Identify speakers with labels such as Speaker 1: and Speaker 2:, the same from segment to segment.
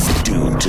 Speaker 1: to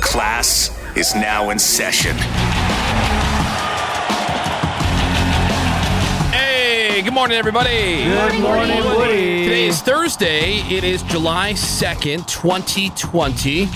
Speaker 1: Class is now in session.
Speaker 2: Hey, good morning, everybody.
Speaker 3: Good morning, Woody.
Speaker 2: Today is Thursday. It is July 2nd, 2020.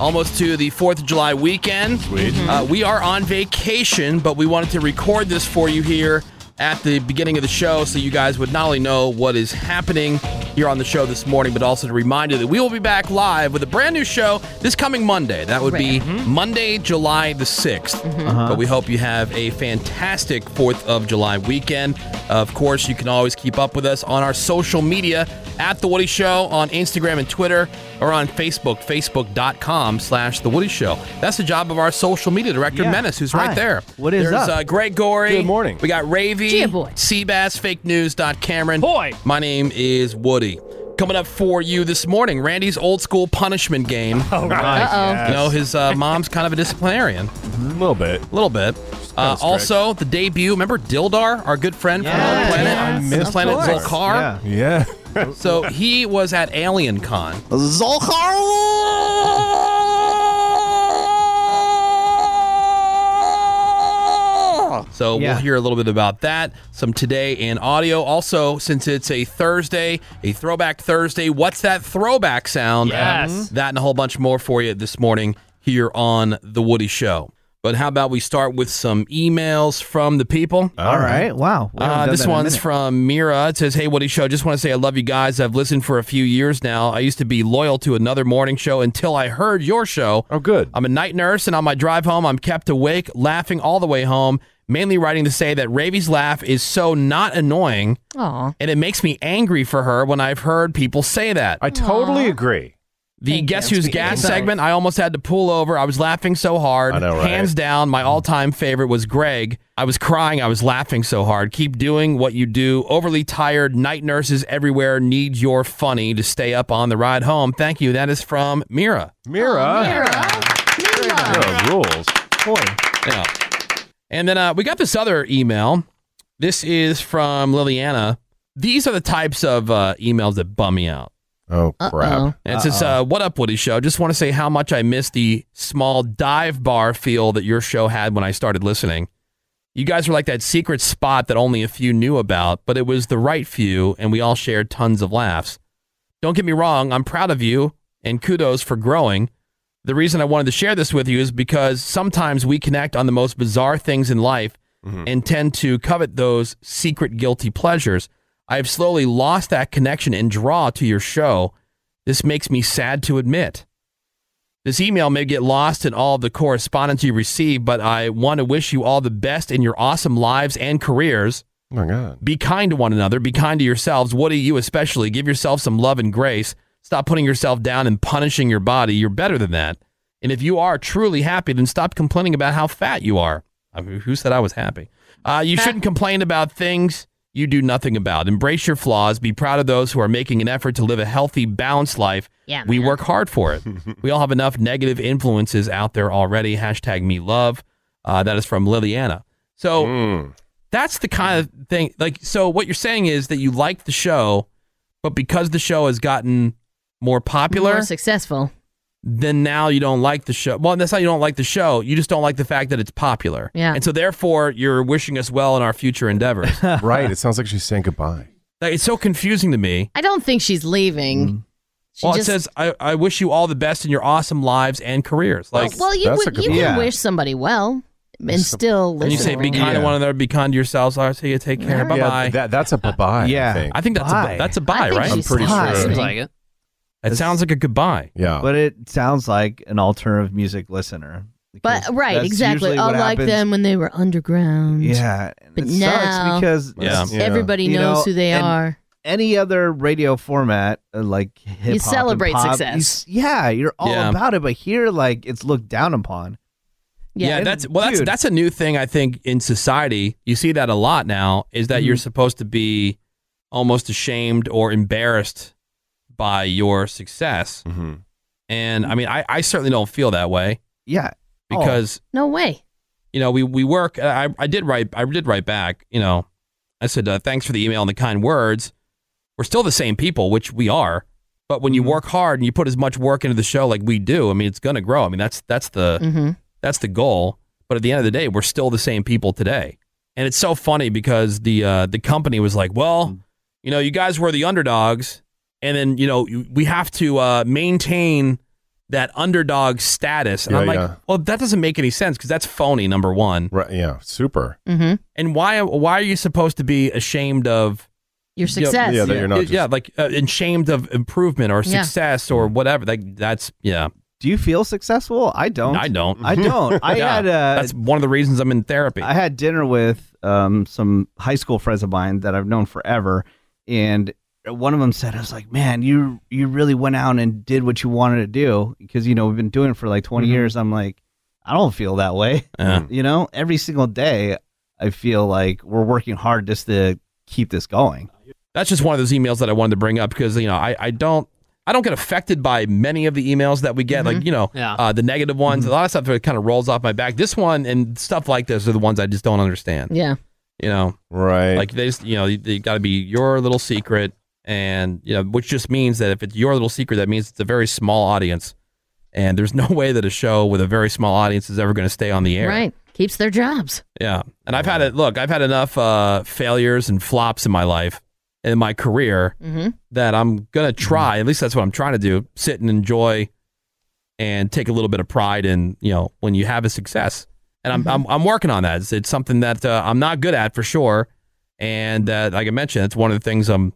Speaker 2: Almost to the 4th of July weekend.
Speaker 3: Sweet.
Speaker 2: Uh, we are on vacation, but we wanted to record this for you here at the beginning of the show so you guys would not only know what is happening here on the show this morning, but also to remind you that we will be back live with a brand new show this coming Monday. That would be Mm-hmm. Monday, July the 6th.
Speaker 4: Mm-hmm. Uh-huh.
Speaker 2: But we hope you have a fantastic 4th of July weekend. Of course, you can always keep up with us on our social media at The Woody Show on Instagram and Twitter or on Facebook, facebook.com slash The Woody Show. That's the job of our social media director,
Speaker 4: Yeah.
Speaker 2: Menace, who's
Speaker 4: Hi.
Speaker 2: right there.
Speaker 4: What is
Speaker 2: There's,
Speaker 4: up?
Speaker 2: Uh, Greg Gorey.
Speaker 4: Good morning.
Speaker 2: We got Ravy.
Speaker 4: Gia boy.
Speaker 2: Seabass, fake news. Dot Cameron. Boy. My name is Woody. Coming up for you this morning, Randy's old school punishment game. Oh,
Speaker 3: nice. Uh-oh.
Speaker 2: You know, his uh, mom's kind of a disciplinarian. Mm-hmm. A little bit. A little bit. Uh,
Speaker 3: strict.
Speaker 2: also, the debut. Remember Dildar, our good friend from another planet? From the planet Zolkar?
Speaker 5: Yeah.
Speaker 2: So he was at Alien Con.
Speaker 5: Zolkar.
Speaker 2: So
Speaker 4: Yeah.
Speaker 2: we'll hear a little bit about that, some today in audio. Also, since it's a Thursday, a throwback Thursday, what's that throwback sound? Um,
Speaker 3: Yes.
Speaker 2: That and a whole bunch more for you this morning here on The Woody Show. But how about we start with some emails from the people?
Speaker 4: All right. Wow. We haven't
Speaker 2: Uh,
Speaker 4: done
Speaker 2: this
Speaker 4: that in a
Speaker 2: one's
Speaker 4: minute.
Speaker 2: from Mira. It says, Hey, Woody Show, just want to say I love you guys. I've listened for a few years now. I used to be loyal to another morning show until I heard your show. Oh, good. I'm a night nurse, and on my drive home, I'm kept awake, laughing all the way home, mainly writing to say that Ravi's laugh is so not annoying.
Speaker 6: Aw.
Speaker 2: And it makes me angry for her when I've heard people say that. I
Speaker 5: totally Aw.
Speaker 2: agree. The Guess
Speaker 5: you.
Speaker 2: Who's
Speaker 5: Speaking
Speaker 2: Gas
Speaker 5: of both.
Speaker 2: segment, I almost had to pull over. I was laughing so hard.
Speaker 5: I know, right?
Speaker 2: Hands down, my all time favorite was Greg. I was crying. I was laughing so hard. Keep doing what you do. Overly tired. Night nurses everywhere need your funny to stay up on the ride home. Thank you. That is from Mira.
Speaker 5: Mira. Mira rules.
Speaker 4: Boy.
Speaker 2: Yeah. And then uh, we got this other email. This is from Liliana. These are the types of uh, emails that bum me out.
Speaker 5: Oh, crap.
Speaker 2: And it says, uh, What up, Woody Show? Just want to say how much I miss the small dive bar feel that your show had when I started listening. You guys were like that secret spot that only a few knew about, but it was the right few, and we all shared tons of laughs. Don't get me wrong, I'm proud of you, and kudos for growing. The reason I wanted to share this with you is because sometimes we connect on the most bizarre things in life and tend to covet those secret guilty pleasures. I have slowly lost that connection and draw to your show. This makes me sad to admit. This email may get lost in all of the correspondence you receive, but I want to wish you all the best in your awesome lives and careers.
Speaker 5: Oh my God.
Speaker 2: Be kind to one another. Be kind to yourselves. Woody, you especially. Give yourself some love and grace. Stop putting yourself down and punishing your body. You're better than that. And if you are truly happy, then stop complaining about how fat you are. I mean, who said I was happy? Uh, you shouldn't complain about things you do nothing about. Embrace your flaws. Be proud of those who are making an effort to live a healthy, balanced life.
Speaker 6: Yeah,
Speaker 2: we work hard for it. we all have enough negative influences out there already. Hashtag me love. Uh, that is from Liliana. So
Speaker 5: Hmm.
Speaker 2: that's the kind of thing. Like, so what you're saying is that you like the show, but because the show has gotten more popular,
Speaker 6: More successful.
Speaker 2: then now you don't like the show. Well, that's not you don't like the show. You just don't like the fact that it's popular.
Speaker 6: Yeah.
Speaker 2: And so therefore, you're wishing us well in our future endeavors.
Speaker 5: right. It sounds like she's saying goodbye.
Speaker 2: Like, it's so confusing to me.
Speaker 6: I don't think she's leaving. She
Speaker 2: well,
Speaker 6: just-
Speaker 2: it says, I, I wish you all the best in your awesome lives and careers. Like,
Speaker 6: well, you, would, you can wish somebody well and still listen.
Speaker 2: And you say, be kind to one another, be kind to yourselves. I say, you take care.
Speaker 6: Yeah.
Speaker 2: Bye
Speaker 6: Yeah,
Speaker 2: bye.
Speaker 5: that, that's a bye bye.
Speaker 4: Yeah.
Speaker 5: think.
Speaker 2: I think that's
Speaker 4: Bye.
Speaker 2: a that's a
Speaker 6: Uh, I
Speaker 2: bye,
Speaker 6: think
Speaker 2: right?
Speaker 6: she's I'm pretty sure. listening. Seems like
Speaker 2: it. It sounds like a goodbye.
Speaker 5: Yeah.
Speaker 4: But it sounds like an alternative music listener.
Speaker 6: but right,
Speaker 4: that's
Speaker 6: exactly.
Speaker 4: usually what
Speaker 6: Unlike
Speaker 4: happens.
Speaker 6: them when they were underground.
Speaker 4: Yeah.
Speaker 6: But
Speaker 4: it
Speaker 6: now,
Speaker 4: sucks because
Speaker 2: Yeah.
Speaker 6: everybody
Speaker 4: You
Speaker 6: knows
Speaker 4: know,
Speaker 6: who they
Speaker 4: and-
Speaker 6: are.
Speaker 4: any other radio format, uh, like hip hop, and
Speaker 1: celebrate
Speaker 4: pop, you
Speaker 1: success.
Speaker 4: s- yeah, you're all
Speaker 2: Yeah.
Speaker 4: about it. But here, like, it's looked down upon.
Speaker 2: Yeah,
Speaker 1: Yeah.
Speaker 2: that's well, that's
Speaker 4: dude.
Speaker 2: that's a new thing I think in society. You see that a lot now is that
Speaker 6: Mm-hmm.
Speaker 2: you're supposed to be almost ashamed or embarrassed by your success.
Speaker 7: Mm-hmm.
Speaker 2: And I mean, I, I certainly don't feel that way
Speaker 4: Yeah, Oh,
Speaker 2: because
Speaker 1: No way.
Speaker 2: you know we we work. uh, I I did write I did write back. You know, I said uh, thanks for the email and the kind words. We're still the same people, which we are. But when you
Speaker 7: Mm-hmm.
Speaker 2: work hard and you put as much work into the show like we do, I mean, it's gonna grow. I mean, that's that's the
Speaker 1: Mm-hmm.
Speaker 2: that's the goal. But at the end of the day, we're still the same people today. And it's so funny because the uh, the company was like,
Speaker 7: Mm.
Speaker 2: well, you know, you guys were the underdogs, and then you know you- we have to uh, maintain that underdog status. And
Speaker 7: Yeah,
Speaker 2: I'm like,
Speaker 7: yeah.
Speaker 2: well, that doesn't make any sense because that's phony. Number one,
Speaker 7: Right. Yeah. Super.
Speaker 1: Mm-hmm.
Speaker 2: and why why are you supposed to be ashamed of
Speaker 1: Your
Speaker 2: Yeah,
Speaker 1: success.
Speaker 7: yeah, that you're not. Just,
Speaker 2: yeah like uh, and shamed of improvement or
Speaker 1: Yeah.
Speaker 2: success or whatever? Like that's yeah,
Speaker 4: do you feel successful? I don't.
Speaker 2: I don't.
Speaker 4: I don't. I
Speaker 2: Yeah,
Speaker 4: had uh,
Speaker 2: that's one of the reasons I'm in therapy.
Speaker 4: I had dinner with um, some high school friends of mine that I've known forever, and one of them said, "I was like, man, you you really went out and did what you wanted to do because you know we've been doing it for like 20 years." I'm like, I don't feel that way.
Speaker 2: Mm-hmm. Yeah.
Speaker 4: You know, every single day I feel like we're working hard just to keep this going.
Speaker 2: that's just one of those emails that I wanted to bring up because you know I, I don't I don't get affected by many of the emails that we get like you know
Speaker 8: Yeah.
Speaker 2: uh, the negative ones a lot of stuff that kind of rolls off my back this one and stuff like this are the ones I just don't understand
Speaker 1: Yeah.
Speaker 2: you know
Speaker 7: Right.
Speaker 2: like they just, you know you, got to be your little secret and you know which just means that if it's your little secret that means it's a very small audience and there's no way that a show with a very small audience is ever going to stay on the air
Speaker 1: Right. Keeps their jobs.
Speaker 2: yeah. And I've had it. Look, I've had enough uh, failures and flops in my life, in my career,
Speaker 1: Mhm.
Speaker 2: that I'm going to try. At least that's what I'm trying to do. Sit and enjoy and take a little bit of pride in, you know, when you have a success. And I'm, I'm, I'm working on that. It's, it's something that uh, I'm not good at for sure. And uh, like I mentioned, it's one of the things I'm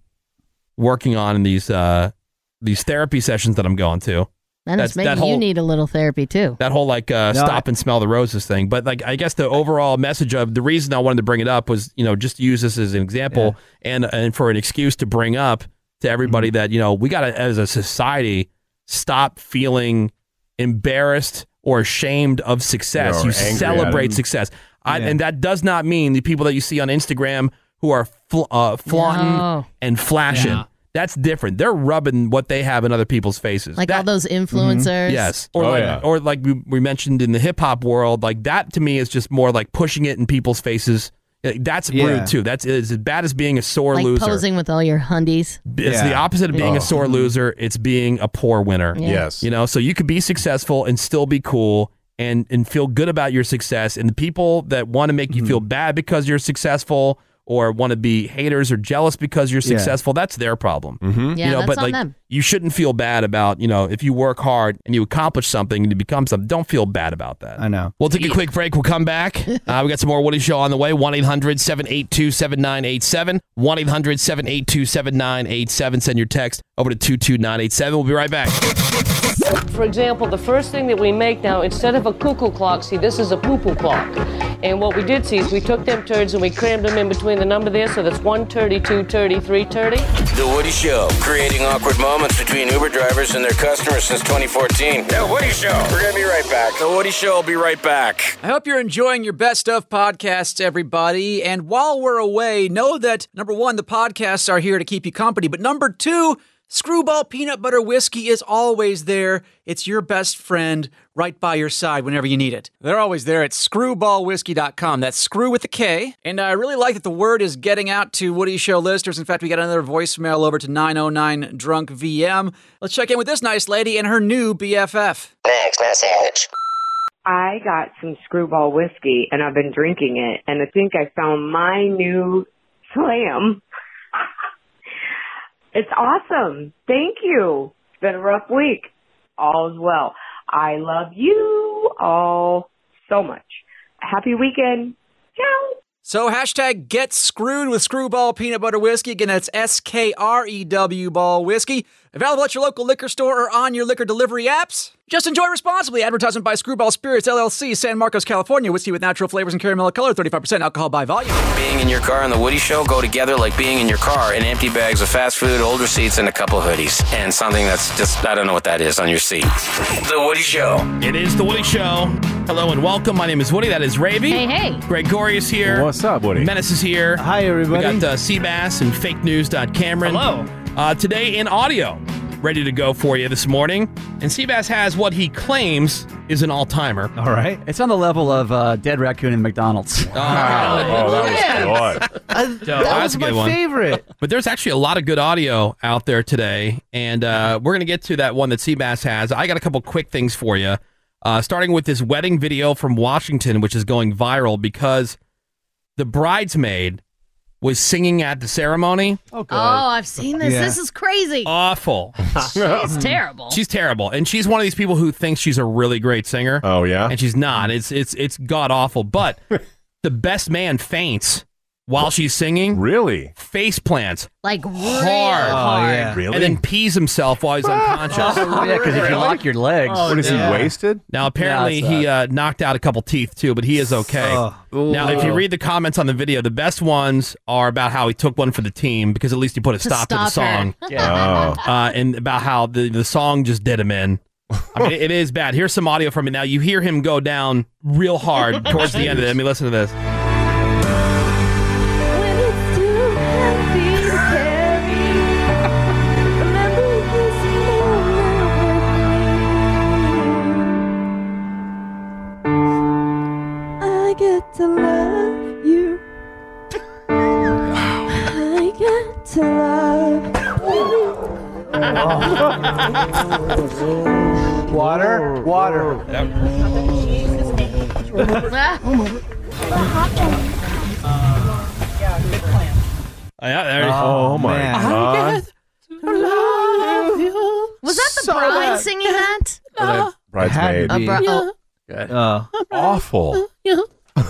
Speaker 2: working on in these uh, these therapy sessions that I'm going to.
Speaker 1: And
Speaker 2: That's-
Speaker 1: it's maybe
Speaker 2: that whole-
Speaker 1: you need a little therapy too.
Speaker 2: that whole like uh,
Speaker 4: No,
Speaker 2: stop and smell the roses thing. But like, I guess the overall message of the reason I wanted to bring it up was, you know, just to use this as an example and and for an excuse to bring up to everybody that you know we got to as a society stop feeling embarrassed or ashamed of success.
Speaker 7: Yeah, or
Speaker 2: you
Speaker 7: angry at
Speaker 2: celebrate success, I,
Speaker 4: Yeah.
Speaker 2: and that does not mean the people that you see on Instagram who are fl- uh, flaunting
Speaker 1: No.
Speaker 2: and flashing.
Speaker 8: Yeah.
Speaker 2: That's different. They're rubbing what they have in other people's faces.
Speaker 1: Like
Speaker 2: That-
Speaker 1: all those influencers.
Speaker 2: Yes, or
Speaker 7: Oh,
Speaker 2: like,
Speaker 7: yeah.
Speaker 2: or like we, we mentioned in the hip hop world, like that to me is just more like pushing it in people's faces. Like, That's
Speaker 4: Yeah.
Speaker 2: rude too. That's it's as bad as being a sore
Speaker 1: Like
Speaker 2: loser.
Speaker 1: posing with all your hundies.
Speaker 2: It's the
Speaker 4: Yeah.
Speaker 2: opposite of being a sore loser. It's being a poor winner.
Speaker 1: Yeah.
Speaker 7: yes.
Speaker 2: You know, so you could be successful and still be cool and and feel good about your success. And the people that want to make you feel bad because you're successful or want to be haters or jealous because you're
Speaker 4: Yeah.
Speaker 2: successful, that's their problem
Speaker 7: Mm-hmm.
Speaker 1: Yeah,
Speaker 2: you know,
Speaker 1: that's
Speaker 2: but
Speaker 1: on
Speaker 2: like
Speaker 1: them.
Speaker 2: you shouldn't feel bad about you know if you work hard and you accomplish something and you become something. Don't feel bad about that.
Speaker 4: I know.
Speaker 2: We'll take a quick break. We'll come back. Uh, we got some more Woody Show on the way. 1 800 782 7987. 1 800 782 7987. Send your text over to 22987. We'll be right back.
Speaker 9: For example, the first thing that we make now, instead of a cuckoo clock, see, this is a poo-poo clock. And what we did see is we took them turds and we crammed them in between the number there, so that's 130, 230, 330.
Speaker 10: The Woody Show, creating awkward moments between Uber drivers and their customers since 2014. The Woody Show. We're going to be right back. The Woody Show will be right back.
Speaker 8: I hope you're enjoying your best of podcasts, everybody. And while we're away, know that number one, the podcasts are here to keep you company. But number two, Screwball Peanut Butter Whiskey is always there. It's your best friend right by your side whenever you need it. They're always there at screwballwhiskey.com. That's screw with a K. And I really like that the word is getting out to Woody Show listeners. In fact, we got another voicemail over to 909 Drunk VM. Let's check in with this nice lady and her new BFF.
Speaker 11: Next message.
Speaker 12: I got some screwball whiskey and I've been drinking it and I think I found my new slam. it's awesome. Thank you. It's been a rough week. All's well. I love you all so much. Happy weekend. Ciao.
Speaker 8: So hashtag get screwed with screwball peanut butter whiskey. Again, that's S K R E W ball whiskey. Available at your local liquor store or on your liquor delivery apps.
Speaker 3: Just enjoy responsibly. Advertisement by Screwball Spirits LLC, San Marcos, California. Whiskey with natural flavors and caramel color, 35% alcohol by volume.
Speaker 10: Being in your car and the Woody Show go together like being in your car and empty bags of fast food, old receipts, and a couple hoodies. And something that's just, I don't know what that is on your seat. The Woody Show.
Speaker 2: It is The Woody Show. Hello and welcome. My name is Woody. That is Ravy. Hey, hey. Gregorius here. What's up, Woody? Menace is here. Hi, everybody. We got uh, Seabass and fake news. Cameron. Hello. Uh, today in audio, ready to go for you this morning. And Seabass has what he claims is an all timer.
Speaker 8: All right. It's on the level of uh, Dead Raccoon in McDonald's.
Speaker 2: Wow.
Speaker 8: Oh, that was
Speaker 2: good.
Speaker 8: that was my
Speaker 4: favorite.
Speaker 2: But there's actually a lot of good audio out there today, and uh, we're gonna get to that one that Seabass has. I got a couple quick things for you, uh, starting with this wedding video from Washington, which is going viral because the bridesmaid was singing at the ceremony.
Speaker 6: Oh, I've seen this.
Speaker 2: Yeah.
Speaker 6: This is crazy.
Speaker 2: Awful.
Speaker 6: She's terrible.
Speaker 2: She's terrible, and she's one of these people who thinks she's a really great singer. Oh yeah, and she's not. It's it's it's god awful. But the best man faints while she's singing. Really? Face plants
Speaker 6: like real
Speaker 2: hard,
Speaker 6: hard.
Speaker 2: and then pees himself while he's unconscious.
Speaker 8: Oh, yeah, because if you lock your legs,
Speaker 2: Oh, What, is he yeah. wasted? Now, apparently,
Speaker 8: Yeah,
Speaker 2: he uh, knocked out a couple teeth too, but he is okay.
Speaker 8: Ugh.
Speaker 2: now, if you read the comments on the video, the best ones are about how he took one for the team because at least he put a
Speaker 8: To
Speaker 2: stop to, the
Speaker 8: stop her.
Speaker 2: song.
Speaker 8: Yeah.
Speaker 2: Uh, and about how the, the song just did him in. I mean, it is bad. Here's some audio from it. Now, you hear him go down real hard towards the end of it. I mean, listen to this.
Speaker 13: I get to love you. I get to love you.
Speaker 8: water, water.
Speaker 2: yeah, there
Speaker 5: Oh, my
Speaker 2: Uh-huh.
Speaker 5: God.
Speaker 6: Was that the bride singing that?
Speaker 2: Uh-huh.
Speaker 5: Well, that Bridesmaid.
Speaker 6: A bri- oh.
Speaker 2: Uh-huh.
Speaker 5: Awful.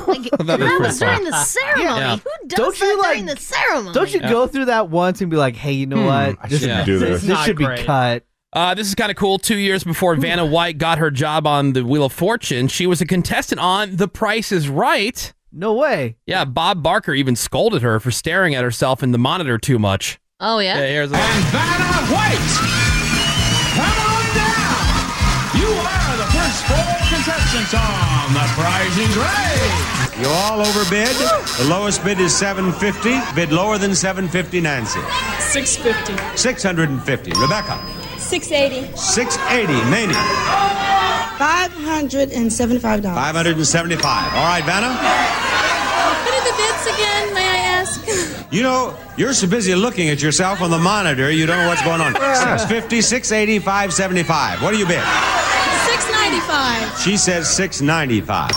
Speaker 6: Like,
Speaker 4: That
Speaker 6: that,
Speaker 4: is pretty
Speaker 6: was during
Speaker 4: fun.
Speaker 6: the ceremony.
Speaker 4: Yeah.
Speaker 6: Who does
Speaker 4: Don't
Speaker 6: that
Speaker 4: you,
Speaker 6: during the ceremony?
Speaker 4: Don't you go through that once and be like, hey, you know
Speaker 5: Hmm,
Speaker 4: what?
Speaker 2: Hmm, I shouldn't do this.
Speaker 4: This
Speaker 2: Not
Speaker 4: should be
Speaker 2: great.
Speaker 4: cut.
Speaker 2: Uh, this is kind of cool. Two years before Vanna White got her job on the Wheel of Fortune, she was a contestant on The Price is Right.
Speaker 4: No way.
Speaker 2: Yeah, Bob Barker even scolded her for staring at herself in the monitor too much.
Speaker 6: Oh yeah.
Speaker 2: Yeah, here's a-
Speaker 14: Vanna White! Come on down! You are the first four contestants on The Prize is Right!
Speaker 15: You all overbid. The lowest bid is 750. Bid lower than 750, Nancy.
Speaker 16: 650.
Speaker 15: 650. Rebecca.
Speaker 16: 680.
Speaker 15: 680, Mamie.
Speaker 16: $575.
Speaker 15: 575. All right, Vanna.
Speaker 16: What are the bids again, may I ask?
Speaker 15: You know, you're so busy looking at yourself on the monitor, you don't know what's going on. 650, 680, 575. What do you bid?
Speaker 16: 695.
Speaker 15: She says 695.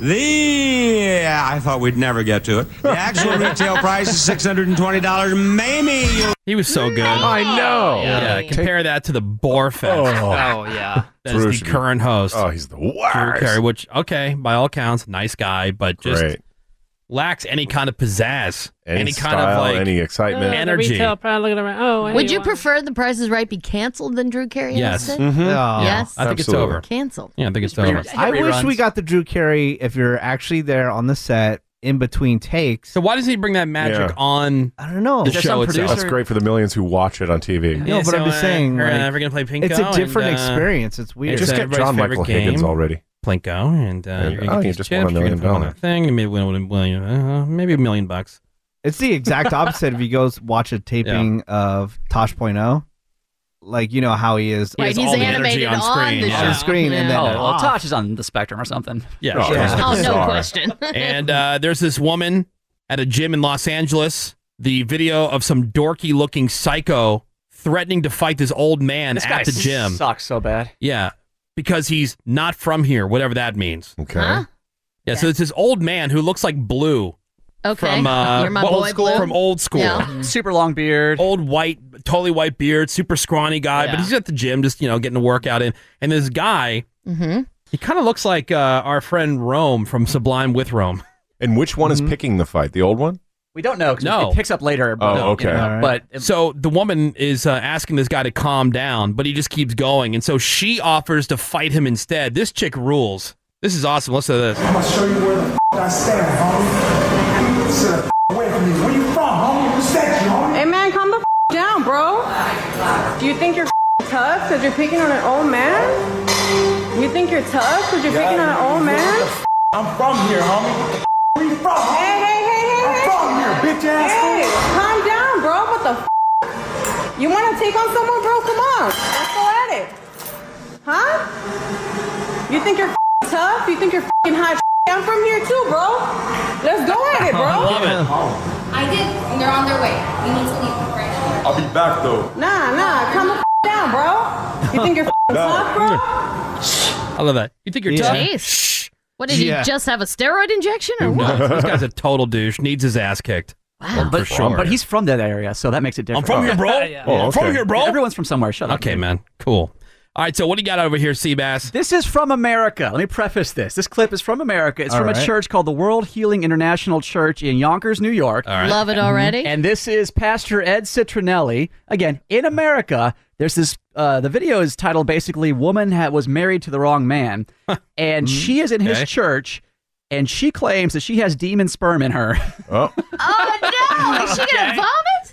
Speaker 15: The I thought we'd never get to it. The actual retail price is six hundred and twenty dollars. Mamie, you
Speaker 2: He was so good. I
Speaker 5: know.
Speaker 2: Yeah, compare that to the bar fest.
Speaker 5: Oh. Oh,
Speaker 2: yeah. That
Speaker 5: Drew
Speaker 2: is
Speaker 5: should
Speaker 2: the
Speaker 5: be-
Speaker 2: current host.
Speaker 5: Oh, he's the
Speaker 2: Drew
Speaker 5: worst.
Speaker 2: Carey, which okay, by all counts, nice guy, but just
Speaker 5: Great.
Speaker 2: lacks any kind of pizzazz,
Speaker 5: Any
Speaker 2: kind of
Speaker 5: style,
Speaker 2: like
Speaker 5: any excitement.
Speaker 2: energy.
Speaker 17: Oh,
Speaker 6: Would you prefer The Price is Right be canceled than Drew Carey
Speaker 2: Yes.
Speaker 6: instead?
Speaker 2: Mhm. Yeah.
Speaker 6: Yes.
Speaker 2: I think it's Absolutely. over.
Speaker 6: Canceled.
Speaker 2: Yeah, I think it's over.
Speaker 4: I wish we got the Drew Carey if you're actually there on the set in between takes.
Speaker 2: So why does he bring that magic
Speaker 5: Yeah.
Speaker 2: on?
Speaker 4: I don't know.
Speaker 2: The show itself.
Speaker 5: That's great for the millions who watch it on TV.
Speaker 4: No, but I'm just saying,
Speaker 2: we're
Speaker 4: like,
Speaker 2: never gonna play Pinko.
Speaker 4: it's a different
Speaker 2: and, uh,
Speaker 4: experience. It's weird.
Speaker 2: it's
Speaker 5: Just get
Speaker 2: everybody's
Speaker 5: John
Speaker 2: favorite
Speaker 5: Michael Higgins
Speaker 2: game.
Speaker 5: already.
Speaker 2: Plinko, and uh,
Speaker 5: And-
Speaker 2: you're
Speaker 5: oh,
Speaker 2: gonna get
Speaker 5: you
Speaker 2: these
Speaker 5: just
Speaker 2: chips,
Speaker 5: won a
Speaker 2: you're gonna
Speaker 5: million
Speaker 2: throw in
Speaker 5: dollars.
Speaker 2: a Thing, maybe win a million, uh, maybe a million bucks.
Speaker 4: It's the exact opposite if you go s- watch a taping of Tosh.0. Like, you know how he is.
Speaker 8: Right, He has he's all the energy animated on on screen, the yeah.
Speaker 4: On
Speaker 8: show.
Speaker 4: screen, and then. ah,
Speaker 8: Oh, well,
Speaker 4: off.
Speaker 8: Tosh is on the spectrum or something.
Speaker 2: Yeah.
Speaker 8: Oh,
Speaker 2: sure.
Speaker 8: yeah. Oh, no question.
Speaker 2: and uh, there's this woman at a gym in Los Angeles. The video of some dorky looking psycho threatening to fight this old man
Speaker 8: This guy
Speaker 2: at the gym.
Speaker 8: sucks so bad.
Speaker 2: Yeah, because he's not from here, whatever that means.
Speaker 5: Okay.
Speaker 2: Yeah, so it's this old man who looks like Blue.
Speaker 6: Okay.
Speaker 2: From uh, Mm-hmm.
Speaker 8: You're my
Speaker 2: what
Speaker 8: boy,
Speaker 2: old school?
Speaker 8: Blue?
Speaker 2: From old school.
Speaker 8: Yeah.
Speaker 2: Super long beard. Old white, totally white beard, super scrawny guy, but he's at the gym just, you know, getting a workout in. And this guy,
Speaker 6: Mm-hmm.
Speaker 2: he kind of looks like uh, our friend Rome from Sublime with Rome.
Speaker 5: And which one is picking the fight? The old one?
Speaker 8: We don't know. 'cause
Speaker 2: No.
Speaker 8: It picks up later. but, you know, But
Speaker 2: But so the woman is uh, asking this guy to calm down, but he just keeps going, and so she offers to fight him instead. This chick rules. This is awesome. Listen to this.
Speaker 7: I'm gonna show you where the f- I stand, homie. Sit the f- away from me. Where you from, homie? What's that, you, homie?
Speaker 17: Hey man, calm the f- down, bro. Do you think you're f- tough because you're picking on an old man? You think you're tough because you're picking on an old man?
Speaker 7: I'm from here, homie. What the f- Where you from? homie?
Speaker 17: Hey, hey, hey, hey,
Speaker 7: I'm
Speaker 17: hey.
Speaker 7: from here, bitch ass.
Speaker 17: Hey, calm down, bro. What the f? You want to take on someone, bro? Come on, let's go at it. Huh? You think you're f- tough? You think you're f- hot? I'm from here too, bro. Let's go at it, bro.
Speaker 5: Oh
Speaker 18: I did, and they're on their way. We need to leave right now.
Speaker 7: I'll be back though.
Speaker 17: Nah, nah, calm the f- down, bro. You think you're f- tough, bro?
Speaker 2: I love that. You think you're tough?
Speaker 1: Jeez. What did
Speaker 2: Yeah.
Speaker 1: he just have a steroid injection or
Speaker 2: No,
Speaker 1: what?
Speaker 2: this guy's a total douche. Needs his ass kicked.
Speaker 1: Wow.
Speaker 2: For
Speaker 8: But,
Speaker 2: sure.
Speaker 8: but he's from that area, so that makes it different.
Speaker 2: from here, bro. Oh, I'm from here, bro.
Speaker 8: Everyone's from somewhere. Shut up.
Speaker 2: Okay, man. Cool. All right, so what do you got over here, Seabass?
Speaker 8: This is from America. Let me preface this. This clip is from America. It's
Speaker 2: All
Speaker 8: from
Speaker 2: right.
Speaker 8: a church called the World Healing International Church in Yonkers, New York.
Speaker 1: right. Love it already.
Speaker 8: And this is Pastor Ed Citronelli. Again, in America, there's this. Uh, the video is titled basically "Woman ha- was married to the wrong man," and she is in his
Speaker 2: Okay.
Speaker 8: church, and she claims that she has demon sperm in her. Oh.
Speaker 1: Oh no! Is she gonna vomit?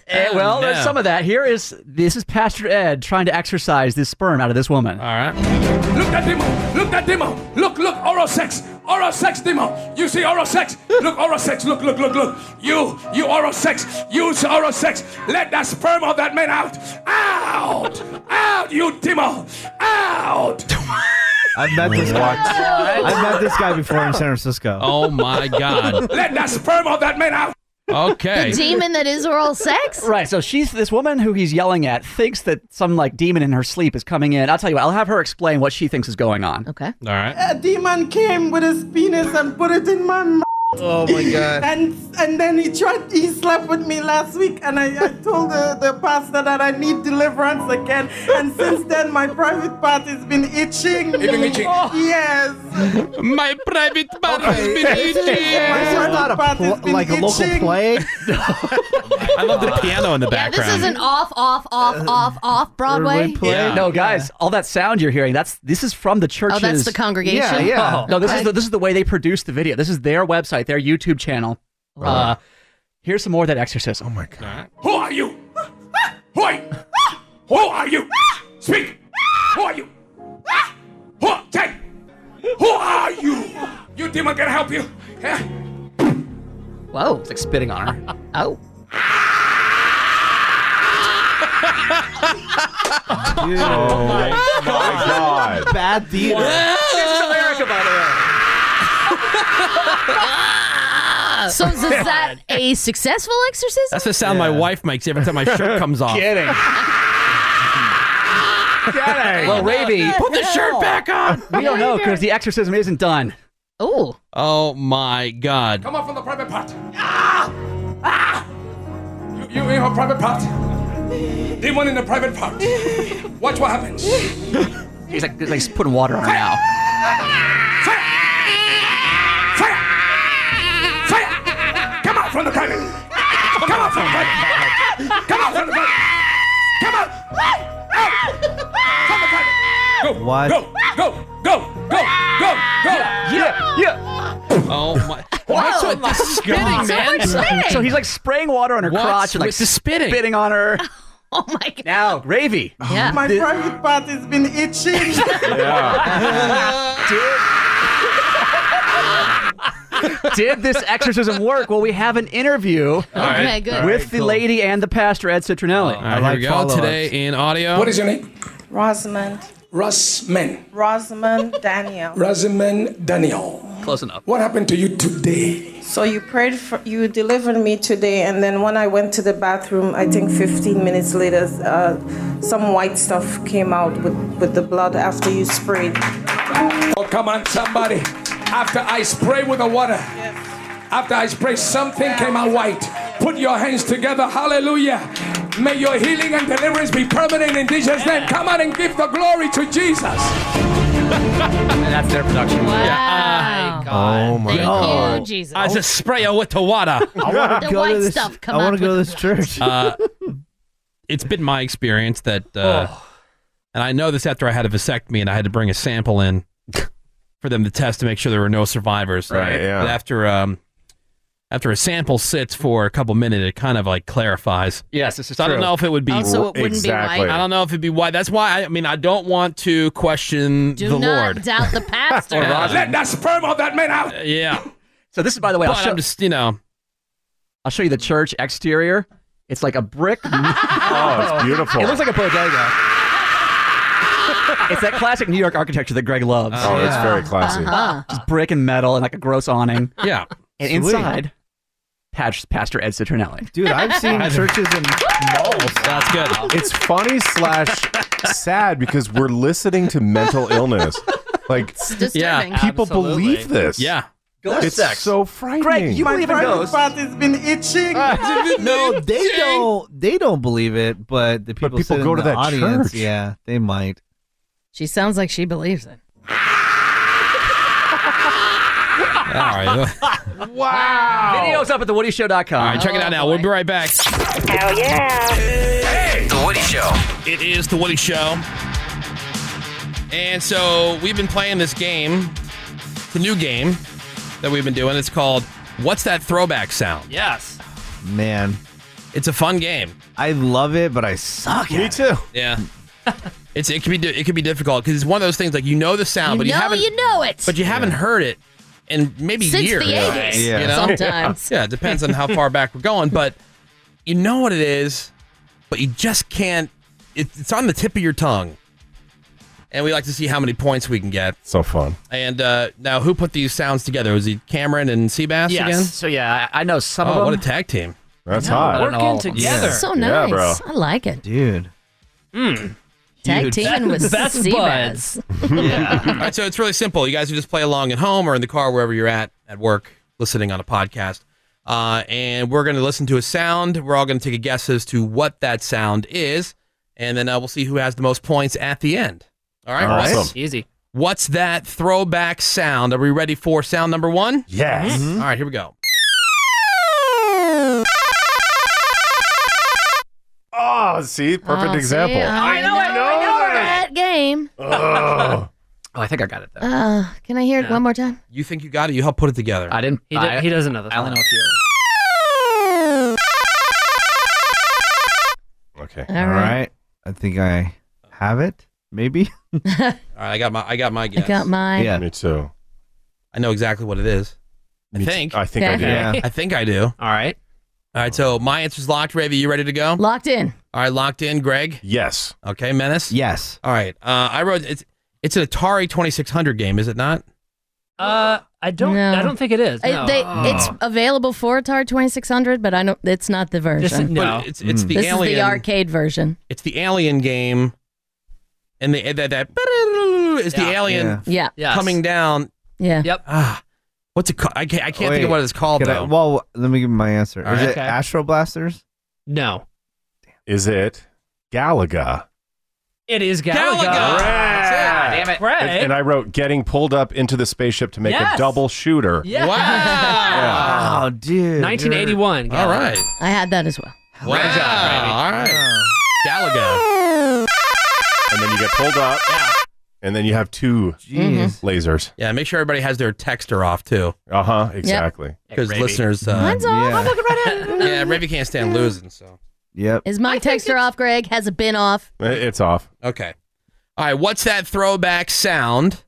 Speaker 8: Eh, well, there's
Speaker 1: no.
Speaker 8: some of that. Here is this is Pastor Ed trying to exercise this sperm out of this woman. All
Speaker 2: right.
Speaker 19: Look that demo. Look that demo. Look, look, oral sex. Oral sex demo. You see oral sex. Look, oral sex. Look, look, look, look. You, you oral sex. Use oral sex. Let that sperm of that man out. Out. Out, you demo. Out.
Speaker 4: I've met this guy. I've met this guy before in San Francisco.
Speaker 2: Oh my God.
Speaker 19: Let that sperm of that man out.
Speaker 2: Okay.
Speaker 1: The demon that is oral sex.
Speaker 8: Right, so she's this woman who he's yelling at thinks that some like demon in her sleep is coming in. I'll tell you what, I'll have her explain what she thinks is going on.
Speaker 1: Okay.
Speaker 2: All right.
Speaker 20: A demon came with his penis and put it in my mouth.
Speaker 8: Oh my God.
Speaker 20: And and then he tried he slept with me last week and I, I told the, the pastor that I need deliverance again. And since then my private part has been itching.
Speaker 19: It's been itching.
Speaker 20: Yes.
Speaker 2: My private part has been
Speaker 20: This is-
Speaker 2: itching.
Speaker 20: my
Speaker 2: This is
Speaker 20: private
Speaker 2: not a
Speaker 20: part has
Speaker 2: pl-
Speaker 20: been
Speaker 2: like a local
Speaker 20: itching.
Speaker 4: play.
Speaker 2: I love the piano in the
Speaker 1: Yeah,
Speaker 2: background.
Speaker 1: this is an off, off, off,
Speaker 2: Uh,
Speaker 1: off, off Broadway.
Speaker 8: No, guys, all that sound you're hearing, that's this is from the church's.
Speaker 1: Oh, that's the congregation? Yeah, yeah.
Speaker 8: No, this
Speaker 1: Okay.
Speaker 8: is the, this is the way they produce the video. This is their website, their YouTube channel. Uh, here's some more of that exorcism. Oh my god.
Speaker 19: Who are you? Who are you? Who are you? Speak. Who are you? Who? Take. Who are you? You demon can help you. Yeah.
Speaker 8: Whoa, it's like spitting on her.
Speaker 1: oh.
Speaker 5: Oh my god.
Speaker 4: Bad
Speaker 5: theater.
Speaker 8: This is America, by the way.
Speaker 1: Ah! So is is that a successful exorcism?
Speaker 2: That's the sound my wife makes every time my shirt comes off.
Speaker 8: Kidding. Well, Ravi,
Speaker 2: put the shirt back on.
Speaker 8: We don't know because the exorcism isn't done.
Speaker 1: Oh.
Speaker 2: Oh my God.
Speaker 19: Come off from the private part. Ah! Ah! You, you in her private part. Demon in the private part. Watch what happens.
Speaker 8: He's like, he's like putting water on her now.
Speaker 19: Come out from the private. Come out from the private. Come out from the private. Come out. Out. From the private. Go.
Speaker 4: What?
Speaker 19: Go. Go. Go. Go. Go. Go. Yeah. Yeah.
Speaker 2: Oh my! What's with the spitting, man?
Speaker 8: So he's like spraying water on her
Speaker 2: What's
Speaker 8: crotch and like
Speaker 2: with the spitting?
Speaker 8: spitting on Oh her.
Speaker 1: Oh my god.
Speaker 8: Now, Ravy.
Speaker 20: My
Speaker 8: Th-
Speaker 20: private part has been itching.
Speaker 8: Did this exorcism work? Well, we have an interview
Speaker 2: right. Okay,
Speaker 8: with
Speaker 2: good. All right,
Speaker 8: the
Speaker 2: cool.
Speaker 8: lady and the pastor, Ed Citronelli.
Speaker 2: All right, here we go. Today in audio.
Speaker 19: What is your name?
Speaker 20: Rosamond.
Speaker 19: Rossman.
Speaker 20: Rosamond Daniel.
Speaker 19: Rosamond Daniel.
Speaker 8: Close enough.
Speaker 19: What happened to you today?
Speaker 20: So you prayed for, you delivered me today, and then when I went to the bathroom, I think 15 minutes later, uh, some white stuff came out with, with the blood after you sprayed.
Speaker 19: Oh, come on, somebody. After I spray with the water, after I spray, something came out white. Put your hands together. Hallelujah. May your healing and deliverance be permanent in Jesus' name. Come on and give the glory to Jesus.
Speaker 8: that's their production.
Speaker 2: Yeah.
Speaker 5: Oh my
Speaker 2: God.
Speaker 6: Jesus.
Speaker 2: I just spray her with the water.
Speaker 6: wanna The go to white this- stuff come I wanna out go
Speaker 4: to this church.
Speaker 2: Uh, it's been my experience that, uh,
Speaker 8: Oh.
Speaker 2: and I know this after I had a vasectomy and I had to bring a sample in for them to test to make sure there were no survivors.
Speaker 5: Right, yeah.
Speaker 2: But after um, after a sample sits for a couple minutes, it kind of like clarifies.
Speaker 8: Yes, this is
Speaker 2: So I don't
Speaker 8: true.
Speaker 2: know if it would
Speaker 7: Oh,
Speaker 2: be.
Speaker 8: Also, it wouldn't be Exactly. white.
Speaker 2: I don't know if it'd be white. That's why I, I mean I don't want to question
Speaker 6: Do
Speaker 2: the
Speaker 6: not
Speaker 2: Lord.
Speaker 6: doubt the pastor.
Speaker 2: Let
Speaker 19: that sperm of that man out.
Speaker 2: yeah.
Speaker 8: So this is, by the way, I'll
Speaker 2: But
Speaker 8: show,
Speaker 2: I'm just you know,
Speaker 8: I'll show you the church exterior. It's like a brick.
Speaker 5: oh, it's beautiful.
Speaker 8: It looks like a bodega. it's that classic New York architecture that Greg loves.
Speaker 5: Oh, it's very classy. Uh-huh.
Speaker 8: Just brick and metal and like a gross awning.
Speaker 2: Yeah.
Speaker 8: And
Speaker 4: Sweet.
Speaker 8: inside, Patch, Pastor Ed Citronelli.
Speaker 4: Dude, I've seen churches in malls.
Speaker 2: That's good.
Speaker 5: It's funny slash sad because we're listening to mental illness. Like,
Speaker 6: disturbing. Yeah,
Speaker 5: people
Speaker 6: absolutely.
Speaker 5: believe this.
Speaker 2: Yeah.
Speaker 8: Ghost
Speaker 5: it's
Speaker 8: sex.
Speaker 5: so frightening.
Speaker 8: Greg, you believe in ghosts?
Speaker 20: has been itching.
Speaker 4: no, they don't. They don't believe it, but the people,
Speaker 5: people
Speaker 4: sitting
Speaker 5: go
Speaker 4: in
Speaker 5: to
Speaker 4: the
Speaker 5: that
Speaker 4: audience,
Speaker 5: church.
Speaker 4: yeah, they might.
Speaker 6: She sounds like she believes it.
Speaker 2: all right.
Speaker 8: Wow. Videos up at thewoodyshow.com.
Speaker 2: All right, check it out now. We'll be right back.
Speaker 21: Hell yeah.
Speaker 10: The Woody Show.
Speaker 2: It is the Woody Show. And so we've been playing this game, the new game that we've been doing. It's called What's That Throwback Sound?
Speaker 8: Yes.
Speaker 4: Man,
Speaker 2: It's a fun game.
Speaker 4: I love it, but I suck at
Speaker 5: Me
Speaker 4: it.
Speaker 5: too.
Speaker 2: Yeah. it's it can be di- it can be difficult because it's one of those things like you know the sound,
Speaker 6: You
Speaker 2: but you
Speaker 6: know
Speaker 2: haven't
Speaker 6: you know it.
Speaker 2: but you haven't heard it in maybe
Speaker 6: Since
Speaker 2: years.
Speaker 6: the 80s,
Speaker 2: you know?
Speaker 6: sometimes.
Speaker 2: Yeah, it depends on how far back we're going, but you know what it is, but you just can't. It, it's on the tip of your tongue, and we like to see how many points we can get.
Speaker 5: So fun.
Speaker 2: And uh, now, who put these sounds together? Was it Cameron and Seabass
Speaker 8: Yes.
Speaker 2: again?
Speaker 8: So yeah, I I know some
Speaker 2: oh,
Speaker 8: of them.
Speaker 2: what a tag team!
Speaker 8: I
Speaker 5: That's
Speaker 8: don't
Speaker 5: hot.
Speaker 6: Oh,
Speaker 8: know all of them.
Speaker 2: together.
Speaker 6: So
Speaker 5: Yeah,
Speaker 6: nice.
Speaker 5: bro.
Speaker 6: I like it.
Speaker 4: Dude.
Speaker 6: Tag
Speaker 8: Hmm.
Speaker 4: Dude.
Speaker 6: teaming with
Speaker 9: Best
Speaker 6: Seabass.
Speaker 2: All right, so it's really simple. You guys can just play along at home or in the car, wherever you're at, at work, listening on a podcast. Uh, and we're going to listen to a sound. We're all going to take a guess as to what that sound is. And then uh, we'll see who has the most points at the end. All right.
Speaker 5: Awesome.
Speaker 2: Wes?
Speaker 9: Easy.
Speaker 2: What's that throwback sound? Are we ready for sound number one? Mm-hmm.
Speaker 5: Yes.
Speaker 2: All right, here we go.
Speaker 5: Oh, see, perfect
Speaker 6: Oh,
Speaker 5: example.
Speaker 6: See,
Speaker 8: uh,
Speaker 6: I, know, it. I know that game.
Speaker 5: Ugh.
Speaker 8: Oh, I think I got it though.
Speaker 6: Uh, can I hear it one more time?
Speaker 2: You think you got it? You helped put it together.
Speaker 8: I didn't.
Speaker 9: He, do-
Speaker 8: I,
Speaker 9: he doesn't know the
Speaker 8: I only
Speaker 9: song.
Speaker 8: know a few.
Speaker 5: okay.
Speaker 6: All
Speaker 4: All
Speaker 6: right.
Speaker 4: right. I think I have it. Maybe.
Speaker 2: All right, I got my I got my guess.
Speaker 6: I got mine.
Speaker 4: Yeah.
Speaker 5: Me too.
Speaker 2: I know exactly what it is. I
Speaker 5: Me too.
Speaker 2: think.
Speaker 5: I think I did.
Speaker 4: Yeah.
Speaker 2: I think I do. All
Speaker 9: All right.
Speaker 2: right, so my answer's locked. Ravy, you ready to go?
Speaker 6: Locked in.
Speaker 2: All right, locked in, Greg.
Speaker 5: Yes.
Speaker 2: Okay, Menace.
Speaker 4: Yes.
Speaker 2: All right. Uh, I wrote it's it's an Atari 2600 game, is it not?
Speaker 9: Uh, I don't.
Speaker 6: No.
Speaker 9: I don't think it is.
Speaker 6: It-
Speaker 9: no.
Speaker 6: they- It's available for Atari 2600, but I don't. It's not the
Speaker 9: This is-
Speaker 6: version.
Speaker 9: no.
Speaker 2: But it's it's the
Speaker 6: this
Speaker 2: alien
Speaker 6: is the arcade version.
Speaker 2: it's the alien game. And the that that is the
Speaker 9: Yeah.
Speaker 2: alien
Speaker 4: Yeah.
Speaker 6: Yeah.
Speaker 9: Yes.
Speaker 2: coming down.
Speaker 6: Yeah.
Speaker 9: Yep.
Speaker 2: Ah. What's it called? I can't, I can't think
Speaker 4: Wait,
Speaker 2: of what it's called
Speaker 4: Can I-
Speaker 2: though.
Speaker 4: well, let me give you my answer.
Speaker 2: All
Speaker 4: Is
Speaker 2: right.
Speaker 4: it
Speaker 9: Okay.
Speaker 4: Astro Blasters?
Speaker 9: No.
Speaker 5: Is it Galaga?
Speaker 9: It is Galaga.
Speaker 2: Galaga! That's
Speaker 9: Damn it,
Speaker 5: And, and I wrote getting pulled up into the spaceship to make
Speaker 9: Yes.
Speaker 5: a double shooter.
Speaker 2: it.
Speaker 9: yeah.
Speaker 2: Wow.
Speaker 4: Oh, dude.
Speaker 9: 1981.
Speaker 2: All
Speaker 9: Galaga.
Speaker 2: right.
Speaker 6: I had that as well.
Speaker 2: Wow. All right. Galaga.
Speaker 5: And then you get pulled up. And then you have two Mm-hmm.
Speaker 4: Jeez.
Speaker 5: lasers.
Speaker 2: Yeah, make sure everybody has their texter off too.
Speaker 5: Uh huh. Exactly.
Speaker 2: Because
Speaker 9: Ravy.
Speaker 2: listeners uh,
Speaker 6: Mine's off.
Speaker 4: yeah.
Speaker 6: I'm looking right at it.
Speaker 2: Yeah, Ravy can't stand losing, so
Speaker 4: Yep.
Speaker 6: Is my texture off, Greg? Has it been off?
Speaker 5: It- It's off.
Speaker 2: Okay. All right. What's that throwback sound?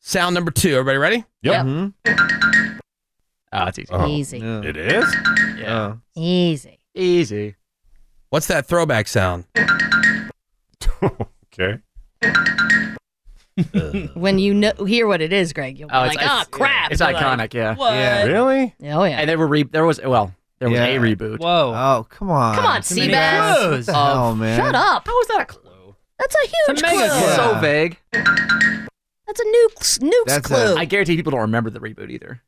Speaker 2: Sound number two. Everybody ready?
Speaker 5: Yep.
Speaker 4: Mhm.
Speaker 8: Oh, it's easy.
Speaker 5: Oh.
Speaker 6: Easy.
Speaker 4: Yeah.
Speaker 5: It is?
Speaker 4: Yeah.
Speaker 6: Easy.
Speaker 8: Easy.
Speaker 2: What's that throwback sound?
Speaker 5: okay.
Speaker 6: When you know, hear what it is, Greg, you'll be
Speaker 8: Oh, it's,
Speaker 6: like,
Speaker 1: "Ah,
Speaker 8: it's-
Speaker 6: oh, crap.
Speaker 8: It's
Speaker 6: You're
Speaker 8: iconic.
Speaker 6: like,
Speaker 8: yeah.
Speaker 4: Yeah.
Speaker 5: Really?
Speaker 6: oh, yeah.
Speaker 8: And there were re- there was well there was
Speaker 4: Yeah.
Speaker 8: a reboot.
Speaker 9: Whoa.
Speaker 4: Oh, come on.
Speaker 6: Come on,
Speaker 4: What
Speaker 9: Too many
Speaker 6: Seabass.
Speaker 9: clues.
Speaker 4: the
Speaker 8: Oh,
Speaker 4: hell, man?
Speaker 6: Shut up.
Speaker 9: How is that a clue?
Speaker 6: That's a huge
Speaker 9: It's a mega
Speaker 6: clue.
Speaker 4: clue.
Speaker 8: So
Speaker 4: Yeah.
Speaker 8: vague.
Speaker 6: That's a nukes, nukes
Speaker 4: That's
Speaker 6: clue.
Speaker 8: I guarantee people don't remember the reboot either.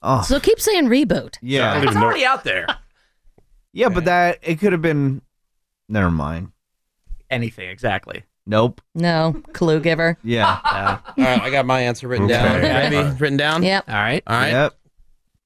Speaker 4: Oh,
Speaker 6: so keep saying reboot.
Speaker 5: I don't
Speaker 4: yeah.
Speaker 5: even
Speaker 8: It's
Speaker 5: know-
Speaker 8: already out there.
Speaker 4: Yeah, but that, it could have been. Never mind.
Speaker 8: Anything exactly.
Speaker 4: Nope.
Speaker 1: No, clue giver.
Speaker 4: Yeah.
Speaker 2: All right, I got my answer written down.
Speaker 1: Okay.
Speaker 2: Abby, written down.
Speaker 1: Yep.
Speaker 2: All right. All right.
Speaker 4: Yep.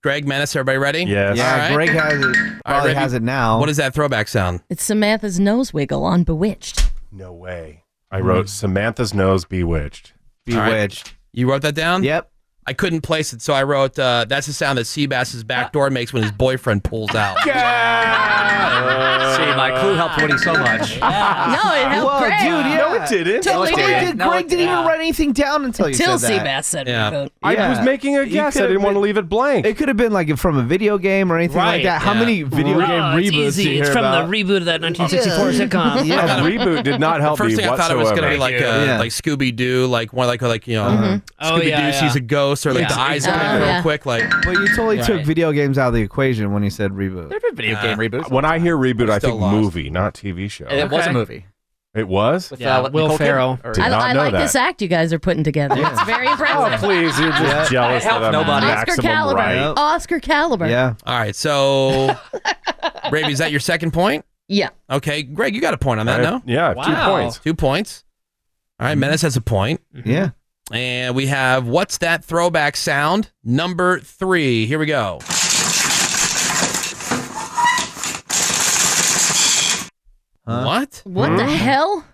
Speaker 2: Greg Menace, everybody ready?
Speaker 4: Yes. Yeah, Greg has it- probably has it now.
Speaker 2: What is that throwback sound?
Speaker 1: It's Samantha's nose wiggle on Bewitched.
Speaker 5: No way. I wrote Samantha's nose bewitched.
Speaker 2: All right. You wrote that down? Yep. I couldn't place it, so I wrote, uh, that's the sound that Seabass's back door makes when his boyfriend pulls out.
Speaker 8: See, my clue helped Woody so much.
Speaker 1: No, it helped
Speaker 4: Whoa,
Speaker 1: Greg.
Speaker 4: dude, yeah.
Speaker 1: No, it
Speaker 5: didn't.
Speaker 1: Totally
Speaker 4: Greg
Speaker 1: did.
Speaker 4: did.
Speaker 1: No,
Speaker 4: Greg
Speaker 1: it
Speaker 4: didn't even
Speaker 1: didn't.
Speaker 4: write anything down until you
Speaker 1: Until
Speaker 4: said that.
Speaker 1: Seabass said we
Speaker 4: yeah.
Speaker 1: vote.
Speaker 5: I was making a guess. I didn't want to leave it blank.
Speaker 4: It could have been like from a video game or anything like
Speaker 5: Right,
Speaker 4: that. How
Speaker 5: yeah.
Speaker 4: many video
Speaker 5: Right.
Speaker 4: game
Speaker 5: Oh,
Speaker 4: reboots
Speaker 5: it's
Speaker 4: do you
Speaker 5: easy.
Speaker 4: hear
Speaker 5: It's from
Speaker 4: about?
Speaker 5: the
Speaker 9: reboot of that 1964 sitcom.
Speaker 5: Yeah, reboot did not help
Speaker 2: The first
Speaker 5: me
Speaker 2: thing I thought it was going to be like
Speaker 5: whatsoever.
Speaker 2: uh,
Speaker 5: Yeah.
Speaker 2: like Scooby Doo, like one like like you know
Speaker 5: Mhm.
Speaker 2: Scooby
Speaker 5: Oh,
Speaker 2: Doo
Speaker 5: yeah, yeah.
Speaker 2: sees a ghost or like
Speaker 5: Yeah.
Speaker 2: the eyes
Speaker 5: Oh,
Speaker 2: come in real
Speaker 5: yeah.
Speaker 2: quick. Like,
Speaker 4: but you totally
Speaker 2: Yeah.
Speaker 4: took video games out of the equation when he said reboot.
Speaker 2: been video game
Speaker 5: reboots. When I hear reboot, I think movie, not TV show.
Speaker 1: And it was a Okay. movie.
Speaker 5: It was.
Speaker 1: With, uh, Will Nicole Kidman? Ferrell.
Speaker 5: Did
Speaker 1: I,
Speaker 5: not
Speaker 1: I
Speaker 5: know
Speaker 1: like
Speaker 5: that.
Speaker 1: this act you guys are putting together. It's very impressive.
Speaker 5: Oh, please, you're just
Speaker 1: Yeah.
Speaker 5: jealous
Speaker 1: I help
Speaker 5: that I'm
Speaker 1: nobody. Oscar
Speaker 5: maximum
Speaker 1: caliber.
Speaker 5: right.
Speaker 1: Oscar caliber.
Speaker 2: All right. So, Ravi, is that your second point?
Speaker 1: Yeah.
Speaker 2: Okay, Greg, you got a point on that,
Speaker 5: I-
Speaker 2: no?
Speaker 5: yeah, two Wow. points. Mm-hmm.
Speaker 2: Two points. All right, Menace has a point.
Speaker 4: Yeah.
Speaker 2: And we have what's that throwback sound? Number three. Here we go. What?
Speaker 1: What the hell?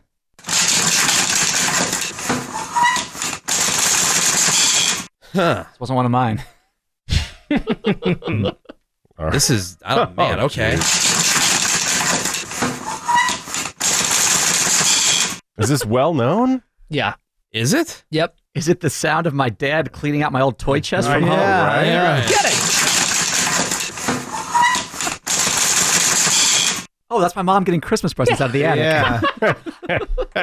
Speaker 2: Huh.
Speaker 8: This wasn't one of mine.
Speaker 2: This is I don't, man.
Speaker 5: Oh,
Speaker 2: Okay.
Speaker 5: Is this well known?
Speaker 8: Yeah.
Speaker 2: Is it?
Speaker 8: Yep. Is it the sound of my dad cleaning out my old toy chest from
Speaker 5: Yeah,
Speaker 8: home?
Speaker 5: right,
Speaker 8: Yeah.
Speaker 5: right.
Speaker 8: Get it! Oh, that's my mom getting Christmas presents out of the attic.
Speaker 5: Yeah.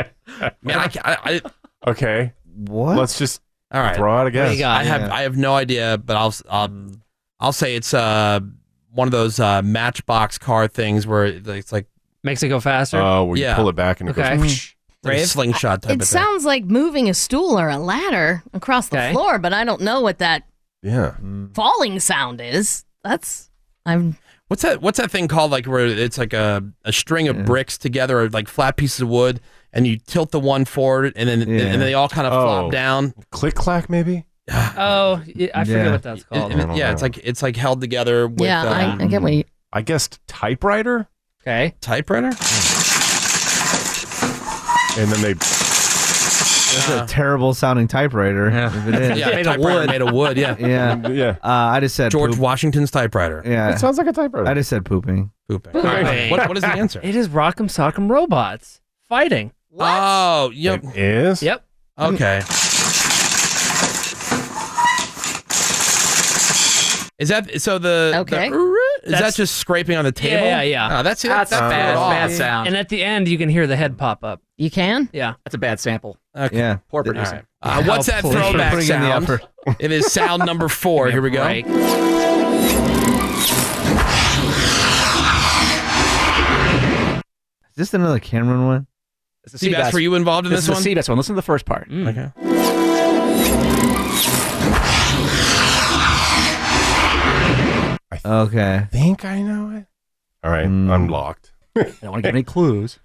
Speaker 2: Man, I, ca- I,
Speaker 5: Okay.
Speaker 4: What?
Speaker 5: Let's just
Speaker 2: All right.
Speaker 5: throw out a
Speaker 2: What do
Speaker 5: guess.
Speaker 2: you got? I have
Speaker 5: Yeah.
Speaker 2: I have no idea, but I'll s- um, I'll say it's uh one of those uh, Matchbox car things where it- it's like
Speaker 9: makes it go faster.
Speaker 5: Oh, where you pull it back and it Okay. goes
Speaker 2: like a slingshot type of
Speaker 1: It
Speaker 2: thing.
Speaker 1: sounds like moving a stool or a ladder across the
Speaker 2: Okay.
Speaker 1: floor, but I don't know what that
Speaker 5: yeah.
Speaker 1: falling sound is. That's I'm
Speaker 2: What's that? What's that thing called? Like where it's like a, a string of bricks together, or like flat pieces of wood, and you tilt the one forward, and then and then they all kind of
Speaker 5: Oh.
Speaker 2: flop down.
Speaker 5: Click clack, maybe.
Speaker 9: Oh, yeah, I forget
Speaker 5: Yeah.
Speaker 9: what that's
Speaker 2: And-
Speaker 9: called.
Speaker 2: and yeah, it's like it's like held together. With,
Speaker 9: Yeah, I-
Speaker 2: um,
Speaker 1: I get what you-
Speaker 5: I guessed typewriter.
Speaker 9: Okay.
Speaker 2: Typewriter.
Speaker 5: And then they.
Speaker 4: That's a terrible sounding typewriter. Yeah. If it is.
Speaker 2: Yeah, Made of typewriter wood. made of wood, yeah.
Speaker 4: Yeah.
Speaker 5: Yeah.
Speaker 4: Uh, I just said
Speaker 2: George
Speaker 4: poop.
Speaker 2: Washington's typewriter.
Speaker 4: Yeah.
Speaker 5: It sounds like a typewriter.
Speaker 4: I just said pooping.
Speaker 2: Pooping. All right. what, what is the answer?
Speaker 9: It is Rock'em Sock'em Robots fighting.
Speaker 2: Oh, yep.
Speaker 5: It is.
Speaker 9: Yep.
Speaker 2: Okay. Is that so? The
Speaker 9: Okay.
Speaker 2: the- is
Speaker 9: That's-
Speaker 2: that just scraping on the table?
Speaker 9: Yeah, yeah, yeah.
Speaker 2: Oh, that's that's, that's bad.
Speaker 9: And at the end, you can hear the head pop up.
Speaker 1: You can?
Speaker 9: Yeah.
Speaker 8: That's a bad sample.
Speaker 2: Okay.
Speaker 4: Yeah.
Speaker 8: Poor
Speaker 2: All
Speaker 8: producer.
Speaker 2: right. Uh, what's that throwback sound? it is sound number four. Here we go.
Speaker 4: Is this another Cameron one?
Speaker 8: This
Speaker 2: Seabass, were you involved in this
Speaker 8: is the
Speaker 2: one? Mm.
Speaker 8: Seabass one. Listen to the first part.
Speaker 2: Okay.
Speaker 4: Okay. Hmm.
Speaker 5: think I know it. All right, I'm locked. I
Speaker 8: don't want to give any clues.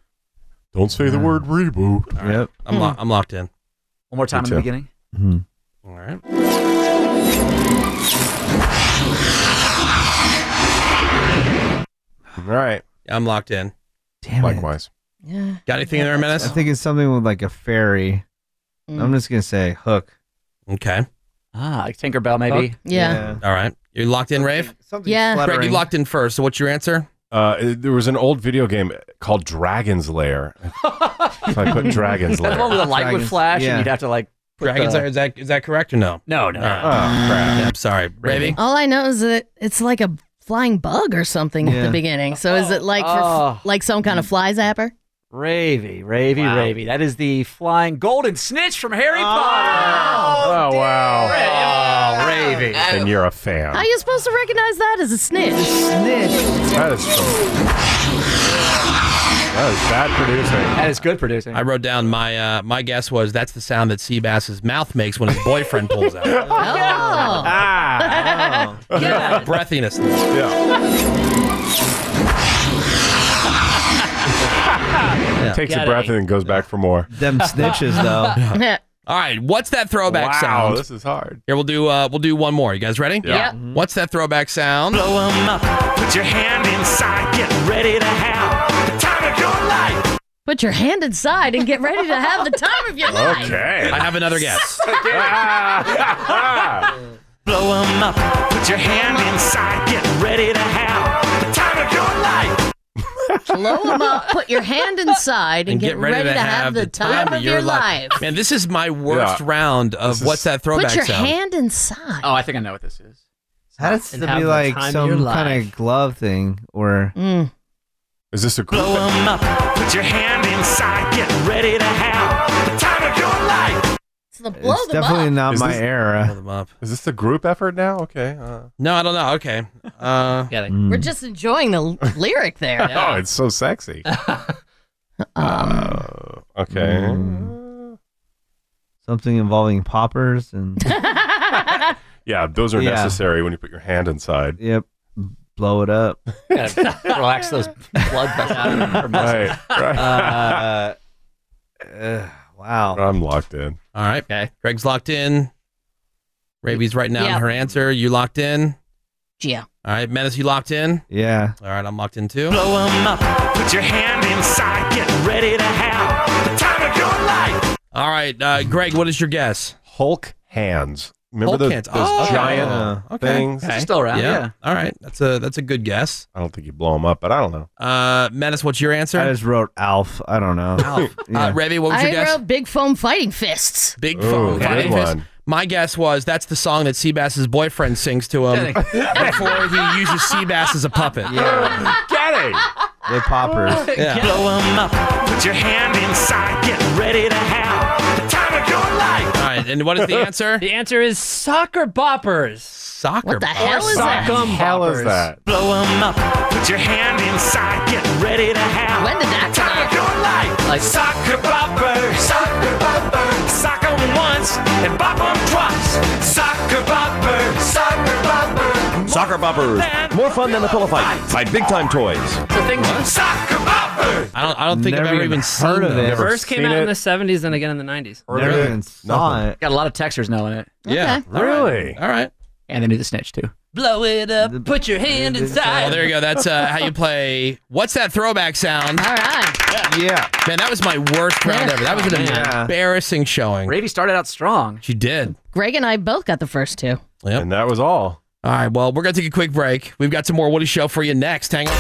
Speaker 5: Don't say the word reboot.
Speaker 4: Yep.
Speaker 2: I'm lo- I'm locked Mm-hmm. in.
Speaker 8: One more time in the
Speaker 5: Me too.
Speaker 8: beginning.
Speaker 2: All right.
Speaker 5: All right.
Speaker 2: I'm locked in.
Speaker 4: Damn
Speaker 5: Likewise.
Speaker 1: Yeah.
Speaker 2: Got anything in there, Menace?
Speaker 4: I think it's something with like a fairy.
Speaker 8: Mm.
Speaker 4: I'm just gonna say hook.
Speaker 2: Okay.
Speaker 8: Ah, like Tinkerbell maybe.
Speaker 1: Yeah.
Speaker 8: uh,
Speaker 2: All right. You're locked in, Rave?
Speaker 1: Yeah.
Speaker 2: Greg, you locked in first. So what's your answer?
Speaker 5: Uh, it- there was an old video game called Dragon's Lair. so I put Dragon's
Speaker 8: That's
Speaker 5: Lair.
Speaker 8: the one where the light would
Speaker 2: Dragons.
Speaker 8: flash
Speaker 2: Yeah.
Speaker 8: and you'd have to like. put
Speaker 2: Dragons,
Speaker 8: the-
Speaker 2: are- is that, is that correct or no?
Speaker 8: No, Oh, no.
Speaker 2: All right. Yeah, I'm sorry. Ravy?
Speaker 1: All I know is that it's like a flying bug or something at
Speaker 8: Yeah.
Speaker 1: the beginning. So is it like
Speaker 8: Oh.
Speaker 1: for, like some kind of fly zapper?
Speaker 8: Ravy, Ravy, Ravy. That is the flying golden snitch from Harry Potter.
Speaker 5: Oh, wow.
Speaker 8: Oh, Ravy.
Speaker 5: And you're a fan.
Speaker 1: How are you supposed to recognize that as a snitch?
Speaker 4: snitch.
Speaker 5: That is from- That is bad producing.
Speaker 8: That is good producing.
Speaker 2: I wrote down my uh, my guess was that's the sound that Seabass's mouth makes when his boyfriend pulls out.
Speaker 5: Ah.
Speaker 2: Oh. Breathiness.
Speaker 5: Yeah.
Speaker 2: Yeah.
Speaker 5: Takes
Speaker 2: Got
Speaker 5: a
Speaker 2: it.
Speaker 5: breath and then goes back for more.
Speaker 4: Them snitches, though.
Speaker 2: All right, what's that throwback
Speaker 5: Wow,
Speaker 2: sound?
Speaker 5: this is hard.
Speaker 2: Here we'll do uh we'll do one more. You guys ready?
Speaker 5: Yeah. Mm-hmm. Yep.
Speaker 2: What's that throwback sound?
Speaker 7: Blow 'em up. Put your hand inside. Get ready to have the time of your life.
Speaker 6: Put your hand inside and get ready to have the time of your life.
Speaker 2: I have another guess.
Speaker 7: Blow 'em up. Put your hand inside. Get ready to have the time of your life.
Speaker 6: Blow 'em up. Put your hand inside and, get, ready, to, have, the time, of your life.
Speaker 2: Man, this is my worst
Speaker 8: Yeah.
Speaker 2: round of what's that throwback
Speaker 6: Put your
Speaker 2: sound?
Speaker 6: hand inside.
Speaker 8: Oh, I think I know what this is.
Speaker 4: That has
Speaker 6: And
Speaker 4: to
Speaker 6: have
Speaker 4: be
Speaker 6: the
Speaker 4: like
Speaker 6: time of your
Speaker 4: some
Speaker 6: life.
Speaker 4: kind of glove thing, or
Speaker 8: Mm.
Speaker 5: is this a group?
Speaker 7: Blow 'em up. Put your hand inside. Get ready to have the time of your life.
Speaker 6: It's the
Speaker 4: blow It's them definitely up. not my era.
Speaker 2: Blow them up.
Speaker 5: Is this a group effort now? Okay. Uh,
Speaker 2: No, I don't know. Okay. Uh,
Speaker 4: Mm.
Speaker 1: We're just enjoying the l- lyric there.
Speaker 5: Oh, it's so sexy. Uh, okay.
Speaker 4: Mm. something involving poppers and
Speaker 5: Yeah, those are
Speaker 4: Yeah.
Speaker 5: necessary when you put your hand inside.
Speaker 4: yep, blow it up.
Speaker 8: relax those blood vessels.
Speaker 5: right. Right.
Speaker 4: Uh, uh, wow.
Speaker 5: I'm locked in.
Speaker 2: All right. Okay. Greg's locked in. Raby's writing down
Speaker 1: Yeah.
Speaker 2: her answer. You locked in.
Speaker 1: Yeah.
Speaker 2: All right, Menace, you locked in.
Speaker 4: Yeah.
Speaker 2: All right, I'm locked in too.
Speaker 7: Blow 'em up. Put your hand inside. Get ready to have the time of your life.
Speaker 2: All right, uh, Greg, what is your guess?
Speaker 5: Hulk hands. Remember
Speaker 2: Hulk
Speaker 5: those,
Speaker 2: hands.
Speaker 5: those
Speaker 2: Oh,
Speaker 5: giant
Speaker 2: okay.
Speaker 5: things?
Speaker 2: Okay. All right, that's a that's a good guess.
Speaker 5: I don't think you blow them up, but I don't know.
Speaker 2: Uh, Menace, what's your answer?
Speaker 4: I just wrote Alf. I don't know.
Speaker 2: Alf. Uh, Revy, what was your
Speaker 1: I
Speaker 2: guess?
Speaker 1: wrote big foam fighting fists.
Speaker 2: Big phone.
Speaker 5: Oh, good
Speaker 2: fighting fist.
Speaker 5: one.
Speaker 2: My guess was that's the song that Seabass's boyfriend sings to him before he uses Seabass as a puppet.
Speaker 5: Get it.
Speaker 4: The poppers.
Speaker 2: Yeah.
Speaker 7: Blow 'em up. Put your hand inside. Get ready to have the time of your life.
Speaker 2: All right, and what is the answer?
Speaker 9: The answer is soccer boppers.
Speaker 2: Soccer.
Speaker 7: What the hell
Speaker 9: Or
Speaker 7: is that?
Speaker 9: sock'em
Speaker 5: hell is
Speaker 9: boppers.
Speaker 5: that?
Speaker 7: Blow 'em up. Put your hand inside. Get ready to have
Speaker 1: When did that
Speaker 7: time of your life.
Speaker 9: Like-
Speaker 7: soccer bopper, soccer bopper, sock 'em once and bop 'em twice. Soccer bopper, soccer bopper,
Speaker 5: Soccer boppers. More fun than the pillow fight by Big Time Toys.
Speaker 9: The thing
Speaker 7: soccer bopper.
Speaker 2: I don't. I don't think
Speaker 4: Never
Speaker 2: I've ever
Speaker 4: even
Speaker 2: even seen
Speaker 4: heard of
Speaker 2: them.
Speaker 4: it. Never
Speaker 9: First came
Speaker 4: seen
Speaker 9: out
Speaker 4: it.
Speaker 9: in the 70s and again in the 90s.
Speaker 4: Never even saw it.
Speaker 8: Got a lot of textures knowing it.
Speaker 2: Yeah.
Speaker 5: Really?
Speaker 2: All right.
Speaker 8: And they knew the snitch too.
Speaker 9: Blow it up, put your hand
Speaker 2: Well,
Speaker 9: inside.
Speaker 2: there you go. That's uh, how you play. What's that throwback sound?
Speaker 1: All right.
Speaker 4: Yeah.
Speaker 2: Man, that was my worst round ever. That was an
Speaker 4: Yeah.
Speaker 2: embarrassing showing.
Speaker 8: Ravy started out strong.
Speaker 2: She did.
Speaker 1: Greg and I both got the first two.
Speaker 2: Yep.
Speaker 5: And that was all.
Speaker 2: All right. Well, we're gonna take a quick break. We've got some more Woody Show for you next. Hang on.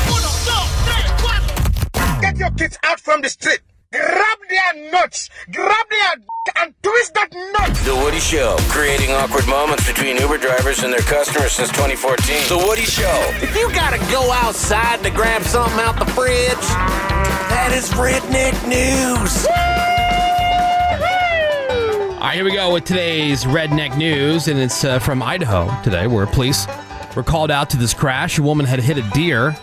Speaker 20: Get your kids out from the street. Grab their nuts. Grab their d- and twist that nut.
Speaker 10: The Woody Show, creating awkward moments between Uber drivers and their customers since 2014. The Woody Show.
Speaker 7: If you gotta go outside to grab something out the fridge, that is redneck news.
Speaker 2: All right, here we go with today's redneck news, and it's uh, from Idaho today, where police were called out to this crash. A woman had hit a deer,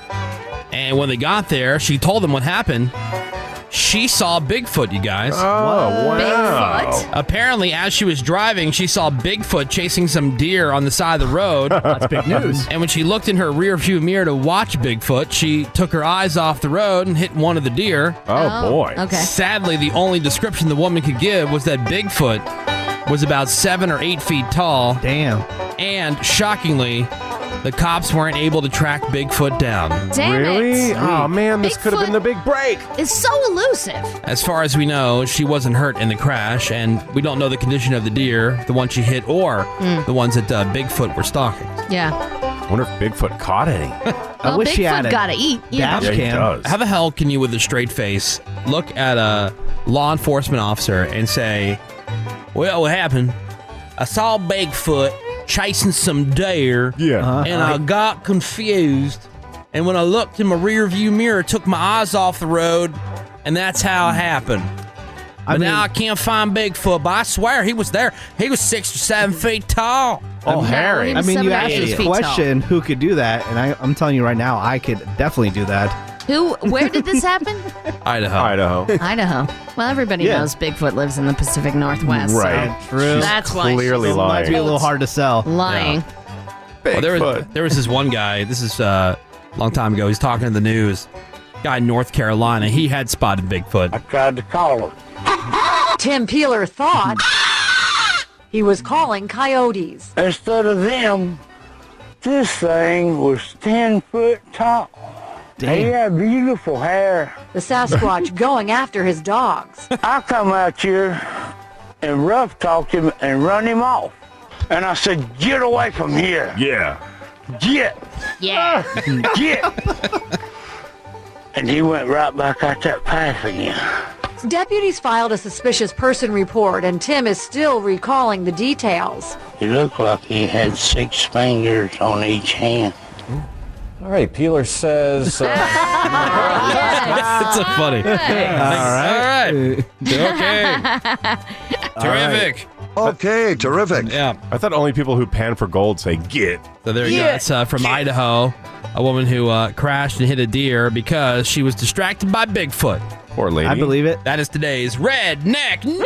Speaker 2: and when they got there, she told them what happened. She saw Bigfoot, you guys.
Speaker 5: Oh, wow.
Speaker 2: Apparently, as she was driving, she saw Bigfoot chasing some deer on the side of the road. That's
Speaker 8: big news.
Speaker 2: And when she looked in her rear view mirror to watch Bigfoot, she took her eyes off the road and hit one of the deer.
Speaker 5: Oh, boy.
Speaker 1: Okay.
Speaker 2: Sadly, the only description the woman could give was that Bigfoot was about seven or eight feet tall.
Speaker 4: Damn.
Speaker 2: And shockingly, the cops weren't able to track Bigfoot down.
Speaker 6: Damn
Speaker 5: Really?
Speaker 6: it.
Speaker 5: Oh, man, this could have been the big break.
Speaker 6: It's so elusive.
Speaker 2: As far as we know, she wasn't hurt in the crash, and we don't know the condition of the deer, the one she hit, or
Speaker 6: Hmm.
Speaker 2: the ones that uh, Bigfoot were stalking.
Speaker 1: Yeah.
Speaker 5: I wonder if Bigfoot caught any.
Speaker 4: I
Speaker 1: Well,
Speaker 4: wish she had
Speaker 1: Bigfoot
Speaker 4: a
Speaker 1: gotta eat, you
Speaker 4: dash
Speaker 5: Yeah, he
Speaker 4: cam.
Speaker 5: does.
Speaker 2: How the hell can you, with a straight face, look at a law enforcement officer and say, Well, what happened? I saw Bigfoot chasing some deer,
Speaker 5: Yeah.
Speaker 4: Uh-huh.
Speaker 2: and I got confused. And when I looked in my rearview mirror, took my eyes off the road, and that's how it happened. But now I can't find Bigfoot, but I swear he was there. He was six or seven feet tall.
Speaker 5: Oh,
Speaker 1: he
Speaker 5: Harry.
Speaker 4: I
Speaker 1: was
Speaker 4: mean,
Speaker 1: seven
Speaker 4: you
Speaker 1: or
Speaker 4: asked
Speaker 1: eight
Speaker 4: this
Speaker 1: feet tall.
Speaker 4: question, who could do that? And I, I'm telling you right now, I could definitely do that.
Speaker 6: Who? Where did this happen?
Speaker 2: Idaho.
Speaker 5: Idaho.
Speaker 6: Idaho. Well, everybody
Speaker 4: Yeah.
Speaker 6: knows Bigfoot lives in the Pacific Northwest. so
Speaker 5: Right.
Speaker 4: True.
Speaker 6: That's why she's
Speaker 5: Clearly
Speaker 4: Might be a
Speaker 5: lying.
Speaker 4: little hard to sell.
Speaker 6: lying.
Speaker 2: Well, there was
Speaker 5: Bigfoot.
Speaker 2: there was this one guy. This is uh, a long time ago. He's talking to the news, guy in North Carolina. He had spotted Bigfoot. I tried to call him.
Speaker 22: Tim Peeler thought he was calling coyotes.
Speaker 23: Instead of them, this thing was 10 foot tall. He had beautiful hair.
Speaker 22: The Sasquatch going after his dogs.
Speaker 23: I come out here and rough talk him and run him off. And I said, get away from here.
Speaker 5: Yeah.
Speaker 23: Get.
Speaker 22: Yeah.
Speaker 23: Get. and he went right back out that path again.
Speaker 22: Deputies filed a suspicious person report, and Tim is still recalling the details.
Speaker 23: He looked like he had six fingers on each hand.
Speaker 24: All right, Peeler says. Uh,
Speaker 2: it's a funny.
Speaker 24: right.
Speaker 2: Terrific.
Speaker 5: Okay, terrific.
Speaker 2: Yeah.
Speaker 5: I thought only people who pan for gold say get.
Speaker 2: So there you go. It's uh, from Idaho, a woman who uh, crashed and hit a deer because she was distracted by Bigfoot.
Speaker 5: Poor lady. I believe
Speaker 2: it. That is today's redneck. News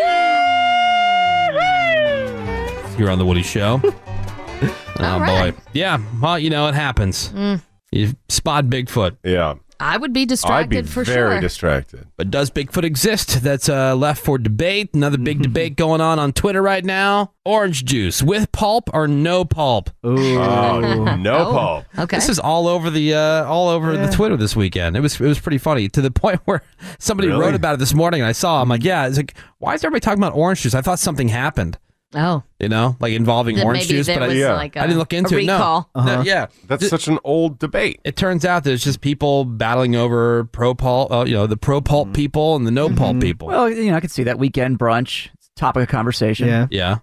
Speaker 2: Here on the Woody Show. oh
Speaker 1: right.
Speaker 2: boy. Yeah. Well, you know it happens.
Speaker 1: Mm.
Speaker 2: You spot Bigfoot.
Speaker 5: Yeah.
Speaker 1: I would be distracted for sure.
Speaker 5: distracted.
Speaker 2: But does Bigfoot exist? That's uh, left for debate. Another big debate going on on Twitter right now. Orange juice with pulp or no pulp?
Speaker 5: Ooh. Oh, no Oh, pulp. okay.
Speaker 2: This is all over the uh, all over the Twitter this weekend. It was it was pretty funny to the point where somebody
Speaker 1: Really?
Speaker 2: wrote about it this morning. and I saw. I'm like, yeah. It's like, why is everybody talking about orange juice? I thought something happened.
Speaker 1: Oh.
Speaker 2: You know, like involving
Speaker 1: That
Speaker 2: orange
Speaker 1: maybe
Speaker 2: juice,
Speaker 1: there
Speaker 2: but I,
Speaker 1: was,
Speaker 2: yeah.
Speaker 1: like,
Speaker 2: I didn't look
Speaker 1: a-
Speaker 2: into
Speaker 1: a
Speaker 2: it. No,
Speaker 1: recall.
Speaker 2: No,
Speaker 1: Uh-huh.
Speaker 2: yeah,
Speaker 5: that's such an old debate.
Speaker 2: It turns out that it's just people battling over pro pulp, uh, you know, the pro pulp people and the no pulp people.
Speaker 8: Well, you know, I could see that weekend brunch it's topic of conversation.
Speaker 2: Yeah. Yeah.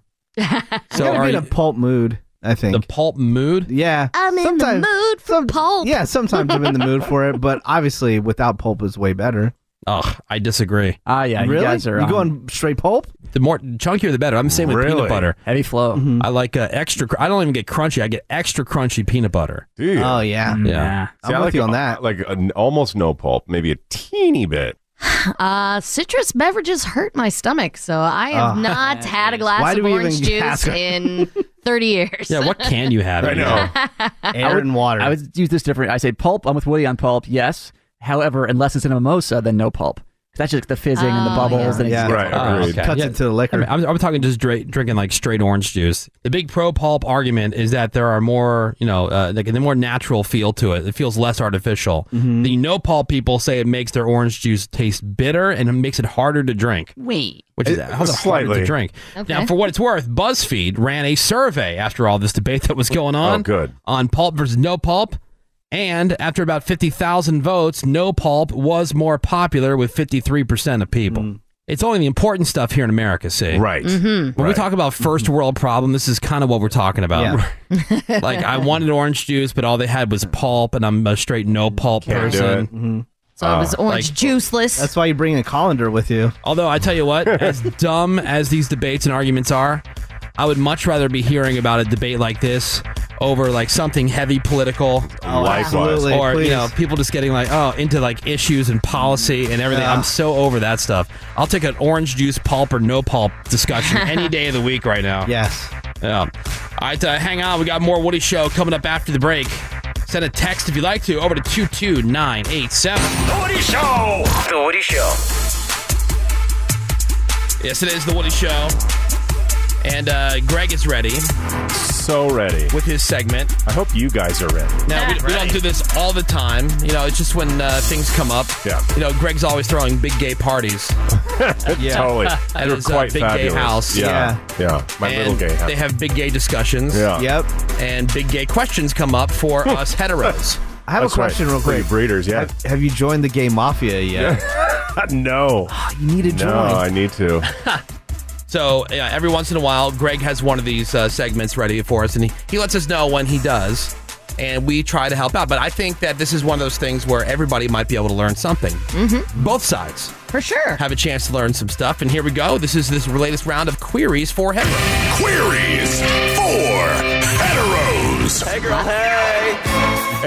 Speaker 4: So
Speaker 8: are
Speaker 4: I'm in
Speaker 8: you-
Speaker 4: a pulp mood. I think the
Speaker 2: pulp mood.
Speaker 4: Yeah,
Speaker 6: I'm in the mood for pulp.
Speaker 4: yeah. Sometimes I'm in the mood for it, but obviously without pulp is way better.
Speaker 2: Ugh, I disagree.
Speaker 8: Ah, yeah,
Speaker 4: really? You going straight pulp?
Speaker 2: The more chunkier, the better. I'm the same with
Speaker 4: Really?
Speaker 2: peanut butter.
Speaker 8: Heavy flow.
Speaker 2: I like uh, extra. Cr- I don't even get crunchy. I get extra crunchy peanut butter.
Speaker 5: Do you?
Speaker 4: Oh yeah.
Speaker 2: Yeah.
Speaker 5: See, I like on that. Like an, almost no pulp, maybe a teeny bit.
Speaker 1: Uh, citrus beverages hurt my stomach, so I have
Speaker 5: Oh.
Speaker 1: not had a glass
Speaker 5: Why do
Speaker 1: of
Speaker 5: we even
Speaker 1: orange juice
Speaker 5: ask?
Speaker 1: in 30 years.
Speaker 2: Yeah, what can you have?
Speaker 5: I
Speaker 2: in there?
Speaker 8: I would- I would use this different. I say pulp. I'm with Woody on pulp. Yes. However, unless it's in a mimosa, then no pulp. That's just the fizzing and the bubbles. And it's
Speaker 2: Oh, okay. Yeah. I mean, I'm, I'm talking just dra- drinking like straight orange juice. The big pro pulp argument is that there are more, you know, uh, like the more natural feel to it. It feels less artificial. The no pulp people say it makes their orange juice taste bitter and it makes it harder to drink.
Speaker 1: Wait.
Speaker 2: Which is
Speaker 5: It-
Speaker 2: how's it harder
Speaker 5: Uh, slightly.
Speaker 2: to drink.
Speaker 1: Okay.
Speaker 2: Now, for what it's worth, BuzzFeed ran a survey after all this debate that was going on.
Speaker 5: Oh, good.
Speaker 2: On pulp versus no pulp. And after about 50,000 votes, no pulp was more popular with 53% of people. It's only the important stuff here in America, see?
Speaker 5: Mm. Right.
Speaker 2: When we talk about first world problem, this is kind of what we're talking about. like, I wanted orange juice, but all they had was pulp, and I'm a straight no pulp
Speaker 4: Can't do
Speaker 2: person.
Speaker 4: it. Mhm.
Speaker 1: So I was
Speaker 2: Uh,
Speaker 1: orange
Speaker 2: like-
Speaker 1: juiceless.
Speaker 4: That's why you bring a colander with you.
Speaker 2: Although I tell you what, as dumb as these debates and arguments are, I would much rather be hearing about a debate like this over like something heavy political,
Speaker 5: Oh, Likewise. absolutely,
Speaker 2: or you know,
Speaker 5: please.
Speaker 2: people just getting like oh into like issues and policy and everything. I'm so over that stuff. I'll take an orange juice pulp or no pulp discussion any day of the week right now.
Speaker 4: Yes.
Speaker 2: Yeah. All right, uh, hang on. We got more Woody Show coming up after the break. Send a text if you like to over to two two nine eight seven.
Speaker 7: The Woody Show. The Woody Show.
Speaker 2: Yes, it is the Woody Show. And uh, Greg is ready.
Speaker 5: So ready.
Speaker 2: With his segment.
Speaker 5: I hope you guys are ready.
Speaker 2: Now, we, we don't do this all the time. You know, it's just when uh, things come up. Yeah. You know, Greg's always throwing big gay parties.
Speaker 5: Totally.
Speaker 2: At
Speaker 5: They're
Speaker 2: his, uh,
Speaker 5: quite
Speaker 2: big
Speaker 5: fabulous.
Speaker 2: gay house.
Speaker 5: Yeah. Yeah. My
Speaker 2: And
Speaker 5: little gay house.
Speaker 2: They have big gay discussions.
Speaker 5: Yeah.
Speaker 4: Yep.
Speaker 2: And big gay questions come up for us heteros.
Speaker 4: I have a question real quick.
Speaker 5: breeders, yeah.
Speaker 4: Have, have you joined the gay mafia yet?
Speaker 5: no.
Speaker 4: Ah, you need to
Speaker 5: no,
Speaker 4: join.
Speaker 5: I need to.
Speaker 2: So yeah, every once in a while, Greg has one of these uh, segments ready for us, and he, he lets us know when he does, and we try to help out. But I think that this is one of those things where everybody might be able to learn something. Mm-hmm. Both sides,
Speaker 1: for sure,
Speaker 2: have a chance to learn some stuff. And here we go. This is this latest round of queries for Heather.
Speaker 7: Queries for heteros. Hey, girl. Hey.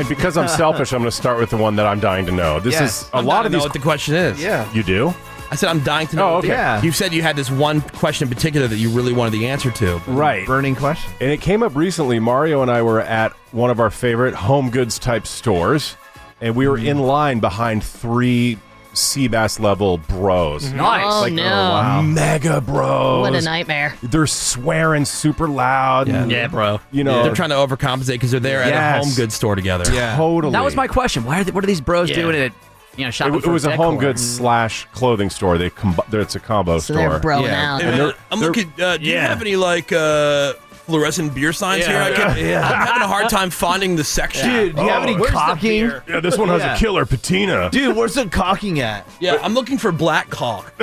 Speaker 5: And because I'm selfish, I'm going to start with the one that I'm dying to know. This
Speaker 2: Yes.
Speaker 5: is a
Speaker 2: I'm dying
Speaker 5: lot
Speaker 2: to
Speaker 5: of
Speaker 2: know
Speaker 5: these.
Speaker 2: what the question is. Yeah.
Speaker 5: You do?
Speaker 2: I said I'm dying to know.
Speaker 5: Oh, okay. Yeah.
Speaker 2: You said you had this one question in particular that you really wanted the answer to.
Speaker 5: Right.
Speaker 4: Burning question.
Speaker 5: And it came up recently. Mario and I were at one of our favorite home goods type stores. and we were in line behind three sea bass level bros.
Speaker 1: Nice. Oh,
Speaker 5: like
Speaker 1: no. wow.
Speaker 5: mega bros.
Speaker 1: What a nightmare.
Speaker 5: They're swearing super loud.
Speaker 2: Yeah,
Speaker 5: and,
Speaker 2: bro.
Speaker 5: You know,
Speaker 2: they're trying to overcompensate because they're there at a
Speaker 5: Yes.
Speaker 2: home goods store together.
Speaker 5: Totally.
Speaker 8: That was my question. Why are they, what are these bros
Speaker 5: Yeah.
Speaker 8: doing at you know
Speaker 5: It,
Speaker 8: shopping
Speaker 5: it
Speaker 8: for
Speaker 5: was a
Speaker 8: decor? Mm.
Speaker 5: home goods slash clothing store. They com- there, it's a combo
Speaker 8: So
Speaker 5: store.
Speaker 8: they're broing Yeah. out.
Speaker 5: And they're-
Speaker 2: I'm
Speaker 5: they're-
Speaker 2: looking. Uh, do you have any like uh, fluorescent beer signs
Speaker 5: Yeah.
Speaker 2: here? I can,
Speaker 5: Yeah.
Speaker 2: I'm having a hard time finding the section.
Speaker 5: Dude, do you have any
Speaker 2: Oh,
Speaker 5: Where's the cocking? beer? Yeah, this one has a killer patina.
Speaker 2: Dude, where's the cocking at? Yeah, I'm looking for black cock.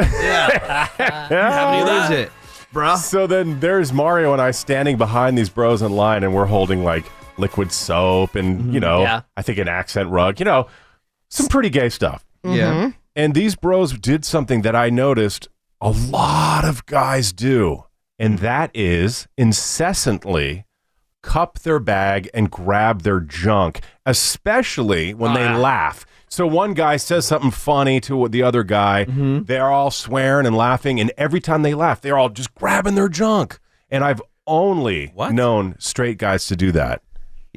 Speaker 5: Yeah,
Speaker 2: Where is
Speaker 5: it, bro? So then there's Mario and I standing behind these bros in line, and we're holding like liquid soap and you know,
Speaker 3: Yeah.
Speaker 5: I think an accent rug, you know, some pretty gay stuff.
Speaker 3: Yeah.
Speaker 2: Mm-hmm.
Speaker 3: Mhm.
Speaker 5: And these bros did something that I noticed a lot of guys do, and that is incessantly cup their bag and grab their junk, especially when they
Speaker 2: Ah.
Speaker 5: laugh. So one guy says something funny to the other guy.
Speaker 2: Mm-hmm.
Speaker 5: They're all swearing and laughing, and every time they laugh, they're all just grabbing their junk. And I've only known straight guys to do that.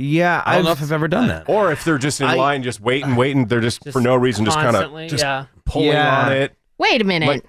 Speaker 4: Yeah,
Speaker 2: I don't know if I've ever done that.
Speaker 5: Or if they're just in
Speaker 2: I-
Speaker 5: line, just waiting, waiting. They're just, for no reason, just kind
Speaker 1: constantly,
Speaker 5: of just
Speaker 1: yeah.
Speaker 5: pulling
Speaker 1: Yeah.
Speaker 5: on it.
Speaker 1: Wait a minute.
Speaker 5: Like-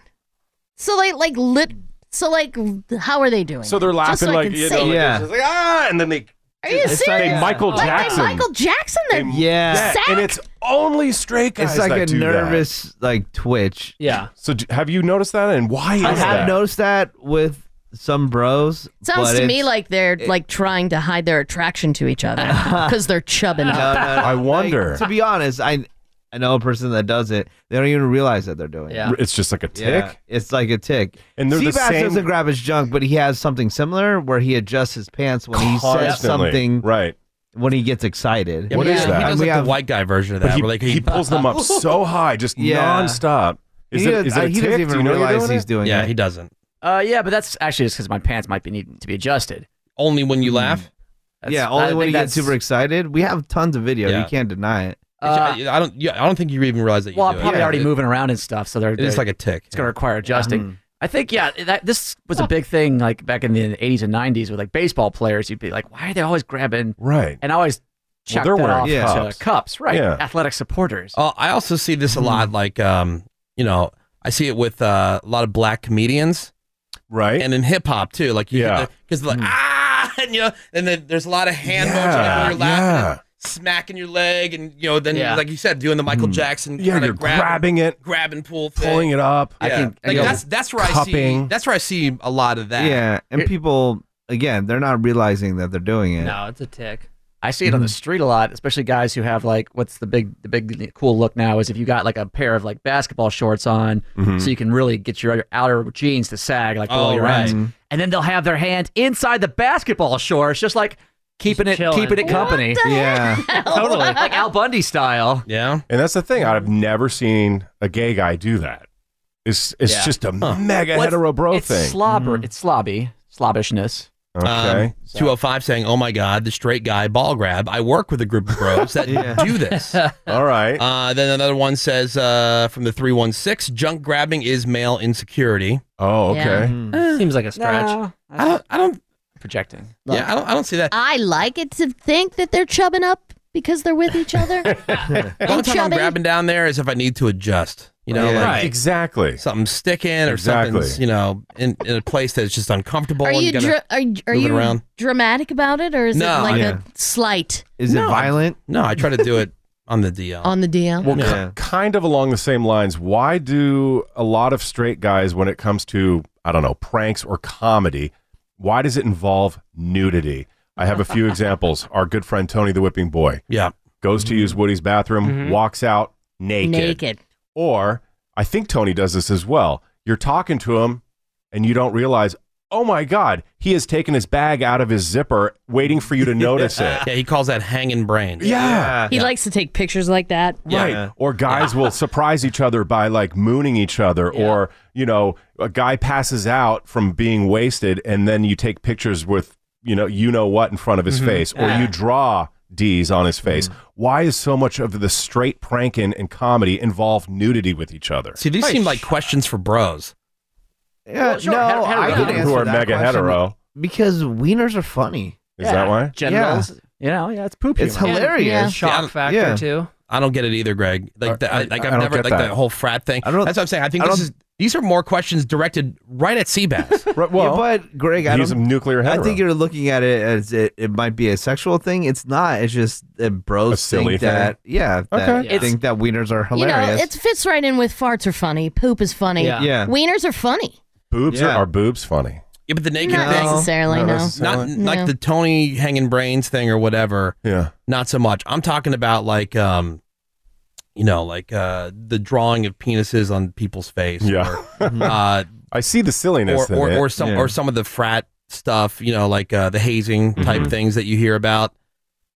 Speaker 1: so like like lit. So like, how are they doing?
Speaker 5: So they're
Speaker 1: it? Just
Speaker 5: laughing
Speaker 1: so I
Speaker 5: like
Speaker 1: can
Speaker 5: you
Speaker 1: see.
Speaker 5: know, like, they're just like, ah, and then they.
Speaker 1: Are you
Speaker 5: it's
Speaker 1: serious? Oh.
Speaker 5: Like Michael
Speaker 1: Like they
Speaker 5: Jackson.
Speaker 1: Michael Jackson. Their
Speaker 4: Yeah.
Speaker 1: sack?
Speaker 5: and it's only straight guys.
Speaker 4: It's like
Speaker 5: that
Speaker 4: a
Speaker 5: do that.
Speaker 4: nervous like twitch.
Speaker 5: Yeah. So d- have you noticed that, and why is
Speaker 4: I have
Speaker 5: that?
Speaker 4: noticed that with some bros.
Speaker 1: Sounds
Speaker 4: but
Speaker 1: to me
Speaker 4: it's-
Speaker 1: like they're
Speaker 4: it-
Speaker 1: like trying to hide their attraction to each other because they're chubbing
Speaker 4: No, no,
Speaker 1: up.
Speaker 4: no,
Speaker 5: I wonder.
Speaker 4: like, to be honest, I I know a person that does it. They don't even realize that they're doing
Speaker 5: Yeah.
Speaker 4: it.
Speaker 5: It's just like a tick?
Speaker 4: It's like a tick.
Speaker 5: And they're the
Speaker 4: Seabass
Speaker 5: same-
Speaker 4: doesn't grab his junk, but he has something similar where he adjusts his pants when he says
Speaker 5: Constantly.
Speaker 4: something.
Speaker 5: Right.
Speaker 4: When he gets excited.
Speaker 2: Yeah, but he- He does
Speaker 4: And we
Speaker 2: like
Speaker 4: have-
Speaker 2: the white guy version of
Speaker 5: But
Speaker 2: that.
Speaker 5: he-
Speaker 2: where, like,
Speaker 5: he pulls them up so high, just nonstop. Is
Speaker 4: He
Speaker 5: it-
Speaker 4: does-
Speaker 5: is it a
Speaker 4: he doesn't
Speaker 5: tick? Do
Speaker 4: even
Speaker 5: you know you're
Speaker 4: realize
Speaker 5: doing
Speaker 4: he's
Speaker 5: it?
Speaker 4: doing
Speaker 2: yeah,
Speaker 4: it.
Speaker 2: he doesn't.
Speaker 8: Uh, yeah, but that's actually just because my pants might be needing to be adjusted.
Speaker 2: Only when
Speaker 5: Hmm.
Speaker 2: you laugh.
Speaker 4: yeah,
Speaker 8: That's- I
Speaker 4: only
Speaker 8: think
Speaker 4: when he gets
Speaker 8: that's-
Speaker 4: super excited. We have tons of video.
Speaker 2: Yeah.
Speaker 4: You can't deny it.
Speaker 2: Actually, I, I don't. Yeah, I don't think you even realize that. You
Speaker 8: Well,
Speaker 2: do
Speaker 8: I'm
Speaker 2: it.
Speaker 8: probably
Speaker 2: Yeah,
Speaker 8: already
Speaker 2: it-
Speaker 8: moving around and stuff, so they're,
Speaker 2: It is
Speaker 8: they're-
Speaker 2: like a tick.
Speaker 8: It's gonna require adjusting.
Speaker 4: Hmm.
Speaker 2: Mhm.
Speaker 8: I think yeah, that this was a big thing like back in the 80s and 90s with like baseball players. You'd be like, why are they always grabbing?
Speaker 5: Right.
Speaker 8: And I always check
Speaker 2: they're
Speaker 8: that
Speaker 2: wearing
Speaker 8: off
Speaker 2: cups.
Speaker 8: to cups, right?
Speaker 2: Yeah.
Speaker 8: Athletic supporters.
Speaker 2: Uh, I also see this
Speaker 5: Hmm.
Speaker 2: a lot. Like, um, you know, I see it with uh, a lot of black comedians,
Speaker 5: right?
Speaker 2: And in hip hop too. Like, you yeah, because like ah, and you know, and then there's a lot of hand motion like, when you're laughing. and Smacking your leg, and you know, then
Speaker 5: Yeah.
Speaker 2: like you said, doing the Michael Jackson,
Speaker 5: Hmm. Yeah,
Speaker 2: kinda
Speaker 5: you're
Speaker 2: grab-
Speaker 5: grabbing it,
Speaker 2: grab and pull, thing.
Speaker 5: pulling it up.
Speaker 2: Yeah. like that's that's where I see
Speaker 4: cupping.
Speaker 2: that's where I see a lot of that.
Speaker 4: Yeah, and people again, they're not realizing that they're doing it.
Speaker 8: No, it's a tick. I see it
Speaker 5: Mm-hmm.
Speaker 8: on the street a lot, especially guys who have like what's the big the big cool look now is if you got like a pair of like basketball shorts on,
Speaker 4: Mhm.
Speaker 5: Mm-hmm.
Speaker 8: so you can really get your outer jeans to sag like below
Speaker 2: Oh,
Speaker 8: your
Speaker 2: right.
Speaker 8: ass, and then they'll have their hand inside the basketball shorts, just like keeping it
Speaker 5: chilling.
Speaker 8: keeping it
Speaker 5: What
Speaker 8: company.
Speaker 5: the Yeah.
Speaker 8: totally like Al Bundy style.
Speaker 2: Yeah.
Speaker 5: And that's the thing. I've never seen a gay guy do that. It's it's
Speaker 8: Yeah.
Speaker 5: just a mega hetero bro
Speaker 8: it's
Speaker 5: thing. Mm-hmm.
Speaker 8: Slobber. It's slobby. Slobbishness.
Speaker 2: Um, 205 saying, "Oh my God, the straight guy ball grab." I work with a group of bros that do this.
Speaker 5: All right.
Speaker 2: Uh, then another one says uh, from the 316, "Junk grabbing is male insecurity."
Speaker 5: Oh,
Speaker 1: okay. Yeah. Mm.
Speaker 8: Seems like a
Speaker 1: stretch.
Speaker 8: I
Speaker 2: don't. I don't.
Speaker 8: Projecting.
Speaker 2: Yeah, I don't. I don't see that.
Speaker 1: I like it to think that they're chubbing up because they're with each other.
Speaker 2: The only time I'm
Speaker 1: Chubby.
Speaker 2: grabbing down there is if I need to adjust. You know,
Speaker 5: Yeah.
Speaker 2: like
Speaker 5: Right. exactly
Speaker 2: something sticking or
Speaker 5: Exactly.
Speaker 2: something's you know in, in a place that's just uncomfortable.
Speaker 1: Are
Speaker 2: and
Speaker 1: you
Speaker 2: gotta
Speaker 1: dra- are, are
Speaker 2: move it
Speaker 1: you
Speaker 2: around.
Speaker 1: dramatic about it, or is
Speaker 2: No.
Speaker 1: it like
Speaker 2: Yeah.
Speaker 1: a slight
Speaker 4: Is
Speaker 2: No, I- No, I try to do it on the DL.
Speaker 1: on the DL?
Speaker 5: Well, ki- kind of along the same lines, why do a lot of straight guys, when it comes to, I don't know, pranks or comedy, why does it involve nudity? I have a few examples. Our good friend Tony the Whipping Boy.
Speaker 2: Yeah.
Speaker 5: Goes to use Woody's bathroom,
Speaker 2: Mhm.
Speaker 5: walks out naked. Or I think Tony does this as well. You're talking to him and you don't realize, oh my God, he has taken his bag out of his zipper, waiting for you to notice it.
Speaker 2: Yeah, he calls that hanging brain.
Speaker 5: Yeah.
Speaker 1: He likes to take pictures like that.
Speaker 5: Right. Or guys will surprise each other by like mooning each other, or, you know, a guy passes out from being wasted and then you take pictures with, you know, you know what in front of his
Speaker 2: Mm-hmm.
Speaker 3: Mhm.
Speaker 5: face, or
Speaker 3: Yeah.
Speaker 5: you draw D's on his face. Why is so much of the straight pranking and comedy involve nudity with each other?
Speaker 2: See, these seem like questions for bros.
Speaker 4: Yeah,
Speaker 8: Well, sure,
Speaker 4: no,
Speaker 8: hetero-
Speaker 4: I
Speaker 8: hetero
Speaker 4: can
Speaker 8: guys.
Speaker 4: answer
Speaker 8: Who are
Speaker 4: that
Speaker 5: mega
Speaker 4: question
Speaker 5: hetero.
Speaker 4: because wieners are funny.
Speaker 5: Is that why?
Speaker 8: Genitals. You know, yeah, it's poop.
Speaker 4: It's
Speaker 8: humor.
Speaker 4: hilarious. Yeah.
Speaker 8: Shock
Speaker 4: Yeah.
Speaker 8: factor
Speaker 4: Yeah.
Speaker 8: too.
Speaker 2: I don't get it either, Greg. Like, the, I, like
Speaker 5: I
Speaker 2: I've
Speaker 5: don't
Speaker 2: never
Speaker 5: get
Speaker 2: like
Speaker 5: that.
Speaker 2: the whole frat thing.
Speaker 5: I don't-
Speaker 2: That's what I'm saying. I think
Speaker 5: I
Speaker 2: this
Speaker 5: don't-
Speaker 2: is these are more questions directed right at Seabass.
Speaker 5: right,
Speaker 4: Yeah, but Greg, I
Speaker 5: he's
Speaker 4: don't,
Speaker 5: a nuclear
Speaker 4: I
Speaker 5: hetero.
Speaker 4: think you're looking at it as it, it might be a sexual thing. It's not. It's just uh, bros
Speaker 5: silly
Speaker 4: think that
Speaker 5: thing.
Speaker 4: yeah, that
Speaker 5: Okay. It's-
Speaker 4: think that wieners are
Speaker 1: You
Speaker 4: hilarious.
Speaker 1: know, it fits right in with farts are funny, poop is funny,
Speaker 4: Yeah. Yeah.
Speaker 1: wieners are funny.
Speaker 5: boobs
Speaker 2: Yeah.
Speaker 5: are, are boobs funny.
Speaker 2: Yeah, but the naked
Speaker 1: Not
Speaker 2: thing,
Speaker 1: necessarily, Not no.
Speaker 2: Not
Speaker 1: necessarily. No.
Speaker 2: like the Tony hanging brains thing or whatever.
Speaker 5: Yeah,
Speaker 2: not so much. I'm talking about like, um, you know, like uh, the drawing of penises on people's face.
Speaker 5: Yeah.
Speaker 2: or, uh,
Speaker 5: I see the
Speaker 2: or
Speaker 5: silliness in
Speaker 2: or,
Speaker 5: it.
Speaker 2: or some
Speaker 5: Yeah.
Speaker 2: or some of the frat stuff. You know, like uh, the hazing type
Speaker 5: Mhm.
Speaker 2: things that you hear about.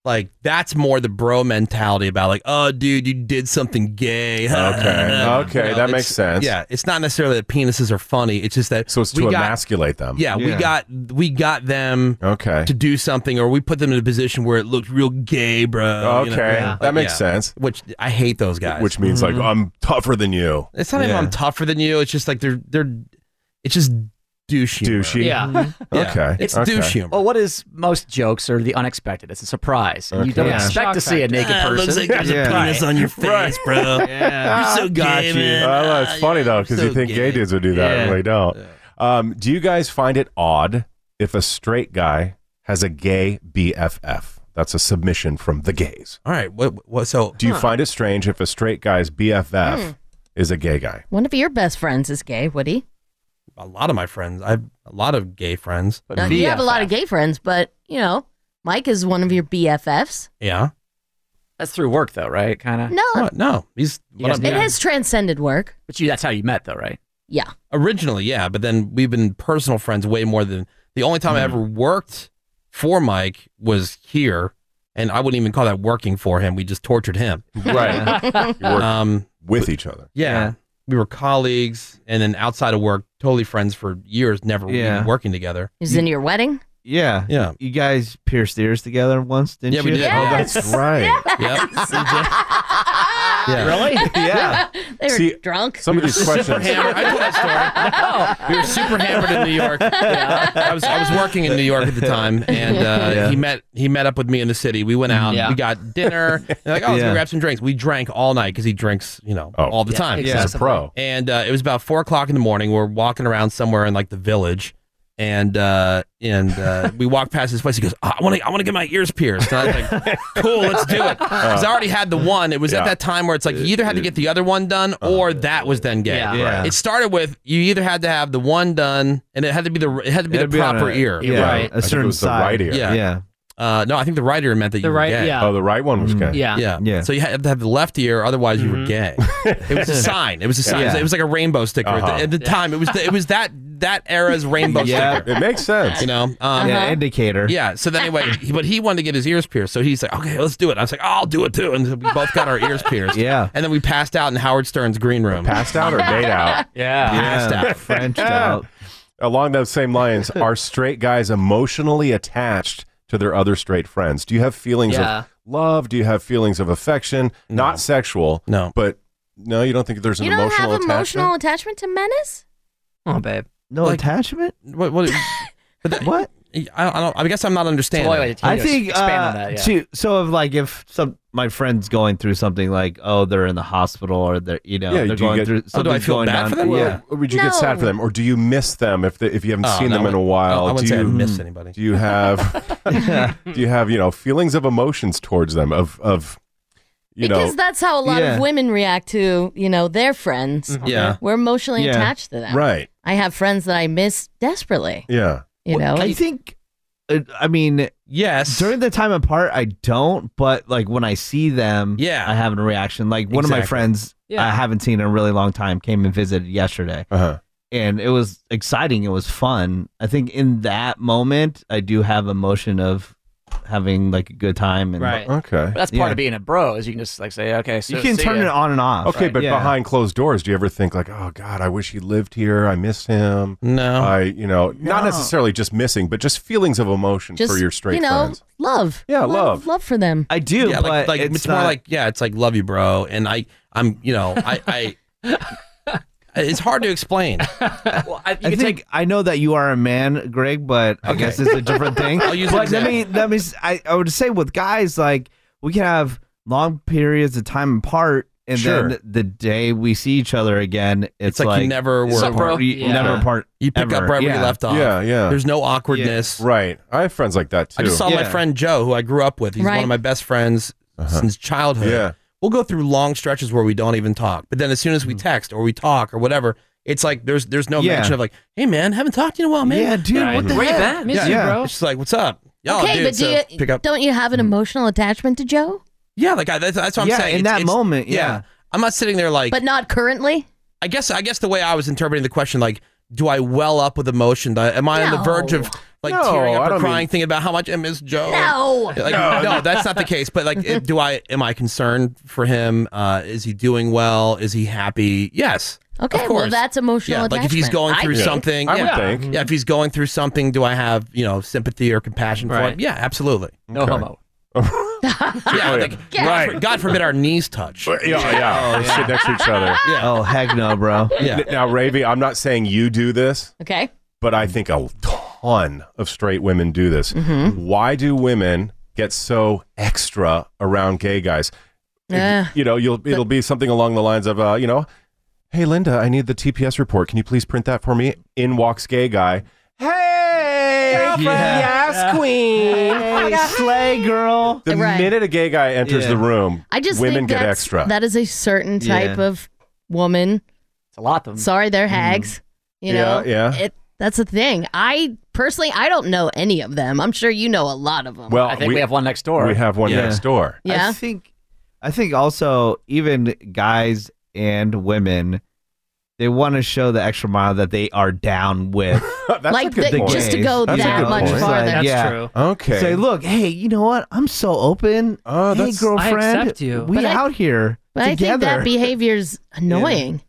Speaker 2: Like that's more the bro mentality about like, oh, dude, you did something gay.
Speaker 5: Okay. Okay, that
Speaker 2: it's-
Speaker 5: makes sense.
Speaker 2: Yeah, it's not necessarily that penises are funny. It's just that so
Speaker 5: it's to emasculate them.
Speaker 2: Yeah, we got we got them
Speaker 5: okay
Speaker 2: to do something, or we put them in a position where it looked real gay, bro.
Speaker 5: Okay, that makes sense.
Speaker 2: Which I hate those guys.
Speaker 5: which means
Speaker 2: Mhm.
Speaker 5: like I'm tougher than you.
Speaker 2: It's not even I'm tougher than you. It's just like they're they're. It's just douche humor.
Speaker 5: Douchey? Yeah. Mhm.
Speaker 8: Mm-hmm.
Speaker 2: Yeah.
Speaker 5: Okay,
Speaker 2: It's douche humor.
Speaker 8: Well, what is most jokes are the unexpected. It's a surprise. and You
Speaker 2: Okay.
Speaker 8: don't
Speaker 2: Yeah.
Speaker 8: expect
Speaker 2: Shock
Speaker 8: to see a
Speaker 2: factor.
Speaker 8: naked
Speaker 2: Ah,
Speaker 8: person.
Speaker 2: looks like there's a penis on your face, bro. You're
Speaker 8: Ah,
Speaker 2: so
Speaker 5: Got
Speaker 2: gay,
Speaker 5: you.
Speaker 2: man.
Speaker 5: I know, Uh, it's funny though because you think gay dudes would do that, and
Speaker 2: Yeah.
Speaker 5: they don't. Um, do you guys find it odd if a straight guy has a gay BFF? That's a submission from the gays.
Speaker 2: All right. What? What? So,
Speaker 5: do you
Speaker 1: Huh.
Speaker 5: find it strange if a straight guy's BFF
Speaker 1: Hmm.
Speaker 5: is a gay guy?
Speaker 1: One of your best friends is gay, Woody.
Speaker 2: A lot of my friends. I have a lot of gay friends.
Speaker 1: Now, you have a lot of gay friends, but you know, Mike is one of your BFFs.
Speaker 2: Yeah.
Speaker 8: That's through work, though, right? Kind of.
Speaker 1: No. What?
Speaker 2: No. He's.
Speaker 8: You guys
Speaker 1: It has transcended work.
Speaker 8: But you, that's how you met, though, right?
Speaker 1: Yeah.
Speaker 2: Originally, yeah, but then we've been personal friends way more than the only time I
Speaker 8: Hmm.
Speaker 2: ever worked for Mike was here, and I wouldn't even call that working for him. We just tortured him, Um,
Speaker 5: Right. You worked with each other.
Speaker 2: Yeah. we were colleagues, and then outside of work, totally friends for years, never
Speaker 4: Yeah.
Speaker 2: even working together.
Speaker 1: He's in your wedding.
Speaker 4: yeah,
Speaker 2: yeah.
Speaker 4: You guys pierced ears together once, didn't
Speaker 2: Yeah,
Speaker 4: you?
Speaker 2: we did.
Speaker 4: Oh,
Speaker 2: Yes!
Speaker 4: that's right.
Speaker 2: Yep.
Speaker 4: Yeah. Really?
Speaker 5: Yeah.
Speaker 1: they were
Speaker 5: See,
Speaker 1: drunk.
Speaker 5: some of these Super questions- hammered.
Speaker 2: I told that story. We were super hammered in New York. I was I was working in New York at the time, and uh,
Speaker 4: Yeah.
Speaker 2: he met he met up with me in the city. We went out,
Speaker 4: Yeah.
Speaker 2: we got dinner. and they're like, oh, let's go
Speaker 4: Yeah.
Speaker 2: grab some drinks. We drank all night because he drinks, you know, all the
Speaker 4: Yeah,
Speaker 2: time.
Speaker 4: Yeah. he's a pro.
Speaker 2: And uh, it was about four o'clock in the morning. We're walking around somewhere in like the village. And uh, and uh, we walked past this place. He goes, "Ah, I want to I want to get my ears pierced. And I was like, Cool, let's do
Speaker 5: Uh.
Speaker 2: it.
Speaker 7: Uh,
Speaker 2: Because I already had the one. It was
Speaker 5: Yeah.
Speaker 2: at that time where it's like you either had to get the other one done or that was then gay.
Speaker 5: Yeah. Yeah.
Speaker 2: It started with you either had to have the one done and it had to be the it had to be
Speaker 4: It'd
Speaker 2: the
Speaker 4: be on
Speaker 2: proper
Speaker 4: a-
Speaker 2: ear.
Speaker 4: yeah, Right. a
Speaker 2: I think it
Speaker 4: certain
Speaker 2: was the
Speaker 4: side.
Speaker 2: right ear.
Speaker 4: Yeah. Yeah.
Speaker 2: Uh, no, I think the right ear meant that you
Speaker 4: The
Speaker 2: were
Speaker 4: right-
Speaker 2: gay.
Speaker 4: yeah. Oh, the
Speaker 5: right one was gay.
Speaker 2: Yeah.
Speaker 4: Yeah. Mm-hmm. Yeah.
Speaker 2: So you had to have the left ear, otherwise you were gay. It was a sign. It was a sign. It, was,
Speaker 4: Yeah.
Speaker 2: it was like a rainbow sticker at the-
Speaker 4: Uh-huh.
Speaker 2: at the, time. It was the, it was that that era's rainbow
Speaker 4: Yeah.
Speaker 2: sticker.
Speaker 4: It makes
Speaker 5: sense.
Speaker 2: You know. Um,
Speaker 4: Yeah, Uh-huh. indicator.
Speaker 2: yeah. So then anyway, he, but he wanted to get his ears pierced. So he's like, okay, let's do it. I was like, I'll do it too. And so we both got our ears pierced.
Speaker 4: Yeah.
Speaker 2: And then we passed out in Howard Stern's green room.
Speaker 5: Passed out or made out?
Speaker 8: Yeah.
Speaker 2: Passed out.
Speaker 4: Frenched out.
Speaker 5: Along those same lines, are straight guys emotionally attached to their other straight friends? Do you have feelings
Speaker 2: Yeah.
Speaker 5: of love? Do you have feelings of affection? Not sexual.
Speaker 2: No.
Speaker 5: But no, you don't think there's an
Speaker 1: you don't
Speaker 5: emotional
Speaker 1: have
Speaker 5: attachment?
Speaker 1: emotional attachment to menace?
Speaker 2: Oh, babe.
Speaker 4: No attachment.
Speaker 2: What? What? but that-
Speaker 4: What?
Speaker 2: I, I don't. I guess I'm not understanding.
Speaker 4: I think uh, too, so. If like if some my friend's going through something like oh they're in the hospital or they're you know
Speaker 5: Yeah,
Speaker 4: they're
Speaker 5: do you
Speaker 4: going
Speaker 5: get-
Speaker 4: through
Speaker 5: Oh, do I
Speaker 4: something's
Speaker 5: feel
Speaker 4: going
Speaker 5: bad
Speaker 4: down.
Speaker 5: for them?
Speaker 4: Yeah.
Speaker 5: Or would you get sad for them, or do you miss them if the, if you haven't
Speaker 2: Oh,
Speaker 5: seen
Speaker 2: no,
Speaker 5: them in
Speaker 2: I
Speaker 5: a
Speaker 2: wouldn't-
Speaker 5: while?
Speaker 2: I wouldn't
Speaker 5: do
Speaker 2: say I
Speaker 5: you,
Speaker 2: miss anybody.
Speaker 5: Do you have do you have you know feelings of emotions towards them of of you know
Speaker 1: Because that's how a lot
Speaker 5: Yeah.
Speaker 1: of women react to, you know, their friends.
Speaker 5: Mhm. Yeah.
Speaker 1: We're emotionally
Speaker 5: Yeah.
Speaker 1: attached to them.
Speaker 5: Right.
Speaker 1: I have friends that I miss desperately.
Speaker 5: yeah
Speaker 1: You know?
Speaker 4: I think uh, I mean
Speaker 2: yes
Speaker 4: during the time apart I don't but like when I see them
Speaker 2: yeah
Speaker 4: I have a reaction like one of my
Speaker 2: Exactly.
Speaker 4: friends
Speaker 2: Yeah.
Speaker 4: I haven't seen in a really long time came and visited yesterday
Speaker 5: uh-huh.
Speaker 4: and it was exciting it was fun I think in that moment I do have emotion of having like a good time and
Speaker 8: Right. But that's part of being a bro is you can just like say, okay, so
Speaker 4: You can turn it on and off.
Speaker 5: Okay,
Speaker 4: Right.
Speaker 5: but
Speaker 4: Yeah.
Speaker 5: behind closed doors, do you ever think like, "Oh God, I wish he lived here. I miss him."
Speaker 2: No,
Speaker 5: I, you know, not
Speaker 1: No.
Speaker 5: necessarily just missing, but just feelings of emotion
Speaker 1: Just,
Speaker 5: for your straight
Speaker 1: you know,
Speaker 5: friends.
Speaker 1: love.
Speaker 5: Yeah, love.
Speaker 1: love. for them.
Speaker 4: I do,
Speaker 2: yeah, like, like it's, more like yeah, it's like love you, bro. And I, I'm, you know, I, I it's hard to explain.
Speaker 4: I think I know that you are a man, Greg, but I
Speaker 2: Okay.
Speaker 4: guess it's a different thing.
Speaker 2: I'll use an
Speaker 4: but let me
Speaker 2: example.
Speaker 4: let me. s- I, I would say with guys, like we can have long periods of time apart, and
Speaker 2: Sure.
Speaker 4: then the day we see each other again, it's,
Speaker 2: It's like you never were
Speaker 4: so
Speaker 2: apart.
Speaker 4: you
Speaker 2: Yeah.
Speaker 4: Never apart.
Speaker 2: You pick up
Speaker 4: ever.
Speaker 2: right where you
Speaker 4: Yeah.
Speaker 2: left off.
Speaker 5: Yeah, yeah.
Speaker 2: There's no awkwardness.
Speaker 5: Right. I have friends like that too.
Speaker 2: I just saw my
Speaker 5: Yeah.
Speaker 2: friend Joe, who I grew up with. He's one
Speaker 5: Right.
Speaker 2: of my best friends
Speaker 4: Uh-huh.
Speaker 2: since childhood.
Speaker 5: Yeah.
Speaker 2: We'll go through long stretches where we don't even talk, but then as soon as we text or we talk or whatever, it's like there's there's no
Speaker 4: Mm. Yeah.
Speaker 2: mention of like, hey man, haven't talked to you in a while, man.
Speaker 4: Yeah, dude,
Speaker 2: Right.
Speaker 4: what the Where you heck? been? Miss
Speaker 2: yeah,
Speaker 4: you, bro.
Speaker 2: It's just like, what's up? Yeah,
Speaker 1: okay,
Speaker 2: dude,
Speaker 1: but do
Speaker 2: so
Speaker 1: you
Speaker 2: pick up?
Speaker 1: don't you have an
Speaker 5: Mm-hmm.
Speaker 1: emotional attachment to Joe?
Speaker 2: Yeah, like I, that's, that's what
Speaker 4: Yeah,
Speaker 2: I'm saying.
Speaker 4: in that moment, yeah.
Speaker 2: I'm not sitting there like.
Speaker 1: but not currently.
Speaker 2: I guess I guess the way I was interpreting the question, like, do I well up with emotion? Th- Am I on the verge of like
Speaker 1: No,
Speaker 2: tearing
Speaker 1: I
Speaker 2: up or
Speaker 1: don't
Speaker 2: crying,
Speaker 1: mean-
Speaker 2: thinking about how much I miss Joe?
Speaker 1: No.
Speaker 2: Like,
Speaker 1: No.
Speaker 2: no, that's not the case. But like, it- do I? Am I concerned for him? Uh, is he doing well? Is he happy? Yes.
Speaker 1: Okay,
Speaker 2: of
Speaker 1: well,
Speaker 2: course.
Speaker 1: that's emotional
Speaker 2: Yeah, like if he's
Speaker 1: attachment.
Speaker 2: going
Speaker 1: I
Speaker 2: through
Speaker 1: think.
Speaker 2: something,
Speaker 1: I would
Speaker 2: yeah.
Speaker 1: think.
Speaker 2: yeah, if he's going through something, do I have you know sympathy or compassion for
Speaker 5: Right.
Speaker 2: him? Yeah, absolutely.
Speaker 5: No Okay. homo.
Speaker 2: yeah, like, God,
Speaker 5: Right.
Speaker 2: for- God forbid our knees touch.
Speaker 5: Yeah, yeah.
Speaker 2: Oh,
Speaker 5: Sit next to each other.
Speaker 2: Yeah.
Speaker 4: Oh heck no, bro.
Speaker 2: Yeah.
Speaker 5: Now, Ravi, I'm not saying you do this,
Speaker 1: Okay.
Speaker 5: but I think a ton of straight women do this.
Speaker 1: Mm-hmm.
Speaker 5: Why do women get so extra around gay guys?
Speaker 1: Yeah.
Speaker 5: You know, you'll it'll be something along the lines of, uh, you know, hey Linda, I need the TPS report. Can you please print that for me? In walks gay guy. Hey,
Speaker 7: girlfriend, yes, queen.
Speaker 4: slay girl.
Speaker 5: The
Speaker 1: Right.
Speaker 5: minute a gay guy enters
Speaker 4: Yeah.
Speaker 5: the room,
Speaker 1: I just
Speaker 5: women
Speaker 1: think
Speaker 5: get
Speaker 1: that's-
Speaker 5: extra.
Speaker 1: That is a certain type
Speaker 5: Yeah.
Speaker 1: of woman.
Speaker 8: It's a lot of them.
Speaker 1: Sorry, they're hags. You know,
Speaker 5: Mm-hmm. Yeah, yeah.
Speaker 1: It, that's the thing. I personally, I don't know any of them. I'm sure you know a lot of them.
Speaker 5: Well, I think we- we have
Speaker 8: one next door.
Speaker 5: we have one
Speaker 4: Yeah.
Speaker 5: next door.
Speaker 1: yeah.
Speaker 4: I think I think also even guys and women they want to show the extra mile that they are down with.
Speaker 5: That's
Speaker 1: Like a good the- point. just to go
Speaker 4: That's a
Speaker 1: that
Speaker 4: good
Speaker 1: much
Speaker 4: point.
Speaker 1: farther. That's
Speaker 4: yeah.
Speaker 1: true.
Speaker 5: Okay.
Speaker 4: Say, look, hey, you know what? I'm so open.
Speaker 5: Oh,
Speaker 4: hey,
Speaker 1: that's- I
Speaker 4: girlfriend,
Speaker 1: accept you.
Speaker 4: we
Speaker 1: But I-
Speaker 4: out here
Speaker 1: But I think
Speaker 4: together.
Speaker 1: that behavior's annoying.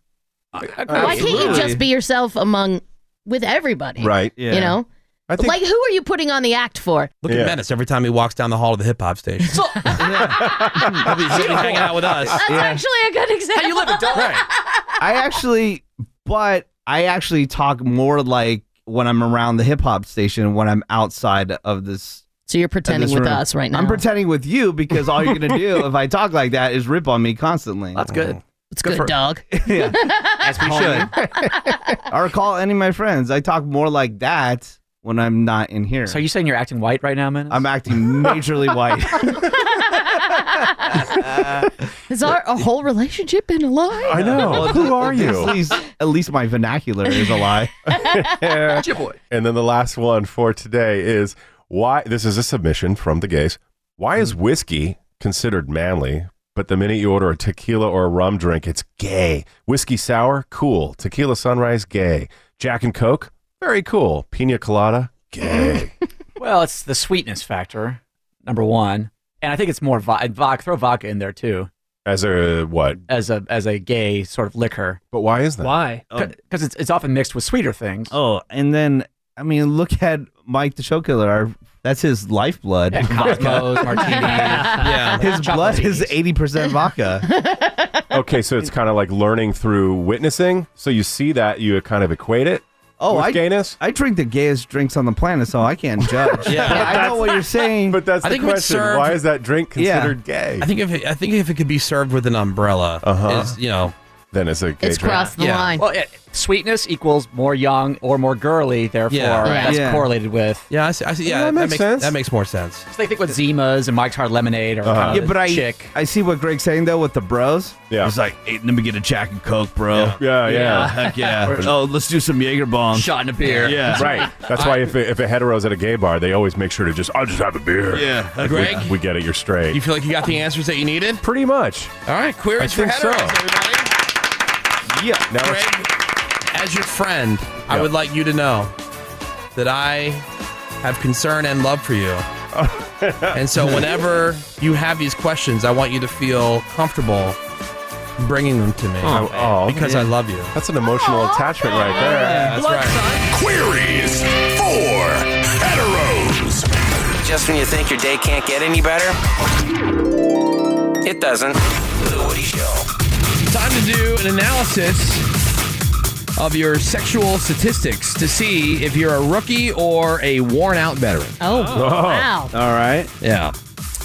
Speaker 5: Uh,
Speaker 1: Why can't you just be yourself among with everybody?
Speaker 2: Right. Yeah.
Speaker 1: You know?
Speaker 2: I think-
Speaker 1: like who are you putting on the act for?
Speaker 2: Look at Menace every time he walks down the hall of the hip hop station. he'll be, he'll be hanging out with us.
Speaker 1: That's actually a good example. How you live, adult?
Speaker 4: I actually, but I actually talk more like when I'm around the hip hop station when I'm outside of this.
Speaker 1: So you're pretending with us right now.
Speaker 4: I'm pretending with you because all you're gonna do if I talk like that is rip on me constantly. That's good.
Speaker 1: It's good, dog.
Speaker 4: yeah,
Speaker 1: As
Speaker 4: we should. or call any of my friends. I talk more like that when I'm not in here. So
Speaker 8: are you saying you're acting white right now, man?
Speaker 4: I'm acting majorly white.
Speaker 1: Is our a whole relationship in a lie?
Speaker 4: Well, th- At least, at least my vernacular is a lie.
Speaker 5: And then the last one for today is why this is a submission from the gays. Why is whiskey considered manly, but the minute you order a tequila or a rum drink, it's gay? Whiskey sour, cool. Tequila sunrise, gay. Jack and Coke, very cool. Pina colada, gay.
Speaker 8: Well, it's the sweetness factor, number one, and I think it's more vodka. Vodka, throw vodka in there too,
Speaker 5: As a what?
Speaker 8: as a as a gay sort of liquor.
Speaker 5: But why is that?
Speaker 8: Why? Because it's it's often mixed with sweeter things.
Speaker 4: Oh, and then I mean, look at Mike the Show Killer. Our, that's his lifeblood.
Speaker 8: Yeah, Cosmos, martinis. Yeah.
Speaker 4: his blood is eighty percent vodka.
Speaker 5: okay, so it's kind of like learning through witnessing. So you see that, you kind of equate it.
Speaker 4: Oh,
Speaker 5: with
Speaker 4: I
Speaker 5: gayness.
Speaker 4: I drink the gayest drinks on the planet, so I can't judge.
Speaker 2: Yeah.
Speaker 4: But I know what you're saying.
Speaker 5: But that's
Speaker 2: I
Speaker 5: the
Speaker 2: think if it's
Speaker 5: question.
Speaker 2: served-
Speaker 5: Why is that drink
Speaker 2: Yeah.
Speaker 5: considered gay?
Speaker 2: I think if it, I think if it could be served with an umbrella,
Speaker 5: Uh-huh.
Speaker 2: is, you know,
Speaker 5: then it's a gay
Speaker 2: drink. yeah.
Speaker 8: Well, yeah, sweetness equals more young or more girly, therefore
Speaker 2: Yeah. Right.
Speaker 8: that's
Speaker 2: Yeah.
Speaker 8: correlated with.
Speaker 2: Yeah, I see. I see yeah,
Speaker 8: Yeah, that makes sense.
Speaker 2: That makes more sense.
Speaker 8: So they think with Zimas and Mike's Hard Lemonade or
Speaker 4: Uh-huh.
Speaker 8: kind of
Speaker 4: yeah, but I
Speaker 8: chick.
Speaker 4: I see what Greg's saying though with the bros.
Speaker 5: Yeah,
Speaker 4: it's like, hey, let me get a Jack and Coke, bro.
Speaker 5: Yeah, yeah.
Speaker 4: heck yeah. oh, let's do some Jaeger bombs.
Speaker 8: Shot in a beer.
Speaker 4: Yeah,
Speaker 5: Right. That's why if, if a hetero's at a gay bar, they always make sure to just, I'll just have a beer.
Speaker 2: Yeah.
Speaker 5: Like,
Speaker 2: Greg?
Speaker 5: We, we get it. You're straight.
Speaker 2: You feel like you got the answers that you needed?
Speaker 5: Pretty much.
Speaker 2: All right, queries
Speaker 5: I
Speaker 2: for
Speaker 5: think so.
Speaker 2: heteros, everybody.
Speaker 5: Yeah. Now it's-
Speaker 2: Greg, as your friend, I would like you to know that I have concern and love for you. and so, whenever you have these questions, I want you to feel comfortable bringing them to me
Speaker 5: Oh, oh,
Speaker 2: because I
Speaker 5: man.
Speaker 2: love you.
Speaker 5: That's an emotional attachment right there.
Speaker 2: Yeah, that's right.
Speaker 7: Queries for heteros.
Speaker 10: Just when you think your day can't get any better, it doesn't. The Woody Show.
Speaker 2: Time to do an analysis of your sexual statistics to see if you're a rookie or a worn out veteran.
Speaker 1: Oh, wow.
Speaker 4: All right.
Speaker 2: Yeah.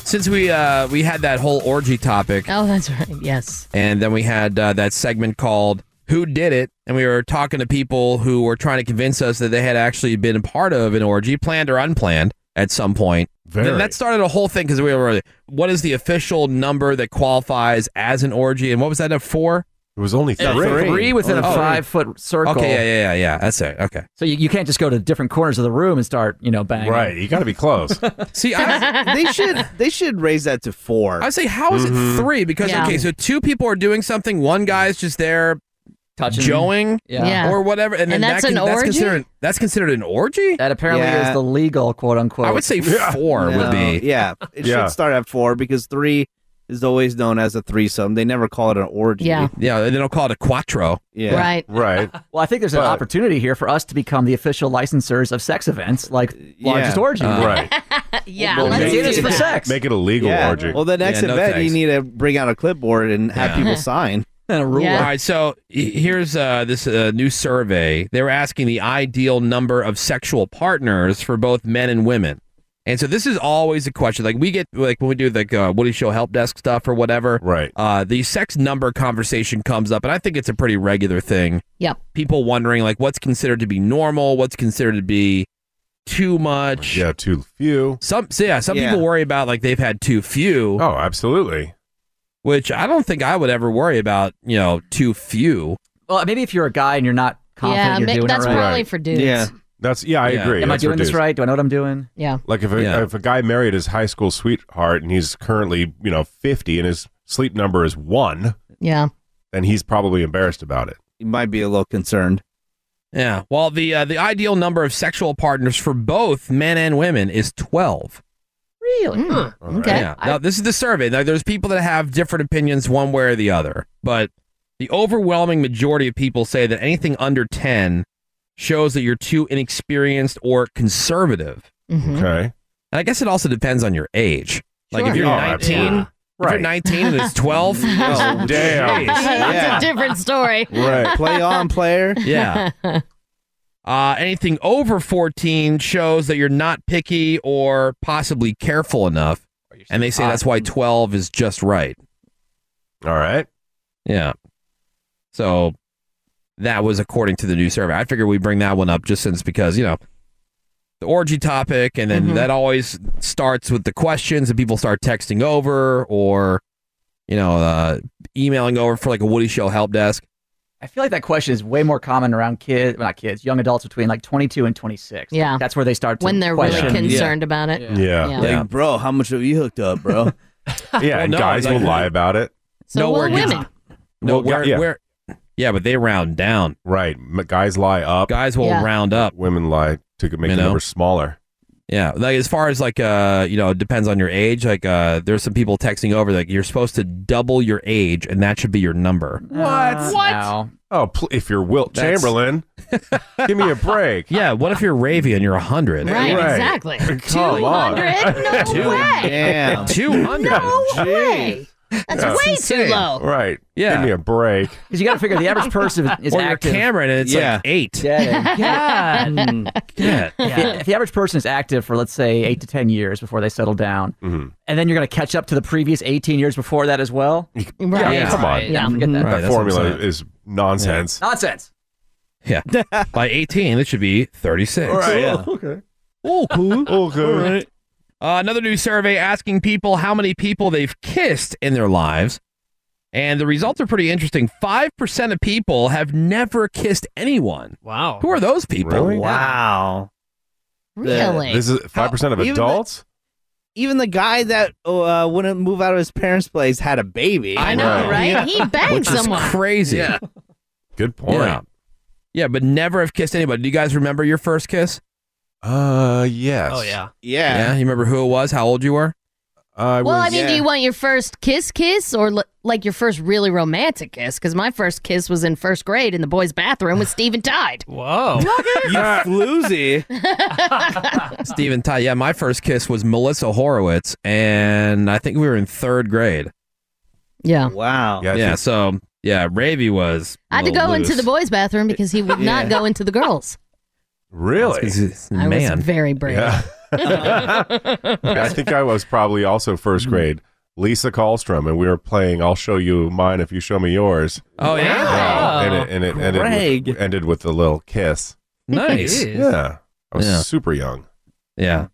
Speaker 2: Since we uh, we had that whole orgy topic,
Speaker 1: Oh, that's right. Yes.
Speaker 2: and then we had uh, that segment called "Who Did It," and we were talking to people who were trying to convince us that they had actually been a part of an orgy, planned or unplanned, at some point.
Speaker 5: Very.
Speaker 2: And that started a whole thing because we were what is the official number that qualifies as an orgy, and what was that at four?
Speaker 5: It was only
Speaker 8: Uh, Three, within a five foot circle.
Speaker 2: Oh, Okay, yeah, yeah, yeah, yeah. That's it. Okay.
Speaker 8: So you, you can't just go to different corners of the room and start, you know, banging.
Speaker 5: Right, you got to be close.
Speaker 2: See, I,
Speaker 4: they should they should raise that to four.
Speaker 2: I say, how is
Speaker 4: Mhm.
Speaker 5: Mm-hmm.
Speaker 2: it three? Because
Speaker 4: Yeah.
Speaker 2: okay, so two people are doing something. One guy's just there,
Speaker 8: touching,
Speaker 2: joeing,
Speaker 8: Yeah. Yeah.
Speaker 2: or whatever, and,
Speaker 8: And
Speaker 2: then
Speaker 8: that's
Speaker 2: that can-
Speaker 8: an orgy?
Speaker 2: That's considered, that's considered an orgy.
Speaker 8: That apparently is the legal quote unquote.
Speaker 2: I would say four would be.
Speaker 4: Yeah, it
Speaker 2: Yeah.
Speaker 4: should start at four because three is always known as a threesome. They never call it an orgy.
Speaker 1: Yeah.
Speaker 2: yeah. They don't call it a quattro.
Speaker 4: Yeah,
Speaker 1: Right.
Speaker 5: right.
Speaker 8: Well, I think there's an opportunity here for us to become the official licensors of sex events, like largest orgy.
Speaker 2: Uh,
Speaker 5: right.
Speaker 1: yeah.
Speaker 4: Well,
Speaker 1: let's
Speaker 4: maybe
Speaker 1: do
Speaker 4: it's for
Speaker 1: that.
Speaker 4: sex.
Speaker 5: Make it a legal
Speaker 4: Yeah.
Speaker 5: orgy.
Speaker 4: Well, the next
Speaker 2: Yeah, no
Speaker 4: event
Speaker 2: thanks.
Speaker 4: you need to bring out a clipboard and have
Speaker 2: Yeah.
Speaker 4: people sign.
Speaker 8: And a
Speaker 4: ruler.
Speaker 2: All right, so he- here's uh, this uh, new survey. They were asking the ideal number of sexual partners for both men and women, and so this is always a question. Like we get like when we do like uh, Woody Show help desk stuff or whatever.
Speaker 5: Right.
Speaker 2: Uh, the sex number conversation comes up, and I think it's a pretty regular thing.
Speaker 1: Yep.
Speaker 2: People wondering like what's considered to be normal, what's considered to be too much.
Speaker 5: Yeah, too few.
Speaker 2: Some so yeah, some
Speaker 5: Yeah.
Speaker 2: people worry about like they've had too few.
Speaker 5: Oh, absolutely.
Speaker 2: Which I don't think I would ever worry about, you know, too few.
Speaker 8: Well, maybe if you're a guy and you're not confident
Speaker 1: Yeah,
Speaker 8: you're
Speaker 1: ma-
Speaker 8: doing
Speaker 1: that's
Speaker 8: it right.
Speaker 1: probably for dudes. Yeah.
Speaker 5: That's yeah, I
Speaker 8: Yeah.
Speaker 5: agree.
Speaker 8: Am I
Speaker 5: That's for
Speaker 8: doing this
Speaker 5: dudes.
Speaker 8: right? Do I know what I'm doing?
Speaker 1: Yeah.
Speaker 5: Like if a,
Speaker 8: Yeah.
Speaker 5: if a guy married his high school sweetheart and he's currently you know fifty and his sleep number is one,
Speaker 1: Yeah.
Speaker 5: then he's probably embarrassed about it.
Speaker 4: He might be a little concerned.
Speaker 2: Yeah. Well, the uh, the ideal number of sexual partners for both men and women is twelve.
Speaker 1: Really? Okay.
Speaker 2: Yeah. Now this is the survey. Now there's people that have different opinions one way or the other, but the overwhelming majority of people say that anything under ten shows that you're too inexperienced or conservative.
Speaker 1: Mhm.
Speaker 5: Okay.
Speaker 2: And I guess it also depends on your age. Like if
Speaker 5: Sure.
Speaker 2: you're
Speaker 5: Oh,
Speaker 2: 19,
Speaker 5: absolutely.
Speaker 2: if you're
Speaker 5: Right.
Speaker 2: 19 and it's 12,
Speaker 5: Oh, damn.
Speaker 2: jeez.
Speaker 1: That's a different story.
Speaker 4: Play on, player.
Speaker 2: Yeah. Uh, anything over 14 shows that you're not picky or possibly careful enough. And they say that's why 12 is just right.
Speaker 5: All right.
Speaker 2: Yeah. So that was according to the new survey. I figure we bring that one up just since because, you know, the orgy topic and then that always starts with the questions and people start texting over or you know, uh, emailing over for like a Woody Show help desk.
Speaker 8: I feel like that question is way more common around kids, well, not kids, young adults between like 22 and 26.
Speaker 1: Yeah.
Speaker 8: That's where they start to
Speaker 1: When they're
Speaker 8: question-
Speaker 1: really concerned about it.
Speaker 4: Like, bro, how much have you hooked up, bro?
Speaker 5: Yeah, and guys will lie about it.
Speaker 1: So
Speaker 2: No,
Speaker 1: will
Speaker 2: we're-
Speaker 1: women.
Speaker 2: No,
Speaker 5: Well,
Speaker 2: where,
Speaker 5: yeah.
Speaker 2: where, yeah, but they round down.
Speaker 5: Right. M- Guys lie up.
Speaker 2: Guys will
Speaker 1: Yeah.
Speaker 2: round up.
Speaker 5: Women lie to make
Speaker 2: You
Speaker 5: the
Speaker 2: know?
Speaker 5: number smaller.
Speaker 2: Yeah, like as far as like uh, you know, it depends on your age. Like uh, there's some people texting over like you're supposed to double your age, and that should be your number.
Speaker 5: Uh, What?
Speaker 8: What?
Speaker 5: Oh, pl- if you're Wilt
Speaker 2: That's-
Speaker 5: Chamberlain, give me a break.
Speaker 2: Yeah, what if you're Ravy and you're hundred?
Speaker 1: Right, exactly.
Speaker 5: Come on.
Speaker 1: 200? No way.
Speaker 5: Damn.
Speaker 2: Two hundred.
Speaker 1: No way. That's
Speaker 5: Yeah.
Speaker 1: way too low.
Speaker 5: Right.
Speaker 2: Yeah.
Speaker 5: Give me a break.
Speaker 8: Because you got to figure the average person is
Speaker 2: Or you're
Speaker 8: active.
Speaker 2: Cameron and it's
Speaker 8: Yeah.
Speaker 2: like eight.
Speaker 8: Yeah.
Speaker 2: Yeah.
Speaker 8: If, the, if the average person is active for, let's say, eight to 10 years before they settle down, and then you're going to catch up to the previous 18 years before that as well.
Speaker 5: Yeah,
Speaker 8: Yeah.
Speaker 5: come on.
Speaker 8: Yeah, forget that.
Speaker 2: Right,
Speaker 5: That
Speaker 2: that's what I'm
Speaker 5: formula
Speaker 2: saying.
Speaker 5: is nonsense.
Speaker 8: Nonsense.
Speaker 2: Yeah. By 18, it should be 36.
Speaker 5: Okay.
Speaker 2: Oh, cool.
Speaker 5: Okay.
Speaker 2: All right. Uh, another new survey asking people how many people they've kissed in their lives. And the results are pretty interesting. 5% of people have never kissed anyone.
Speaker 9: Wow.
Speaker 2: Who are those people?
Speaker 5: Really?
Speaker 4: Wow.
Speaker 1: Really?
Speaker 5: This is 5% of
Speaker 4: Even the-
Speaker 5: adults?
Speaker 4: Even the guy that uh, wouldn't move out of his parents' place had a baby.
Speaker 1: I know, right? He banged
Speaker 2: Which is
Speaker 1: someone.
Speaker 2: crazy.
Speaker 4: Yeah.
Speaker 5: Good point.
Speaker 2: Yeah. Yeah, but never have kissed anybody. Do you guys remember your first kiss?
Speaker 5: Uh, yes.
Speaker 9: Oh, yeah.
Speaker 4: Yeah.
Speaker 2: Yeah. You remember who it was, how old you were?
Speaker 5: I
Speaker 1: Well, I mean, do you want your first kiss kiss or l- like your first really romantic kiss? Because my first kiss was in first grade in the boys' bathroom with Steven Tide.
Speaker 9: Whoa.
Speaker 4: You floozy.
Speaker 2: Steven Ty. Yeah, my first kiss was Melissa Horowitz, and I think we were in third grade.
Speaker 1: Yeah.
Speaker 4: Wow.
Speaker 2: Yeah. so yeah, Ravy was.
Speaker 1: I had to go into the boys' bathroom because he would not
Speaker 2: Yeah.
Speaker 1: go into the girls.
Speaker 5: Really?
Speaker 1: I was
Speaker 2: Man.
Speaker 1: very brave.
Speaker 5: I think I was probably also first
Speaker 2: Mm.
Speaker 5: grade. Lisa Kallstrom, and we were playing. I'll show you mine if you show me yours.
Speaker 2: Oh, yeah?
Speaker 5: and it and it ended with, ended with a little kiss.
Speaker 2: Nice. Jeez.
Speaker 5: Yeah, I was
Speaker 2: Yeah.
Speaker 5: super young.
Speaker 2: Yeah.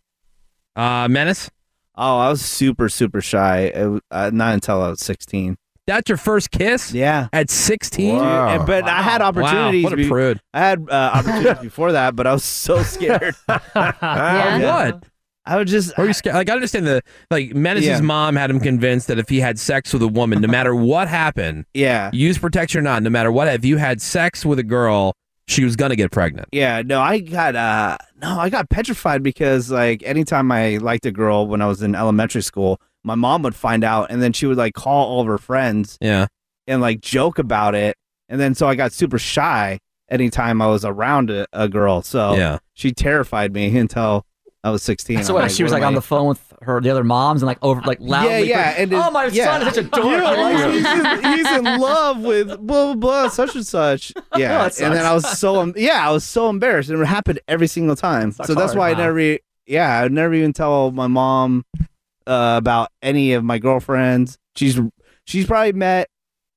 Speaker 2: Uh, Menace?
Speaker 4: Oh, I was super, super shy. I w- uh, not until I was 16.
Speaker 2: That's your first kiss?
Speaker 4: Yeah.
Speaker 2: At 16?
Speaker 4: And- But I had opportunities.
Speaker 2: Wow, what a
Speaker 4: be-
Speaker 2: prude.
Speaker 4: I had uh, opportunities before that, but I was so scared. Yeah.
Speaker 2: What? I would just. Are you scared? Like I understand the like Menace's
Speaker 4: Yeah.
Speaker 2: mom had him convinced that if he had sex with a woman, no matter what happened,
Speaker 4: yeah,
Speaker 2: use protection or not, no matter what, if you had sex with a girl, she was gonna get pregnant.
Speaker 4: Yeah, no, I got uh no, I got petrified because like anytime I liked a girl when I was in elementary school, my mom would find out and then she would like call all of her friends
Speaker 2: Yeah.
Speaker 4: and like joke about it. And then so I got super shy anytime I was around a, a girl. So
Speaker 2: Yeah.
Speaker 4: she terrified me until I was 16.
Speaker 8: So what, she was like on the phone with her the other moms and like over like loudly.
Speaker 4: yeah, yeah,
Speaker 8: And oh my son is such a dork. I love him.
Speaker 4: he's, in love with blah blah blah such and such.
Speaker 8: Oh,
Speaker 4: Yeah,
Speaker 8: that
Speaker 4: and then
Speaker 8: sucks.
Speaker 4: I was so um, yeah, I was so embarrassed, and it happened every single time.
Speaker 8: Sucks
Speaker 4: so that's
Speaker 8: hard.
Speaker 4: why
Speaker 8: Wow.
Speaker 4: I never, e- yeah, I never even tell my mom uh, about any of my girlfriends. She's she's probably met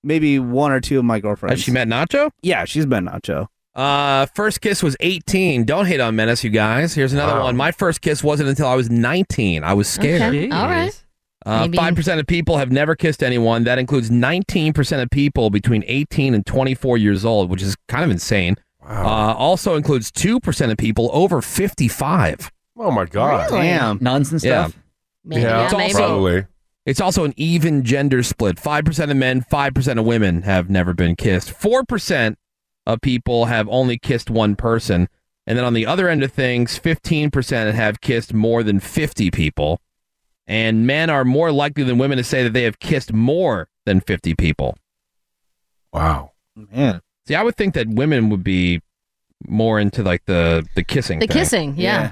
Speaker 4: maybe one or two of my girlfriends.
Speaker 2: Has she met Nacho?
Speaker 4: Yeah, she's met Nacho.
Speaker 2: Uh, first kiss was 18. Don't hate on Menace, you guys. Here's another one. My first kiss wasn't until I was 19. I was scared. Uh,
Speaker 1: Okay. All right.
Speaker 2: Five percent of people have never kissed anyone. That includes nineteen percent of people between eighteen and twenty-four years old, which is kind of insane. Uh, also includes two percent of people over fifty-five.
Speaker 5: Oh my God. Really?
Speaker 8: Damn. Nuns and stuff? Maybe, yeah,
Speaker 2: it's
Speaker 8: maybe.
Speaker 2: also,
Speaker 8: Probably.
Speaker 2: It's also an even gender split. Five percent of men, five percent of women have never been kissed. Four percent of people have only kissed one person, and then on the other end of things, fifteen percent have kissed more than fifty people and men are more likely than women to say that they have kissed more than 50 people.
Speaker 5: Wow.
Speaker 4: Man.
Speaker 2: See, I would think that women would be more into like the the kissing.
Speaker 1: The
Speaker 2: thing.
Speaker 1: kissing, yeah.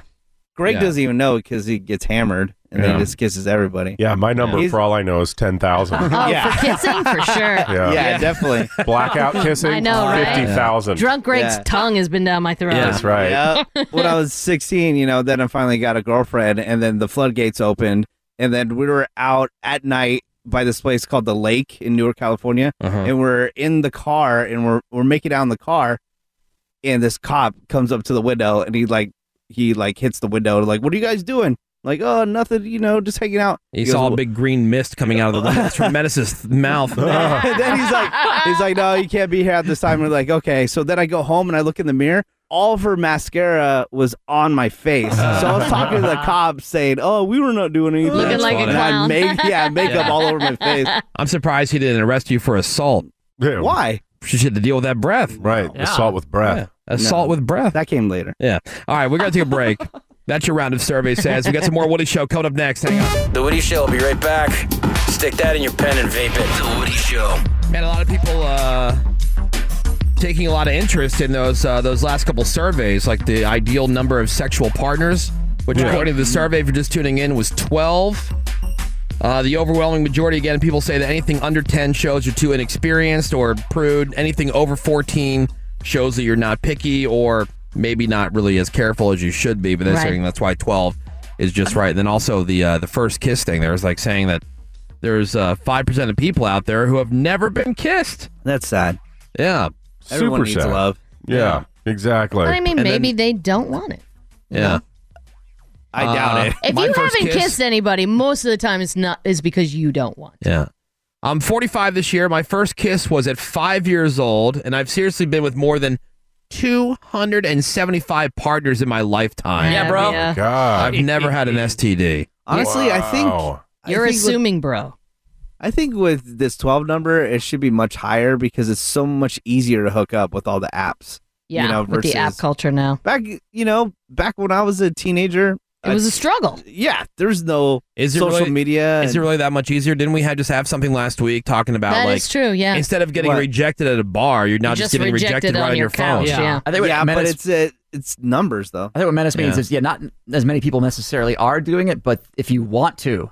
Speaker 4: Greg
Speaker 2: Yeah.
Speaker 4: doesn't even know because he gets hammered and then
Speaker 5: Yeah.
Speaker 4: he just kisses everybody.
Speaker 5: Yeah, my number
Speaker 4: He's-
Speaker 5: for all I know is ten thousand.
Speaker 1: Oh, for kissing for sure.
Speaker 5: Yeah.
Speaker 4: Yeah, definitely.
Speaker 5: Blackout kissing.
Speaker 1: I know, right?
Speaker 5: Fifty thousand.
Speaker 1: Drunk Greg's
Speaker 4: Yeah.
Speaker 1: tongue has been down my throat.
Speaker 4: Yeah. when I was 16, you know, then I finally got a girlfriend, and then the floodgates opened, and then we were out at night by this place called the Lake in Newark, California,
Speaker 2: Uh-huh.
Speaker 4: and we're in the car, and we're we're making out in the car, and this cop comes up to the window, and he like he like hits the window, like, "What are you guys doing?" Like, "Oh, nothing, you know, just hanging out."
Speaker 2: He
Speaker 4: goes,
Speaker 2: saw
Speaker 4: "Wh-
Speaker 2: a big green mist coming out of the that's from Menace's mouth.
Speaker 4: and then he's like, he's like, no, you can't be here at this time. We're like, okay. So then I go home and I look in the mirror. All of her mascara was on my face. So I was talking to the cops saying, oh, we were not doing anything.
Speaker 1: Looking like a
Speaker 4: And I
Speaker 1: clown.
Speaker 4: make- yeah, makeup all over my face.
Speaker 2: I'm surprised he didn't arrest you for assault.
Speaker 4: Why?
Speaker 2: She had to deal with that breath.
Speaker 5: Right.
Speaker 2: Yeah.
Speaker 5: Assault with breath.
Speaker 2: Yeah. Assault with breath.
Speaker 4: That came later.
Speaker 2: Yeah. All right, we're gonna take a break. That's your round of survey says. We got some more Woody Show coming up next. Hang on.
Speaker 10: The Woody Show will be right back. Stick that in your pen and vape it. The Woody Show.
Speaker 2: Man, a lot of people uh, taking a lot of interest in those uh, those last couple surveys, like the ideal number of sexual partners, which
Speaker 9: Yeah.
Speaker 2: according to the survey, if you're just tuning in, was 12. Uh, the overwhelming majority, again, of people say that anything under 10 shows you're too inexperienced or prude. Anything over 14 shows that you're not picky or maybe not really as careful as you should be. But they're
Speaker 9: Right.
Speaker 2: saying that's why 12 is just right. And then also the uh, the first kiss thing. There was like saying that there's uh, 5% of people out there who have never been kissed.
Speaker 4: That's sad.
Speaker 2: Yeah.
Speaker 5: Super sad. Yeah, Exactly.
Speaker 1: But I mean,
Speaker 2: And
Speaker 1: maybe
Speaker 2: then-
Speaker 1: they don't want it.
Speaker 2: yeah.
Speaker 4: I doubt it.
Speaker 1: Uh, If you haven't kissed anybody, most of the time it's not is because you don't want.
Speaker 2: Yeah. I'm 45 this year. My first kiss was at five years old, and I've seriously been with more than 275 partners in my lifetime.
Speaker 1: Yeah, bro. Yeah.
Speaker 5: Oh God.
Speaker 2: I've never had an STD.
Speaker 4: Honestly, I think I
Speaker 1: You're
Speaker 4: think with-
Speaker 1: assuming, bro.
Speaker 4: I think with this 12 number, it should be much higher because it's so much easier to hook up with all the apps.
Speaker 1: Yeah,
Speaker 4: you know,
Speaker 1: with the app
Speaker 4: versus-
Speaker 1: culture now.
Speaker 4: Back, you know, back when I was a teenager,
Speaker 1: It was a struggle.
Speaker 4: Yeah, there's no
Speaker 2: Is it
Speaker 4: social
Speaker 2: really-
Speaker 4: media.
Speaker 2: Is it
Speaker 4: and-
Speaker 2: really that much easier? Didn't we have just have something last week talking about
Speaker 1: That is
Speaker 2: like
Speaker 1: true, yeah.
Speaker 2: Instead of getting
Speaker 1: What?
Speaker 2: rejected at a bar, you're now
Speaker 1: You're
Speaker 2: just,
Speaker 1: just
Speaker 2: getting
Speaker 1: rejected
Speaker 2: rejected,
Speaker 1: on
Speaker 2: right on
Speaker 1: your
Speaker 2: your phone.
Speaker 1: couch, yeah.
Speaker 8: I think what
Speaker 4: yeah, but
Speaker 8: Menace-
Speaker 4: it's uh it's numbers though.
Speaker 8: I think what menace means
Speaker 4: Yeah.
Speaker 8: is yeah, not as many people necessarily are doing it, but if you want to,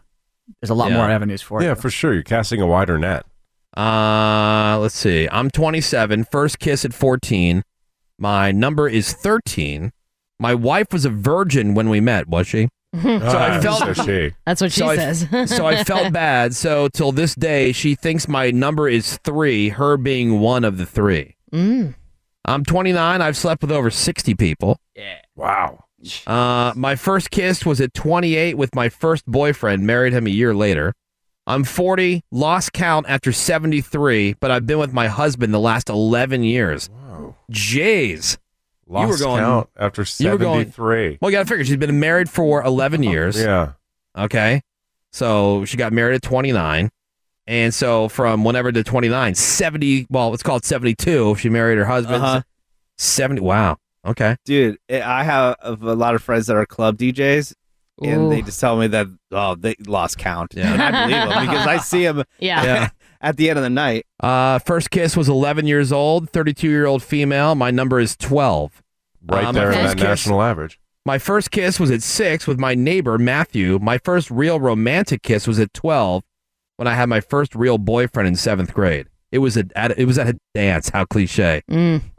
Speaker 8: there's a lot more avenues for
Speaker 5: Yeah,
Speaker 8: it.
Speaker 5: for sure. You're casting a wider net.
Speaker 2: Uh, let's see. I'm 27. First kiss at 14. My number is 13. My wife was a virgin when we met, was she?
Speaker 8: Ah,
Speaker 2: So I felt
Speaker 1: That's what she
Speaker 2: so I-
Speaker 1: says.
Speaker 2: so I felt bad. So till this day, she thinks my number is three, her being one of the three.
Speaker 1: Mm.
Speaker 2: I'm 29. I've slept with over 60 people.
Speaker 9: Yeah.
Speaker 2: Wow. Uh, my first kiss was at 28 with my first boyfriend. Married him a year later. I'm 40. Lost count after 73, but I've been with my husband the last 11 years. Wow. Jays. you were
Speaker 5: Lost
Speaker 2: going
Speaker 5: count after
Speaker 2: you were going-
Speaker 5: 73.
Speaker 2: well, you got to figure she's been married for 11 years.
Speaker 5: Yeah.
Speaker 2: Okay. So she got married at 29. And so from whenever to 29, 70, well, it's called 72. She married her husband. 70. Wow. Okay.
Speaker 3: Dude, I I have a lot of friends that are club DJs, and they
Speaker 2: Ooh.
Speaker 3: just tell me that, oh, they lost count.
Speaker 2: Yeah.
Speaker 3: And I believe them because I see them
Speaker 2: Yeah. Yeah.
Speaker 3: at the end of the night.
Speaker 2: Uh, first kiss was 11 years old, 32 year old female. My number is 12.
Speaker 5: Right
Speaker 2: Uh, my
Speaker 5: there in
Speaker 2: first
Speaker 5: that national average.
Speaker 2: My first kiss was at six with my neighbor, Matthew. My first real romantic kiss was at 12 when I had my first real boyfriend in seventh grade. It was, a, at, it was at a dance. How cliche.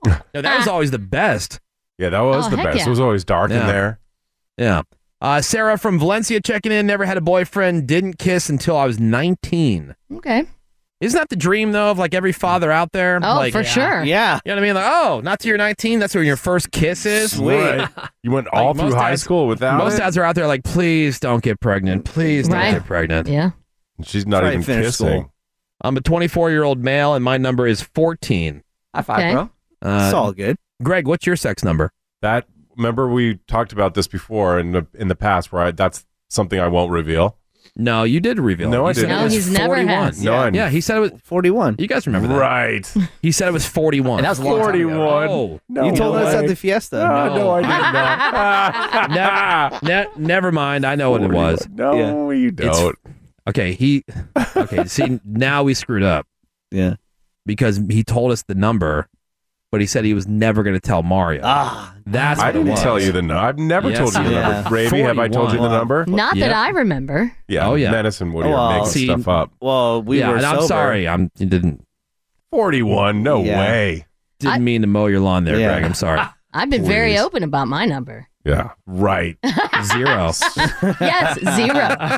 Speaker 2: No, that was always the best.
Speaker 5: Yeah, that was
Speaker 2: Mm. Ah. Oh,
Speaker 5: the
Speaker 2: heck
Speaker 5: best.
Speaker 2: yeah.
Speaker 5: It was always dark
Speaker 2: Yeah.
Speaker 5: in there.
Speaker 2: Yeah. Uh, Sarah from Valencia checking in. Never had a boyfriend. Didn't kiss until I was 19.
Speaker 1: Okay.
Speaker 2: Isn't that the dream though of like every father out there?
Speaker 1: Oh,
Speaker 2: Like-
Speaker 1: for sure.
Speaker 2: Yeah. You know what I mean? Like, oh, not till you're 19. That's when your first kiss is.
Speaker 5: Right. You went all
Speaker 2: Like,
Speaker 5: through
Speaker 2: most
Speaker 5: high
Speaker 2: dads-
Speaker 5: school without
Speaker 2: Most
Speaker 5: it?
Speaker 2: dads are out there like, please don't get pregnant. Please don't
Speaker 1: Right.
Speaker 2: get pregnant.
Speaker 1: Yeah.
Speaker 5: She's not
Speaker 2: That's right,
Speaker 5: even
Speaker 2: finish
Speaker 5: kissing.
Speaker 2: school. I'm a 24 year old male, and my number is 14.
Speaker 8: High
Speaker 5: five, Okay. bro.
Speaker 2: Uh,
Speaker 5: It's all
Speaker 3: good.
Speaker 2: Greg, what's your sex number?
Speaker 5: That remember we talked about this before in the in the past, where I, that's something I won't reveal.
Speaker 2: No, you did reveal.
Speaker 5: No,
Speaker 2: You
Speaker 5: I
Speaker 2: said
Speaker 5: didn't.
Speaker 2: it was 41.
Speaker 5: No, I
Speaker 2: yeah, he said it was
Speaker 3: 41.
Speaker 2: You guys remember that,
Speaker 5: right?
Speaker 2: He said it was 41.
Speaker 5: And that was a long time ago. 41.
Speaker 2: Oh.
Speaker 5: No You told us way. at the
Speaker 3: fiesta.
Speaker 5: No, no, I did
Speaker 2: not. never, ne- never mind. I know what it was.
Speaker 5: No, you
Speaker 2: It's-
Speaker 5: don't.
Speaker 2: okay, he. Okay, see, now we screwed up.
Speaker 3: Yeah.
Speaker 2: Because he told us the number, but he said he was never going to tell Mario. Ah, that's.
Speaker 5: I
Speaker 2: what it
Speaker 5: didn't
Speaker 2: was.
Speaker 5: tell you the number. I've never
Speaker 2: Yes,
Speaker 5: told you the
Speaker 2: yeah.
Speaker 5: number. Raby, have I told you the
Speaker 2: 41.
Speaker 5: number?
Speaker 1: Not that I remember.
Speaker 5: Yeah.
Speaker 2: Oh, yeah.
Speaker 5: Menace and Woody
Speaker 2: Well,
Speaker 5: are making
Speaker 2: see-
Speaker 5: stuff up.
Speaker 3: Well,
Speaker 2: we Yeah, were and I'm sober. sorry, I'm you didn't.
Speaker 5: Forty-one. No
Speaker 2: Yeah.
Speaker 5: way.
Speaker 2: Didn't mean to mow your lawn there, Greg. I'm sorry.
Speaker 1: I've been very
Speaker 2: Please.
Speaker 1: open about my number.
Speaker 5: Yeah. Right.
Speaker 2: Zero.
Speaker 1: Yes, zero.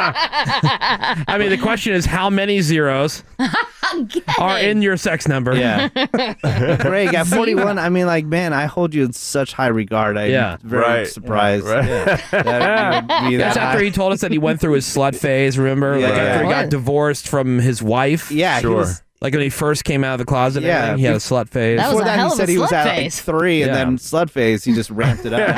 Speaker 2: I mean, the question is, how many zeros are in your sex number?
Speaker 3: Yeah. Greg, at
Speaker 2: Zero.
Speaker 3: 41, I mean, like, man, I hold you in such high regard. I'm
Speaker 2: Yeah.
Speaker 3: very
Speaker 2: Right.
Speaker 3: surprised. that you would be
Speaker 2: That's
Speaker 3: that
Speaker 2: after
Speaker 3: high.
Speaker 2: he told us that he went through his slut phase. Remember,
Speaker 3: Yeah,
Speaker 2: like
Speaker 3: yeah.
Speaker 2: after he got
Speaker 3: What?
Speaker 2: divorced from his wife.
Speaker 3: Yeah, he Sure. was-
Speaker 2: like when he first came out of the closet. Yeah,
Speaker 3: Yeah,
Speaker 2: he had a
Speaker 3: be-
Speaker 2: slut phase.
Speaker 3: Before that, he said he was at like, three, and
Speaker 2: Yeah.
Speaker 3: then slut phase, he just ramped it up.
Speaker 5: yeah,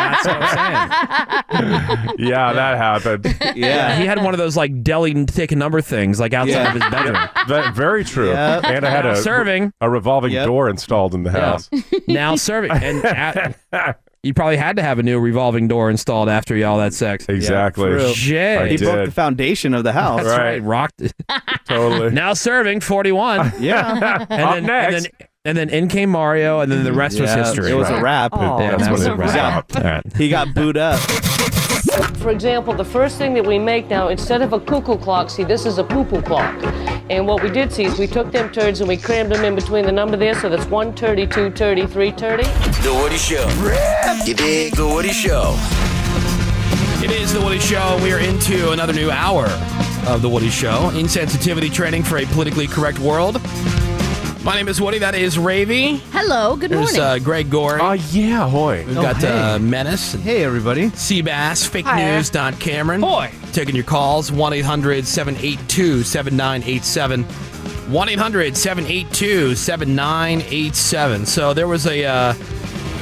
Speaker 5: that happened.
Speaker 3: Yeah.
Speaker 2: he had one of those like deli take a number things like outside
Speaker 5: Yeah.
Speaker 2: of his bedroom.
Speaker 5: Ve- very true.
Speaker 2: Yep.
Speaker 5: And I had a
Speaker 2: Serving.
Speaker 5: a revolving door installed in the house.
Speaker 2: now serving and at, you probably had to have a new revolving door installed after all that sex.
Speaker 5: Exactly.
Speaker 3: True.
Speaker 2: Shit.
Speaker 3: He broke the foundation of the house.
Speaker 2: That's right. Rocked it.
Speaker 5: totally.
Speaker 2: Now serving 41.
Speaker 3: Yeah. Up
Speaker 2: and, then, and then-
Speaker 3: next.
Speaker 2: and then in came Mario, and then the rest was
Speaker 3: Yeah,
Speaker 2: history.
Speaker 3: it was a wrap.
Speaker 2: Yeah,
Speaker 3: That's
Speaker 2: that
Speaker 3: what
Speaker 2: was
Speaker 3: it
Speaker 2: a
Speaker 3: was.
Speaker 2: wrap.
Speaker 3: Yeah.
Speaker 2: All right.
Speaker 3: He got booed up.
Speaker 12: For example, the first thing that we make now, instead of a cuckoo clock, see, this is a poo-poo clock. And what we did see is we took them turds and we crammed them in between the number there, so that's 130, 230, 330.
Speaker 10: The Woody Show. You dig? The Woody Show.
Speaker 2: It is The Woody Show. We are into another new hour of The Woody Show. Insensitivity training for a politically correct world. My name is Woody. That is Ravy.
Speaker 1: Hello, good
Speaker 2: There's
Speaker 1: morning.
Speaker 2: uh, Greg Gorey. Oh,
Speaker 5: yeah, hoy.
Speaker 2: We've
Speaker 1: Oh,
Speaker 2: got
Speaker 1: hey.
Speaker 2: Uh, Menace.
Speaker 3: Hey, everybody.
Speaker 2: Seabass, Fake
Speaker 1: Hiya.
Speaker 2: News, Don Cameron. Boy. Taking your calls, 1 800 782 7987. 1 800 782 7987. So there was a. Uh,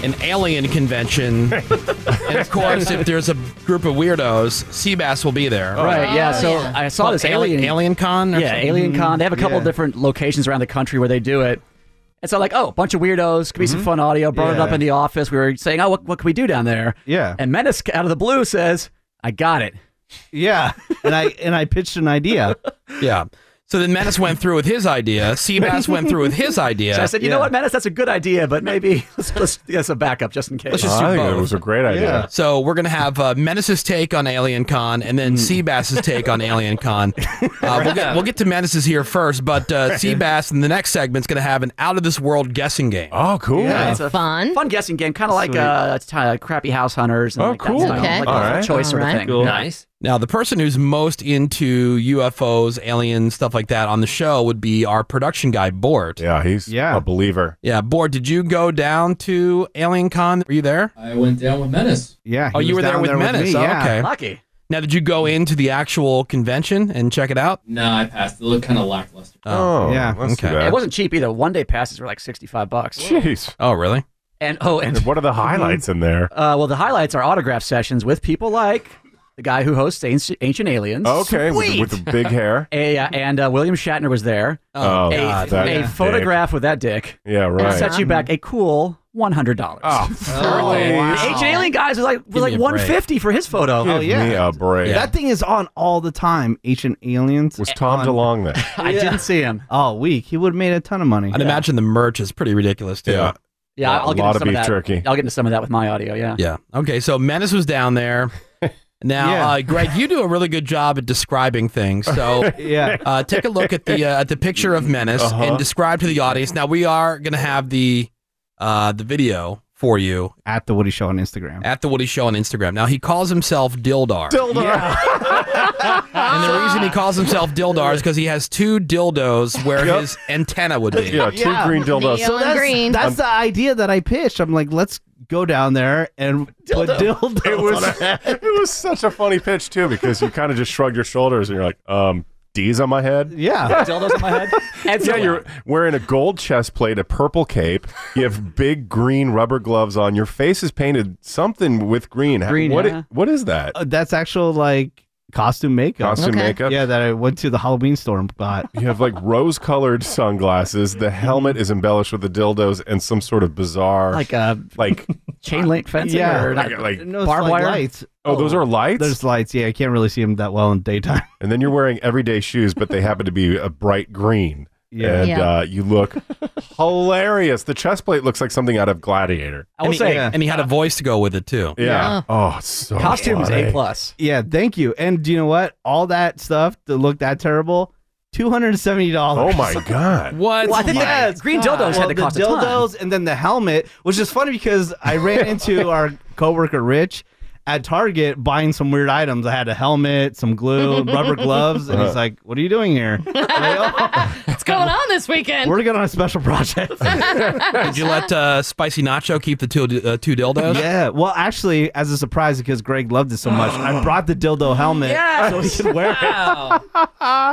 Speaker 2: an alien convention. and of course, if there's a group of weirdos, Seabass will be there.
Speaker 8: Right, Oh, yeah. So I saw
Speaker 2: Well,
Speaker 8: this
Speaker 2: Ali-
Speaker 8: alien
Speaker 2: Alien Con. Or
Speaker 8: yeah,
Speaker 2: something?
Speaker 8: Alien Con. They have a couple
Speaker 2: Yeah.
Speaker 8: different locations around the country where they do it. And so, like, oh, bunch of weirdos. Could be
Speaker 2: Mm-hmm.
Speaker 8: some fun audio. Brought it
Speaker 4: Yeah.
Speaker 8: up in the office. We were saying, oh, what, what can we do down there?
Speaker 4: Yeah.
Speaker 8: And Menace out of the blue says, I got it.
Speaker 4: Yeah. and I and I pitched an idea.
Speaker 2: Yeah. So then Menace went through with his idea. Seabass went through with his idea.
Speaker 8: So I said, you know what, Menace, that's a good idea, but maybe let's let's get some backup just in case.
Speaker 2: Let's just do both.
Speaker 8: Yeah.
Speaker 2: So we're gonna have uh, Menace's take on Alien Con, and
Speaker 8: Hmm.
Speaker 2: then Seabass's take on Alien Con. Uh, we'll, get, we'll get to Menace's here first, but uh, Seabass in the next segment's gonna have an out of this world guessing game.
Speaker 5: Oh, cool!
Speaker 8: Yeah, it's a fun, fun guessing game, kind of like
Speaker 2: Sweet.
Speaker 8: uh, it's ti- crappy house hunters. And
Speaker 2: Oh,
Speaker 8: like that
Speaker 2: cool.
Speaker 8: style, like a choice sort of thing. Yeah.
Speaker 2: Now, the person who's most into UFOs, aliens, stuff like that on the show would be our production guy, Bort.
Speaker 5: Yeah, he's a believer.
Speaker 2: Yeah, Bort, did you go down to Alien Con? Were you there?
Speaker 13: I went down with Menace.
Speaker 4: Yeah.
Speaker 2: Oh, you were there with Menace. Oh, okay. Now, did you go into the actual convention and check it out?
Speaker 13: No, I passed. It looked kind of lackluster.
Speaker 4: Oh,
Speaker 5: Oh,
Speaker 2: okay.
Speaker 8: It wasn't cheap either. One day passes were like sixty-five bucks.
Speaker 5: Jeez.
Speaker 2: Oh, really?
Speaker 8: And oh, and
Speaker 5: what are the highlights in there?
Speaker 8: Uh, well, the highlights are autograph sessions with people like the guy who hosts Anci- Ancient Aliens.
Speaker 5: Okay, with the-
Speaker 8: Sweet.
Speaker 5: with the big hair.
Speaker 8: A- uh, and uh, William Shatner was there.
Speaker 5: Oh,
Speaker 8: a, a
Speaker 5: God, that dick.
Speaker 8: photograph with that dick.
Speaker 5: Yeah,
Speaker 8: And
Speaker 5: right. Ah.
Speaker 8: sets you back a cool one hundred dollars. Oh,
Speaker 4: wow.
Speaker 8: the Ancient Alien guys was like was
Speaker 4: Give me
Speaker 8: like
Speaker 4: a break.
Speaker 8: one fifty for his photo.
Speaker 4: oh yeah, That thing is on all the time. Ancient Aliens was
Speaker 5: Tom DeLonge there?
Speaker 8: I didn't see him
Speaker 4: all week. He would have made a ton of money.
Speaker 2: I'd imagine the merch is pretty ridiculous, too. Yeah.
Speaker 8: Yeah, I'll get into some that. I'll get into some of that with my audio. Yeah.
Speaker 2: Yeah. Okay, so Menace was down there. Now,
Speaker 8: Yeah.
Speaker 2: uh, Greg, you do a really good job at describing things. So,
Speaker 4: Yeah.
Speaker 2: uh, take a look at the uh, at the picture of Menace
Speaker 4: Uh-huh.
Speaker 2: and describe to the audience. Now, we are going to have the uh, the video for you
Speaker 4: at the Woody Show on Instagram.
Speaker 2: at the Woody Show on Instagram. Now, he calls himself Dildar, and the reason he calls himself Dildar is because he has two dildos where his antenna would be.
Speaker 5: Yeah, two green dildos.
Speaker 4: So that's, that's the idea that I pitched. I'm like, let's go down there and put dildos.
Speaker 5: It was
Speaker 4: on it.
Speaker 5: it was such a funny pitch too because you kind of just shrugged your shoulders and you're like, um, D's on my head.
Speaker 4: Yeah.
Speaker 8: Dildos on my head. And
Speaker 5: yeah,
Speaker 8: so-
Speaker 5: you're wearing a gold chest plate, a purple cape. You have big green rubber gloves on. Your face is painted something with green.
Speaker 4: Green,
Speaker 5: What?
Speaker 4: yeah.
Speaker 5: What is that?
Speaker 4: Uh, that's actual like costume makeup.
Speaker 5: Costume Okay. makeup?
Speaker 4: Yeah, that I went to the Halloween store and bought.
Speaker 5: You have like rose-colored sunglasses. The helmet is embellished with the dildos and some sort of bizarre,
Speaker 8: Like a
Speaker 5: like
Speaker 8: chain link fencing
Speaker 4: Yeah.
Speaker 8: or
Speaker 4: Like-
Speaker 8: not-
Speaker 5: like-
Speaker 4: No, it's
Speaker 8: barbed
Speaker 4: like
Speaker 8: wire.
Speaker 4: lights.
Speaker 5: Oh, those are lights.
Speaker 4: There's lights. Yeah, I can't really see them that well in daytime.
Speaker 5: and then you're wearing everyday shoes, but they happen to be a bright green.
Speaker 4: Yeah.
Speaker 5: And
Speaker 4: Yeah.
Speaker 5: Uh, you look hilarious. The chest plate looks like something out of Gladiator.
Speaker 8: I will
Speaker 2: and he,
Speaker 8: say-
Speaker 2: and he had a voice to go with it too.
Speaker 5: Yeah.
Speaker 4: Yeah.
Speaker 5: Oh, so
Speaker 8: Costumes
Speaker 5: funny.
Speaker 8: A plus.
Speaker 4: Yeah, thank you. And do you know what? All that stuff that looked that terrible, two hundred and seventy dollars.
Speaker 5: Oh my god!
Speaker 2: What?
Speaker 8: Well, I think the green dildos had to cost
Speaker 4: the
Speaker 8: a ton.
Speaker 4: dildos and then the helmet, which is funny because I ran into our coworker Rich at Target buying some weird items. I had a helmet, some glue, rubber gloves, and he's
Speaker 1: Uh-huh.
Speaker 4: like, "What are you doing here?
Speaker 1: What's going on this weekend?
Speaker 4: We're going on a special project."
Speaker 2: Did you let uh, Spicy Nacho keep the two uh, two dildos?
Speaker 4: Yeah. Well, actually, as a surprise, because Greg loved it so much, I brought the dildo helmet so he could wear it.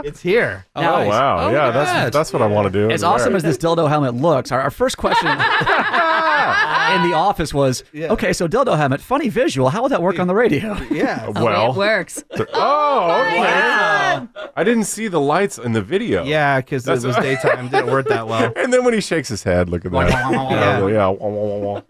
Speaker 4: It's here.
Speaker 5: Oh, wow! yeah, that's that's what I want to do.
Speaker 8: As awesome as this dildo helmet looks, our, our first question in the office was, "Okay, so dildo helmet, funny visual. How would that work on the radio?"
Speaker 4: Yeah.
Speaker 5: Well,
Speaker 1: works.
Speaker 5: oh, okay.
Speaker 2: uh,
Speaker 5: I didn't see the lights in the video.
Speaker 4: Yeah, because
Speaker 5: That's-
Speaker 4: it was daytime. Didn't work that well.
Speaker 5: and then when he shakes his head, look at that. yeah.
Speaker 4: Yeah.
Speaker 5: yeah. wah, wah, wah, wah.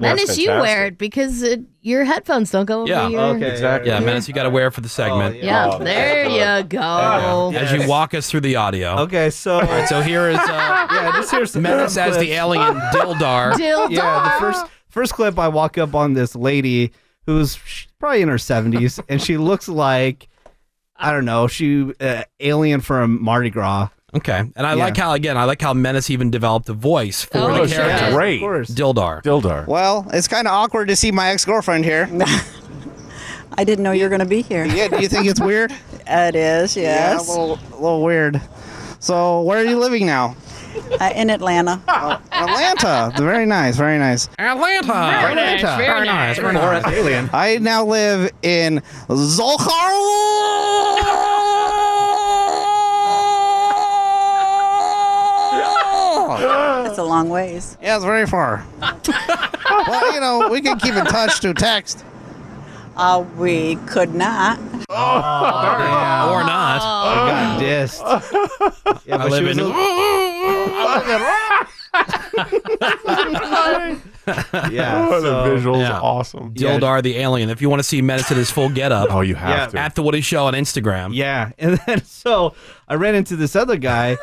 Speaker 1: Menace,
Speaker 5: That's
Speaker 1: you wear
Speaker 5: fantastic.
Speaker 1: it because it, your headphones don't go over
Speaker 2: Yeah.
Speaker 1: your.
Speaker 2: Exactly. Oh, Uh, Yeah, Menace, you got to wear it for the segment.
Speaker 1: Oh,
Speaker 4: Oh,
Speaker 1: Yeah, there you go.
Speaker 2: As you walk us through the audio.
Speaker 4: Okay, so
Speaker 2: all right, so here is uh,
Speaker 4: yeah, just here's some
Speaker 2: Menace as the alien Dildar.
Speaker 4: Yeah, the first first clip I walk up on this lady who's she's probably in her 70s and she looks like I don't know, she uh, alien from Mardi Gras.
Speaker 2: Okay, and I
Speaker 4: Yeah.
Speaker 2: like how again I like how Menace even developed a voice for
Speaker 4: Oh,
Speaker 2: the
Speaker 4: yeah.
Speaker 2: character.
Speaker 4: Yes, of Great. course.
Speaker 2: Dildar.
Speaker 5: Dildar.
Speaker 14: Well, it's kind of awkward to see my ex-girlfriend here. I didn't know you were going to be here. Yeah, do you think it's weird? it is, yes. Yeah, a little, a little weird. So, where are you living now?
Speaker 15: Uh, in Atlanta.
Speaker 14: Atlanta. Very nice, very nice.
Speaker 2: Atlanta.
Speaker 14: Very nice, very nice. I now live in Zolkar.
Speaker 15: It's a long ways.
Speaker 14: Yeah, it's very far. well, you know, we can keep in touch through text.
Speaker 15: Uh, we could not.
Speaker 2: Or not.
Speaker 4: Oh, I got dissed. Yeah,
Speaker 2: I live in.
Speaker 4: was a- yeah.
Speaker 5: Oh, the
Speaker 4: so-
Speaker 5: visual's awesome.
Speaker 2: Dildar the alien. If you want to see Menace in his full getup, oh,
Speaker 5: you
Speaker 4: have to.
Speaker 2: At the Woody Show on Instagram.
Speaker 4: Yeah. And then so I ran into this other guy.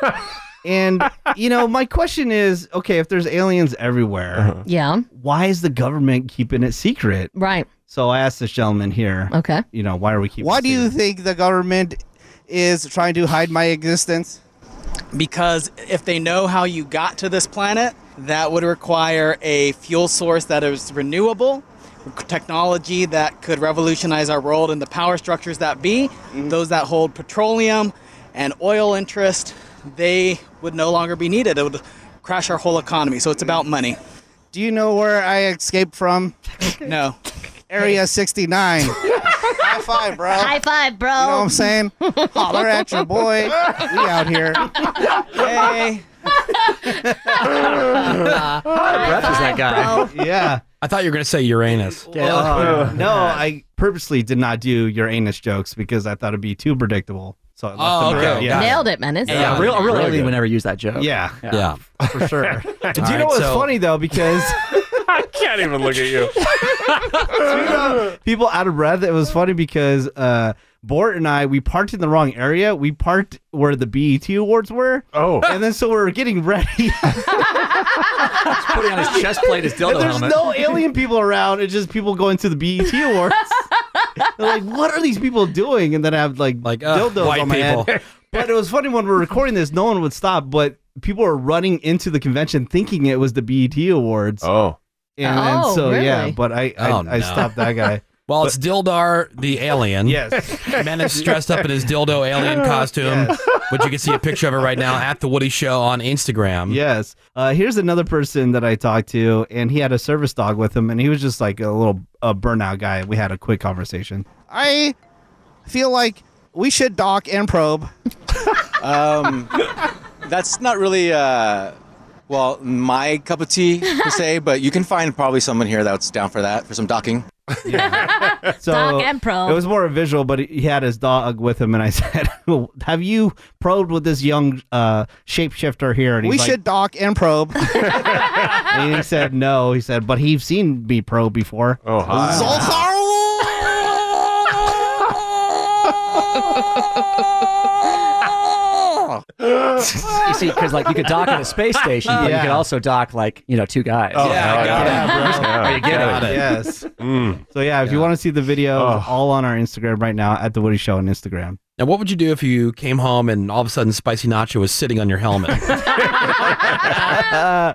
Speaker 4: and, you know, my question is okay, if there's aliens everywhere,
Speaker 1: yeah.
Speaker 4: why is the government keeping it secret?
Speaker 1: Right.
Speaker 4: So I asked this gentleman here.
Speaker 1: Okay.
Speaker 4: You know, why are we keeping
Speaker 14: Why do you think the government is trying to hide my existence?
Speaker 16: because if they know how you got to this planet, that would require a fuel source that is renewable, technology that could revolutionize our world and the power structures that be.
Speaker 3: Mm-hmm.
Speaker 16: Those that hold petroleum and oil interest, they would no longer be needed. It would crash our whole economy. So it's about money.
Speaker 14: Do you know where I escaped from?
Speaker 16: No.
Speaker 14: Area 69. you know
Speaker 16: High five, bro.
Speaker 1: High five, bro. You
Speaker 14: what I'm saying? Holler at your boy. We out here. Hey.
Speaker 2: that guy.
Speaker 4: yeah.
Speaker 2: I thought you were going to say Uranus.
Speaker 4: Uh, no, I purposely did not do Uranus jokes because I thought it'd be too predictable. So I left
Speaker 2: Oh,
Speaker 4: them
Speaker 2: okay.
Speaker 4: out. Yeah.
Speaker 1: Nailed it, Menace.
Speaker 8: Yeah, real, real alien would never use that joke.
Speaker 4: Yeah.
Speaker 2: Yeah.
Speaker 4: For sure. Do you
Speaker 2: All right,
Speaker 4: know what's
Speaker 2: so-
Speaker 4: funny though? Because
Speaker 5: I can't even look at you.
Speaker 4: people out of breath. It was funny because uh Bort and I we parked in the wrong area. We parked where the BET awards were.
Speaker 5: Oh.
Speaker 4: And then so we were getting ready.
Speaker 7: putting on his chest plate his
Speaker 4: and there's no alien people around. It's just people going to the BET awards. They're like, what are these people doing? And then I have like, like
Speaker 2: uh,
Speaker 4: dildos
Speaker 2: white
Speaker 4: on my
Speaker 2: people.
Speaker 4: head. But it was funny when we we're recording this, no one would stop, but people were running into the convention thinking it was the BET awards.
Speaker 5: Oh.
Speaker 4: And, then
Speaker 2: Oh,
Speaker 4: so yeah,
Speaker 2: really?
Speaker 4: but I I,
Speaker 2: Oh,
Speaker 4: I
Speaker 2: no.
Speaker 4: stopped that guy.
Speaker 2: Well, it's Dildar the alien.
Speaker 4: Yes.
Speaker 2: Menace dressed up in his dildo alien costume, which you can see a picture of it right now at the Woody Show on Instagram.
Speaker 4: Yes. Uh, here's another person that I talked to, and he had a service dog with him, and he was just like a little a burnout guy. We had a quick conversation.
Speaker 14: I feel like we should dock and probe.
Speaker 24: Um, that's not really, uh, well, my cup of tea per se, but you can find probably someone here that's down for that, for some docking.
Speaker 4: So
Speaker 24: Dog and probe.
Speaker 4: It was more visual, but he had his dog with him, and I said, "Have you probed with this young uh, shapeshifter here?" And he's
Speaker 14: we
Speaker 4: like-
Speaker 14: should dock and probe.
Speaker 4: and he said, "No." He said, "But he's seen me probe before."
Speaker 5: Oh,
Speaker 8: you see, because like you could dock at a space station, but you
Speaker 4: Yeah.
Speaker 8: could also dock like you know two guys.
Speaker 4: Oh, Yeah, I got
Speaker 8: Yeah.
Speaker 4: it, bro.
Speaker 8: Are you getting
Speaker 4: Got it. Yes. Mm. So yeah, if you want to see the video, it's all on our Instagram right now at the Woody Show on Instagram.
Speaker 2: Now, what would you do if you came home and all of a sudden Spicy Nacho was sitting on your helmet?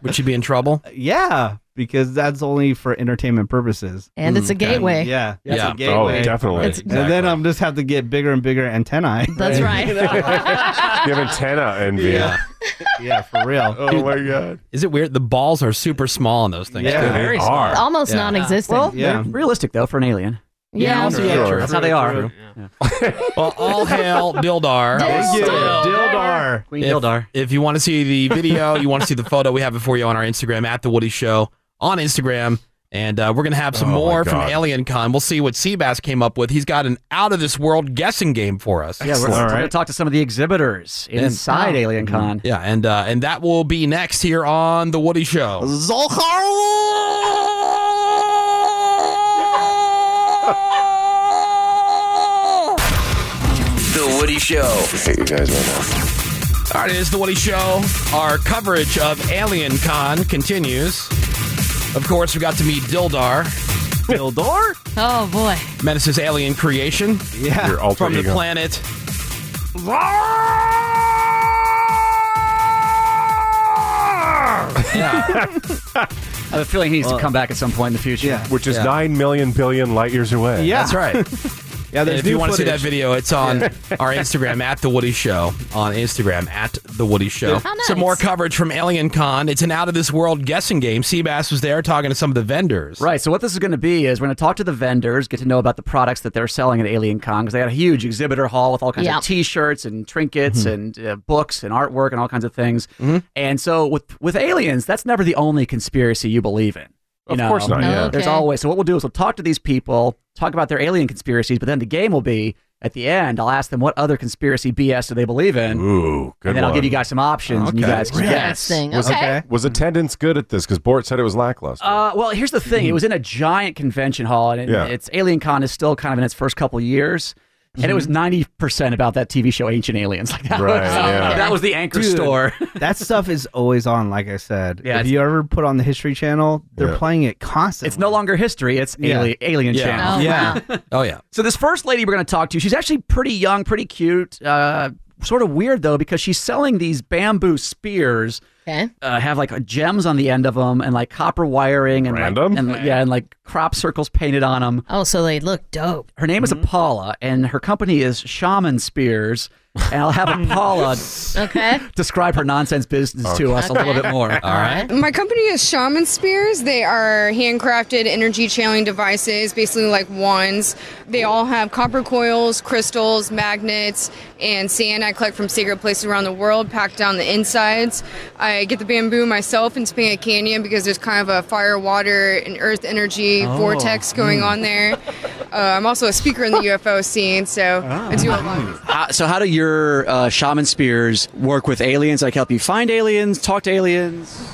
Speaker 2: would you be in trouble?
Speaker 4: Yeah, because that's only for entertainment purposes.
Speaker 1: And it's a
Speaker 4: Okay.
Speaker 1: gateway.
Speaker 4: Yeah,
Speaker 1: Yeah.
Speaker 4: It's
Speaker 1: Yeah.
Speaker 4: a gateway.
Speaker 5: Oh, definitely. It's-
Speaker 4: And then I'm just have to get bigger and bigger antennae.
Speaker 1: That's right.
Speaker 5: You have antenna envy.
Speaker 4: Yeah. yeah, for real.
Speaker 5: Oh my god.
Speaker 2: Is it weird? The balls are super small on those things.
Speaker 8: Yeah,
Speaker 2: too.
Speaker 8: very They small. are.
Speaker 1: Almost non-existent.
Speaker 8: Well,
Speaker 2: Yeah.
Speaker 8: they're realistic though for an alien.
Speaker 1: Yeah.
Speaker 8: Also, yeah,
Speaker 2: Sure.
Speaker 8: that's how they
Speaker 2: True,
Speaker 8: are.
Speaker 2: true. Well, all hail Dildar.
Speaker 8: Thank you.
Speaker 4: Dildar.
Speaker 8: Queen Dildar.
Speaker 2: If, if you want to see the video, you want to see the photo, we have it for you on our Instagram at The Woody Show on Instagram. And uh, we're going to have some
Speaker 5: Oh, my
Speaker 2: more from
Speaker 5: God.
Speaker 2: Alien Con. We'll see what Seabass came up with. He's got an out of this world guessing game for us.
Speaker 8: Yeah, we're, we're going to talk to some of the exhibitors
Speaker 2: And- oh,
Speaker 8: inside Alien Con.
Speaker 2: Yeah, and uh, and that will be next here on The Woody Show.
Speaker 10: The Woody Show. Hit you guys right now.
Speaker 2: All right, it is the Woody Show. Our coverage of Alien Con continues. Of course, we got to meet Dildar.
Speaker 4: Dildar?
Speaker 1: Oh boy.
Speaker 2: Menace's alien creation.
Speaker 4: Yeah.
Speaker 5: Your alter
Speaker 2: From the
Speaker 5: ego.
Speaker 2: planet.
Speaker 8: I have a feeling he needs to come back at some point in the future.
Speaker 5: Which is 9 million billion light years away.
Speaker 8: Yeah.
Speaker 2: That's right.
Speaker 4: yeah,
Speaker 2: And if you want to see that
Speaker 5: footage.
Speaker 2: video, it's on
Speaker 5: Yeah.
Speaker 2: our Instagram at The Woody Show. On Instagram at The Woody Show.
Speaker 5: How
Speaker 2: Some more coverage from Alien Con. It's an out of this world guessing game. Seabass was there talking to some of the vendors.
Speaker 8: Right. So what this is going to be is we're going to talk to the vendors, get to know about the products that they're selling at Alien Con because they had a huge exhibitor hall with all kinds
Speaker 1: Yeah.
Speaker 8: of T-shirts and
Speaker 5: Mm-hmm.
Speaker 8: trinkets and uh, books and artwork and all kinds of things. And so with with aliens, that's never the only conspiracy you believe in. You
Speaker 5: Of
Speaker 8: know?
Speaker 5: course not, yeah. Okay.
Speaker 8: There's always. So what we'll do is we'll talk to these people, talk about their alien conspiracies, but then the game will be At the end, I'll ask them what other conspiracy BS do they believe in.
Speaker 5: Ooh, good
Speaker 8: And then I'll give
Speaker 5: one.
Speaker 8: you guys some options, and you
Speaker 5: Okay.
Speaker 8: guys can guess.
Speaker 5: Was, was attendance good at this? Because Bort said it was lackluster.
Speaker 8: Uh, well, here's the thing. It was in a giant convention hall, and it,
Speaker 5: Yeah.
Speaker 8: it's Alien Con is still kind of in its first couple years. And it was ninety percent about that TV show Ancient Aliens. Like that,
Speaker 4: Right,
Speaker 8: was,
Speaker 4: yeah.
Speaker 8: that was the anchor
Speaker 4: Dude,
Speaker 8: store.
Speaker 4: that stuff is always on. Like I said,
Speaker 8: Yeah,
Speaker 4: if
Speaker 8: it's-
Speaker 4: you ever put on the History Channel, they're
Speaker 8: Yeah.
Speaker 4: playing it constantly.
Speaker 8: It's no longer history. It's
Speaker 4: Yeah.
Speaker 8: alien, alien
Speaker 4: Yeah.
Speaker 8: channel.
Speaker 4: Oh, Yeah.
Speaker 2: Oh yeah.
Speaker 8: So this first lady we're going to talk to, she's actually pretty young, pretty cute. Uh, sort of weird though, because she's selling these bamboo spears.
Speaker 1: Okay.
Speaker 8: Uh, have like gems on the end of them and like copper wiring and
Speaker 5: Random?
Speaker 8: Like, and yeah, and like crop circles painted on them.
Speaker 1: Oh, so they look dope.
Speaker 8: Her name is Apollo, and her company is Shaman Spears. And I'll have Apollo
Speaker 1: okay.
Speaker 8: describe her nonsense business to us a little
Speaker 18: Okay.
Speaker 8: bit more. All right.
Speaker 18: My company is Shaman Spears. They are handcrafted energy channeling devices, basically like wands. They all have copper coils, crystals, magnets, and sand I collect from sacred places around the world, pack down the insides. I get the bamboo myself in Topanga Canyon because there's kind of a fire, water, and earth energy
Speaker 19: Oh.
Speaker 18: vortex going
Speaker 8: hmm.
Speaker 19: Mm.
Speaker 18: on there. Uh, I'm also a speaker in the UFO scene, so I do a lot.
Speaker 16: How, so, how do your uh, shaman spears work with aliens? Like, help you find aliens, talk to aliens?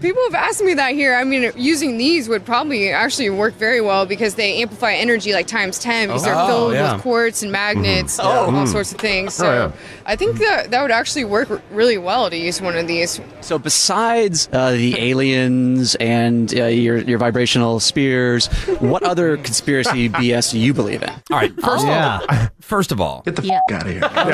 Speaker 18: People have asked me that here. I mean, using these would probably actually work very well because they amplify energy like times 10 because
Speaker 17: Oh,
Speaker 18: they're filled
Speaker 17: yeah.
Speaker 18: with quartz and magnets,
Speaker 17: Mhm. Oh.
Speaker 18: and all
Speaker 17: Mm.
Speaker 18: sorts of things. So
Speaker 17: Oh, yeah.
Speaker 18: I think that that would actually work r- really well to use one of these.
Speaker 16: So, besides uh, the aliens and uh, your your vibrational spears, what other conspiracy BS do you believe in?
Speaker 2: All right, first
Speaker 8: uh,
Speaker 2: of all, first of all,
Speaker 16: get the
Speaker 18: f- out of here.
Speaker 8: you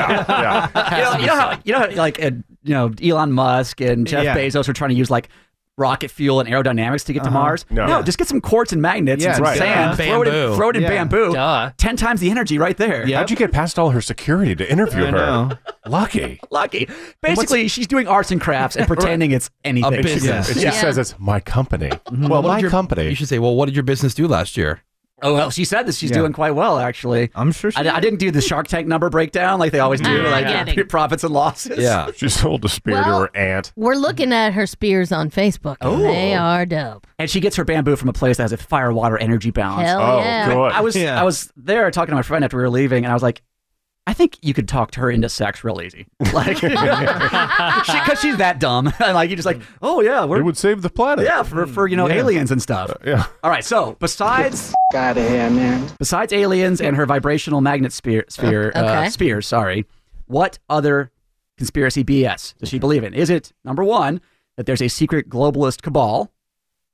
Speaker 8: know, you know how, you know, how, like uh, you know, Elon Musk and Jeff
Speaker 4: Yeah.
Speaker 8: Bezos are trying to use like rocket fuel and aerodynamics to get to
Speaker 4: Uh-huh.
Speaker 8: Mars.
Speaker 4: No.
Speaker 8: No.
Speaker 4: Yeah.
Speaker 8: just get some quartz and magnets
Speaker 4: Yeah,
Speaker 8: and some
Speaker 4: right.
Speaker 8: sand,
Speaker 4: Yeah.
Speaker 8: throw it in,
Speaker 4: Bamboo.
Speaker 8: throw it in
Speaker 4: Yeah.
Speaker 8: bamboo. Ten times the energy right there.
Speaker 5: How'd you get past all her security to interview
Speaker 8: I
Speaker 5: her?
Speaker 8: know.
Speaker 5: Lucky.
Speaker 8: Lucky. Basically, she's doing arts and crafts and pretending it's anything.
Speaker 5: She says- She says it's my company. Well,
Speaker 8: Mm-hmm. What
Speaker 5: my
Speaker 8: did your-
Speaker 5: company.
Speaker 2: You should say, well, what did your business do last year?
Speaker 8: Oh well, she said this. She's
Speaker 2: Yeah.
Speaker 8: doing quite well, actually. I'm sure. She I, I didn't do the Shark Tank number breakdown like they always do,
Speaker 1: Yeah.
Speaker 8: like
Speaker 1: Getting.
Speaker 8: profits and losses.
Speaker 2: Yeah.
Speaker 5: She sold a spear
Speaker 1: Well-
Speaker 5: to her aunt.
Speaker 1: We're looking at her spears on Facebook. and
Speaker 8: Oh.
Speaker 1: They are dope.
Speaker 8: And she gets her bamboo from a place that has a fire water energy balance.
Speaker 1: Hell Oh, yeah. good.
Speaker 8: I was I was there talking to my friend after we were leaving, and I was like, I think you could talk to her into sex real easy, like because she's that dumb. And like you're just like, oh yeah, we're, it would
Speaker 5: save the planet.
Speaker 8: Yeah, for for you know
Speaker 17: Yeah.
Speaker 8: aliens and stuff.
Speaker 5: yeah.
Speaker 8: All right, so besides
Speaker 17: out of here, man.
Speaker 8: besides aliens and her vibrational magnet sphere sphere
Speaker 1: Oh,
Speaker 8: uh,
Speaker 17: Okay.
Speaker 8: spears, sorry, what other conspiracy BS does she believe in? Is it number one that there's a secret globalist cabal?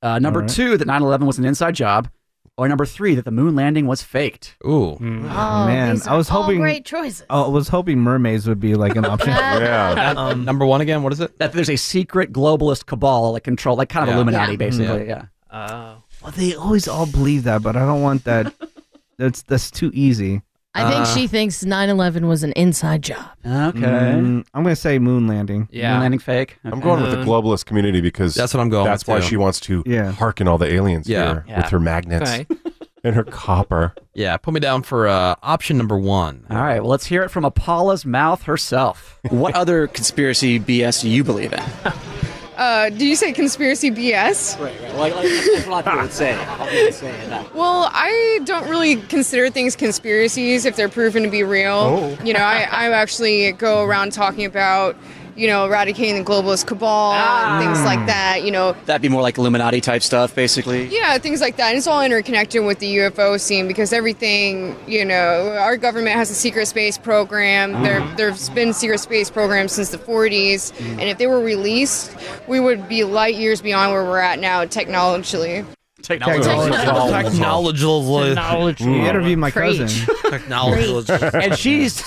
Speaker 8: Uh, number
Speaker 17: All right.
Speaker 8: two that 9/11 was an inside job, or number three that the moon landing was faked?
Speaker 2: Ooh, Hmm.
Speaker 1: Oh,
Speaker 4: man,
Speaker 1: these
Speaker 4: I was
Speaker 1: are all
Speaker 4: hoping-
Speaker 1: great choices.
Speaker 4: I was hoping Um, mermaids would be like an option.
Speaker 2: yeah. number one again. What is it?
Speaker 8: That there's a secret globalist cabal that control, like kind of
Speaker 4: Yeah.
Speaker 8: Illuminati,
Speaker 4: Yeah.
Speaker 8: basically.
Speaker 4: Yeah.
Speaker 2: Mm-hmm.
Speaker 8: Yeah.
Speaker 4: Oh. Well, they always all believe that, but I don't want that. that's that's too easy. Uh,
Speaker 1: I think she thinks 9 11 was an inside job.
Speaker 8: Okay.
Speaker 4: Mm, I'm gonna say moon landing.
Speaker 1: Yeah. Moon landing
Speaker 8: fake.
Speaker 5: I'm going with the globalist community because
Speaker 2: uh, That's what I'm going
Speaker 5: That's
Speaker 2: with,
Speaker 5: why
Speaker 2: too.
Speaker 5: she wants to
Speaker 2: Yeah.
Speaker 5: hearken all the aliens
Speaker 2: Yeah.
Speaker 5: here
Speaker 2: Yeah.
Speaker 5: with her magnets
Speaker 2: Okay.
Speaker 5: and her copper.
Speaker 2: Yeah, put me down for uh, option number one.
Speaker 8: All right, well, let's hear it from Apollo's mouth herself.
Speaker 16: What other conspiracy BS do you believe in?
Speaker 18: Uh, did you say conspiracy BS?
Speaker 16: Right, right. Like, like that's what I would say. I would say it.
Speaker 18: Well, I don't really consider things conspiracies if they're proven to be real.
Speaker 16: Oh.
Speaker 18: You know, I, I actually go around talking about, you know, eradicating the globalist cabal and things like
Speaker 17: Mm.
Speaker 18: that, you know,
Speaker 16: That'd be more like Illuminati type stuff, basically.
Speaker 18: Yeah, things like that. And it's all interconnected with the UFO scene because everything, you know, our government has a secret space program. There,
Speaker 8: Mm-hmm.
Speaker 16: Mhm.
Speaker 18: there's been secret space programs since the 40s, and if they were released, we would be light years beyond where we're at now technologically.
Speaker 2: Technology.
Speaker 4: You interviewed my cousin.
Speaker 2: Technology.
Speaker 8: and she's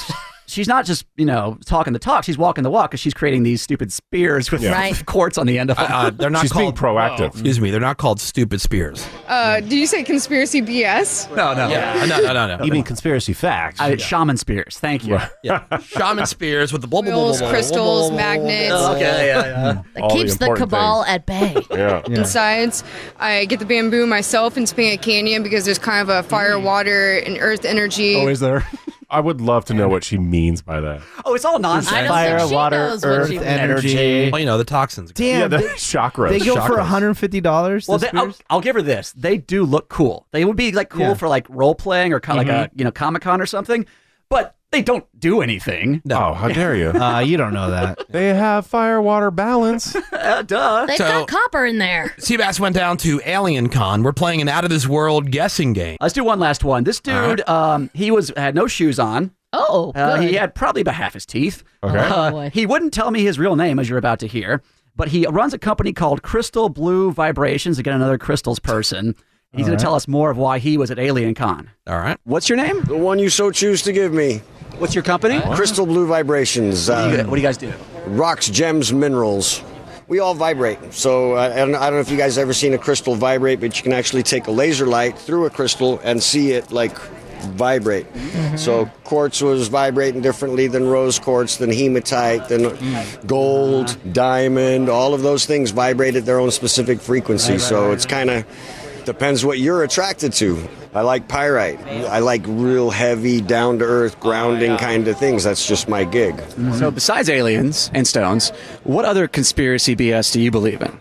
Speaker 8: she's not just you know talking the talk; she's walking the walk because she's creating these stupid spears with
Speaker 2: Yeah. Right.
Speaker 8: quartz on the end of
Speaker 2: Uh,
Speaker 8: them.
Speaker 2: uh, they're not called Excuse me. They're not called stupid spears.
Speaker 18: Uh, did you say conspiracy BS?
Speaker 8: No, no,
Speaker 2: Yeah, no, no, no, no. You mean
Speaker 8: conspiracy facts? Uh, Shaman spears. Thank you.
Speaker 2: Yeah. Shaman spears with the blah blah blah. blah,
Speaker 18: Oils,
Speaker 2: blah, blah, blah,
Speaker 18: crystals,
Speaker 2: blah,
Speaker 18: magnets.
Speaker 2: blah, blah, blah.
Speaker 8: Oh, Okay, yeah, yeah.
Speaker 18: That
Speaker 2: All the
Speaker 18: keeps the,
Speaker 2: important
Speaker 18: cabal
Speaker 2: things.
Speaker 18: at bay.
Speaker 2: Yeah. Yeah.
Speaker 18: Insides, I get the bamboo myself in Topanga Canyon because there's kind of a fire,
Speaker 2: Mm.
Speaker 18: water, and earth energy.
Speaker 2: Oh,
Speaker 8: there?
Speaker 5: I would love to know what she means by that.
Speaker 8: Oh, it's all nonsense.
Speaker 18: I don't Fire, think she water, knows what earth, she- energy.
Speaker 2: Well, you know the toxins.
Speaker 4: Damn,
Speaker 5: Yeah, the
Speaker 4: they-
Speaker 5: chakras.
Speaker 4: They go for
Speaker 5: Chakras.
Speaker 4: 150 dollars.
Speaker 8: Well, they, oh, I'll, I'll give her this. They do look cool. They would be like cool
Speaker 4: Yeah.
Speaker 8: for like role playing or kind of like
Speaker 4: Mhm.
Speaker 8: a you know Comic Con or something. but they don't do anything.
Speaker 5: No, how dare you?
Speaker 4: Uh, you don't know that.
Speaker 5: They have fire water balance.
Speaker 8: duh.
Speaker 1: They've
Speaker 2: Uh, So-
Speaker 1: got copper in there.
Speaker 2: Hmm. Seabass went down to Alien Con. We're playing an out of this world guessing game.
Speaker 8: Let's do one last one. This dude, um, he was had no shoes on.
Speaker 1: Oh,
Speaker 8: Uh,
Speaker 1: good.
Speaker 8: he had probably about half his teeth.
Speaker 1: Okay.
Speaker 8: Uh,
Speaker 1: Oh, boy.
Speaker 8: he wouldn't tell me his real name, as you're about to hear, but he runs a company called Crystal Blue Vibrations. Again, another crystals person. He's going
Speaker 21: All right.
Speaker 8: to tell us more of why he was at Alien Con.
Speaker 2: All right.
Speaker 21: What's your name? The one you so choose to give me. What's your company? Crystal Blue Vibrations. uh,
Speaker 8: do you- what do you guys do?
Speaker 21: Rocks, gems, minerals. We all vibrate. So uh, I, don't, I don't know if you guys ever seen a crystal vibrate, but you can actually take a laser light through a crystal and see it like vibrate. So quartz was vibrating differently than rose quartz, than hematite, than gold, diamond. All of those things vibrate at their own specific frequency. Right, right, so right, it's kind of depends what you're attracted to. I like pyrite. I like real heavy, down to earth, grounding kind of things. That's just my gig.
Speaker 16: So, besides aliens and stones, what other conspiracy BS do you believe in?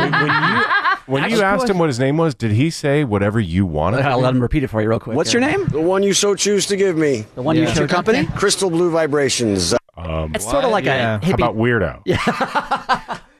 Speaker 5: When you asked him what his name was, did he say whatever you wanted?
Speaker 8: I'll let him repeat it for you real quick.
Speaker 21: What's
Speaker 5: uh,
Speaker 21: your name? The one you so choose to give me. The
Speaker 8: one you Yeah. so-
Speaker 21: your company? Crystal Blue Vibrations. Um,
Speaker 8: It's sorta what? like a Yeah. hippie- How about
Speaker 5: weirdo?
Speaker 8: Yeah.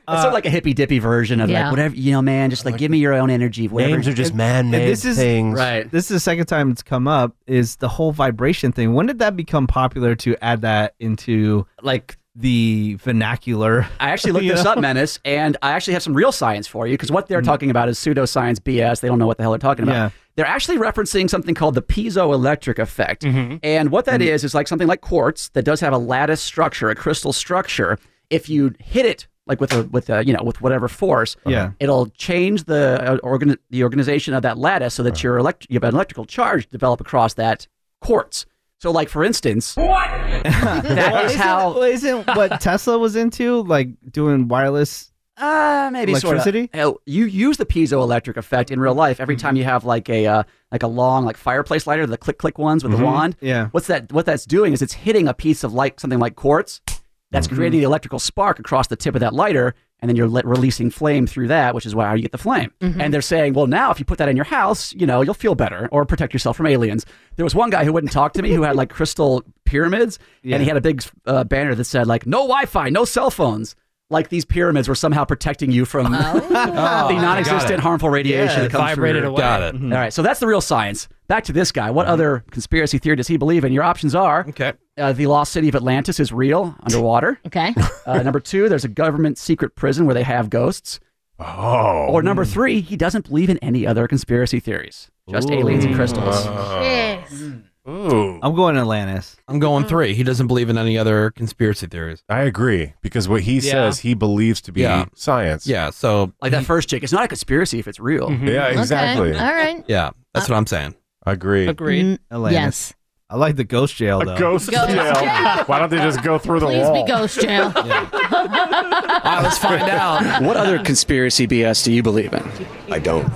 Speaker 8: It's sort of like a hippy dippy version of
Speaker 21: Yeah.
Speaker 8: like whatever you know, man. Just like, give me your own energy. Whatever.
Speaker 4: Names are just
Speaker 8: man-made
Speaker 4: this is right. This is the second time it's come up. Is the whole vibration thing? When did that become popular to add that into like the vernacular?
Speaker 8: I actually looked
Speaker 4: You
Speaker 8: this
Speaker 4: know? Mm.
Speaker 8: up, Menace, and I actually have some real science for you because what they're talking about is pseudoscience BS. They don't know what the hell they're talking about.
Speaker 4: Yeah.
Speaker 8: They're actually referencing something called the piezoelectric effect.
Speaker 4: Mm-hmm.
Speaker 8: And what that is is, like something like quartz that does have a lattice structure, a crystal structure. If you hit it, like with a with a you know with whatever force,
Speaker 4: Yeah.
Speaker 8: it'll change the uh, organ the organization of that lattice so that your elect- you have an electrical charge develop across that quartz. So, like for instance, that is
Speaker 4: isn't,
Speaker 8: how
Speaker 4: well, isn't what Tesla was into like doing wireless?
Speaker 8: Uh, maybe
Speaker 4: electricity. Mm-hmm.
Speaker 8: Sort of, you use the piezoelectric effect in real life every time you have like a uh, like a long like fireplace lighter, the click click ones with
Speaker 4: Mhm.
Speaker 8: the wand.
Speaker 4: Yeah.
Speaker 8: What's that? What that's doing is it's hitting a piece of like something like quartz.
Speaker 4: Mm-hmm.
Speaker 8: That's creating the electrical spark across the tip of that lighter, and then you're le- releasing flame through that, which is why how you get the flame.
Speaker 4: Mm-hmm.
Speaker 8: And they're saying, well, now if you put that in your house, you know, you'll feel better or protect yourself from aliens. There was one guy who wouldn't talk to me who had like crystal pyramids, and he had a big uh, banner that said like, no Wi-Fi, no cell phones. Like these pyramids were somehow protecting you from
Speaker 4: Oh, Got
Speaker 8: the
Speaker 4: it.
Speaker 8: non-existent harmful radiation
Speaker 4: Yeah,
Speaker 8: that comes
Speaker 4: vibrated
Speaker 8: through.
Speaker 4: away. Got it.
Speaker 8: All right, so that's the real science. Back to this guy. What
Speaker 16: Mm-hmm.
Speaker 8: other conspiracy theory does he believe in? Your options are:
Speaker 2: okay,
Speaker 8: uh, the lost city of Atlantis is real underwater.
Speaker 1: okay.
Speaker 8: Uh, number two, there's a government secret prison where they have ghosts.
Speaker 5: Oh.
Speaker 8: Or number three, he doesn't believe in any other conspiracy theories, just aliens and crystals.
Speaker 5: Uh, Ooh.
Speaker 4: I'm going Atlantis.
Speaker 2: I'm going three. He doesn't believe in any other conspiracy theories.
Speaker 5: I agree because what he
Speaker 2: Yeah.
Speaker 5: says he believes to be
Speaker 2: Yeah.
Speaker 5: science.
Speaker 2: Yeah. So
Speaker 8: like
Speaker 16: Mm-hmm.
Speaker 8: that first chick, it's not a conspiracy if it's real.
Speaker 2: Hmm.
Speaker 5: Yeah, exactly.
Speaker 1: All right.
Speaker 2: Yeah, that's what I'm saying.
Speaker 5: Agreed.
Speaker 1: Agreed.
Speaker 4: Atlantis.
Speaker 1: Yes.
Speaker 4: Mm, I like the ghost jail though.
Speaker 5: ghost Ghost jail. jail. Why don't they just go through
Speaker 1: Please be ghost jail.
Speaker 2: All right, let's find out.
Speaker 16: what other conspiracy BS do you believe in?
Speaker 21: I don't.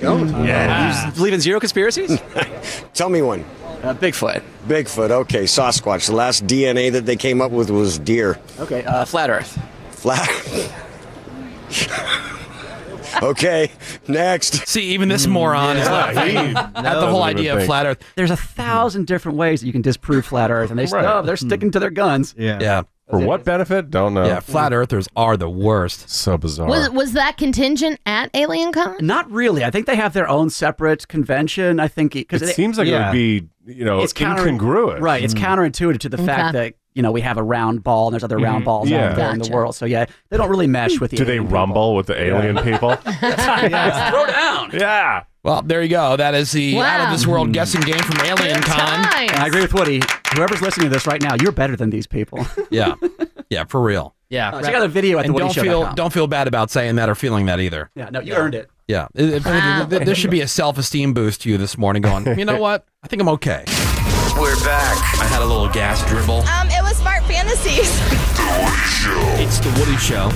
Speaker 16: Don't?
Speaker 21: Yeah.
Speaker 16: You s- believe in zero conspiracies?
Speaker 21: Tell me one.
Speaker 16: Uh, Bigfoot.
Speaker 21: Bigfoot. Okay, Sasquatch. The last DNA that they came up with was deer.
Speaker 16: Okay, uh, flat Earth.
Speaker 21: Flat. okay, next. Hmm.
Speaker 2: See, even this moron is not
Speaker 21: Yeah, he-
Speaker 2: at the whole idea of flat Earth.
Speaker 8: There's a thousand different ways that you can disprove flat Earth, and they
Speaker 2: Right.
Speaker 8: oh, they're sticking to their guns.
Speaker 4: Yeah.
Speaker 2: Yeah.
Speaker 5: For what benefit? Don't know.
Speaker 2: Yeah, flat earthers are the worst.
Speaker 5: So bizarre.
Speaker 1: Was was that contingent at Alien Con?
Speaker 8: Not really. I think they have their own separate convention. I think because
Speaker 5: It seems like it would be, you know, incongruous.
Speaker 8: Right. It's
Speaker 5: Mm.
Speaker 8: counterintuitive to the fact
Speaker 5: Okay.
Speaker 8: that you know we have a round ball and there's other round
Speaker 5: Mhm.
Speaker 8: balls
Speaker 5: Yeah.
Speaker 8: out there in the
Speaker 5: Gotcha.
Speaker 8: world. So yeah, they don't really mesh with the.
Speaker 5: Do they rumble with the alien people?
Speaker 8: Throw down.
Speaker 5: Yeah.
Speaker 2: Well, there you go. That is the out of this world guessing game from Alien Con.
Speaker 8: And I agree with Woody. Whoever's listening to this right now, you're better than these people.
Speaker 2: Yeah. Yeah, for real. Oh,
Speaker 8: Yeah. check out the video at
Speaker 2: and
Speaker 8: the
Speaker 2: don't feel don't feel bad about saying that or feeling that either.
Speaker 8: Yeah, no, you earned it.
Speaker 2: Yeah. It- it- th- there should be a self esteem boost to you this morning going, you know what? I think I'm okay.
Speaker 10: We're back.
Speaker 2: I had a little gas dribble.
Speaker 19: Um, it was Smart Fantasies.
Speaker 2: It's the Woody Show.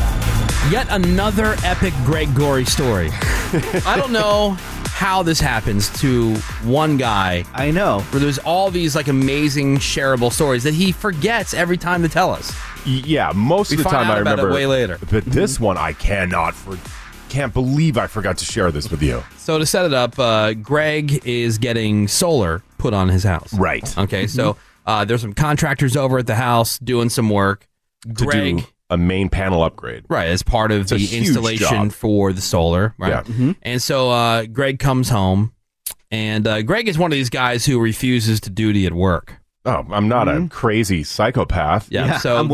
Speaker 2: Yet another epic Greg Gory story. I don't know how this happens to one guy.
Speaker 4: I know.
Speaker 2: Where there's all these like amazing shareable stories that he forgets every time to tell us.
Speaker 5: Yeah, most
Speaker 2: We
Speaker 5: of the
Speaker 2: find
Speaker 5: time
Speaker 2: out
Speaker 5: I
Speaker 2: about it
Speaker 5: remember
Speaker 2: way later.
Speaker 5: But this one I cannot for can't believe I forgot to share this with you.
Speaker 2: So to set it up, uh, Greg is getting solar put on his house. Right. Okay. So
Speaker 5: Mm-hmm.
Speaker 2: uh, there's some contractors over at the house doing some work.
Speaker 5: to
Speaker 2: Greg,
Speaker 5: do a main panel upgrade.
Speaker 2: Right, as part of
Speaker 5: It's a
Speaker 2: the
Speaker 5: huge
Speaker 2: installation
Speaker 5: job.
Speaker 2: for the solar. Right.
Speaker 5: Yeah.
Speaker 2: And so uh, Greg comes home, and uh, Greg is one of these guys who refuses to duty at work.
Speaker 5: Oh, I'm not a crazy psychopath.
Speaker 2: Yeah, so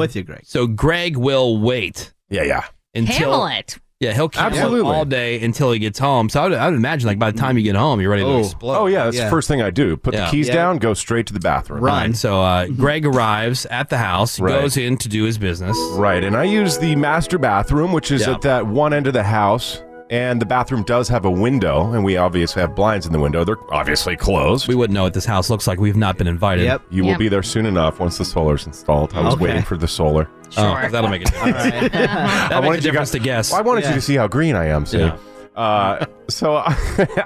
Speaker 2: So Greg will wait.
Speaker 5: Yeah, yeah.
Speaker 2: Until
Speaker 1: Handle it.
Speaker 2: Yeah, he'll keep
Speaker 5: Absolutely.
Speaker 2: all day until he gets home. So I would, I would imagine, like by the time you get home, you're ready to
Speaker 5: Oh.
Speaker 2: explode.
Speaker 5: Oh, yeah, that's the first thing I do. Put the keys down,
Speaker 2: go straight to the bathroom. Run.
Speaker 5: Right. Mm-hmm.
Speaker 2: So uh, Greg arrives at the house,
Speaker 5: Right.
Speaker 2: goes in to do his business.
Speaker 5: Right, and I use the master bathroom, which is
Speaker 2: Yeah.
Speaker 5: at that one end of the house. And the bathroom does have a window, and we obviously have blinds in the window. They're obviously closed.
Speaker 2: We wouldn't know what this house looks like. We've not been invited. Yep.
Speaker 5: You will
Speaker 2: Yep.
Speaker 5: be there soon enough once the solar's installed. I was
Speaker 2: Okay.
Speaker 5: waiting for the solar.
Speaker 2: Oh, that'll make a difference. that
Speaker 5: I
Speaker 2: makes a
Speaker 5: wanted you
Speaker 2: difference
Speaker 5: guys
Speaker 2: to guess.
Speaker 5: I wanted you to see how green I am, see.
Speaker 2: Yeah.
Speaker 5: Uh, so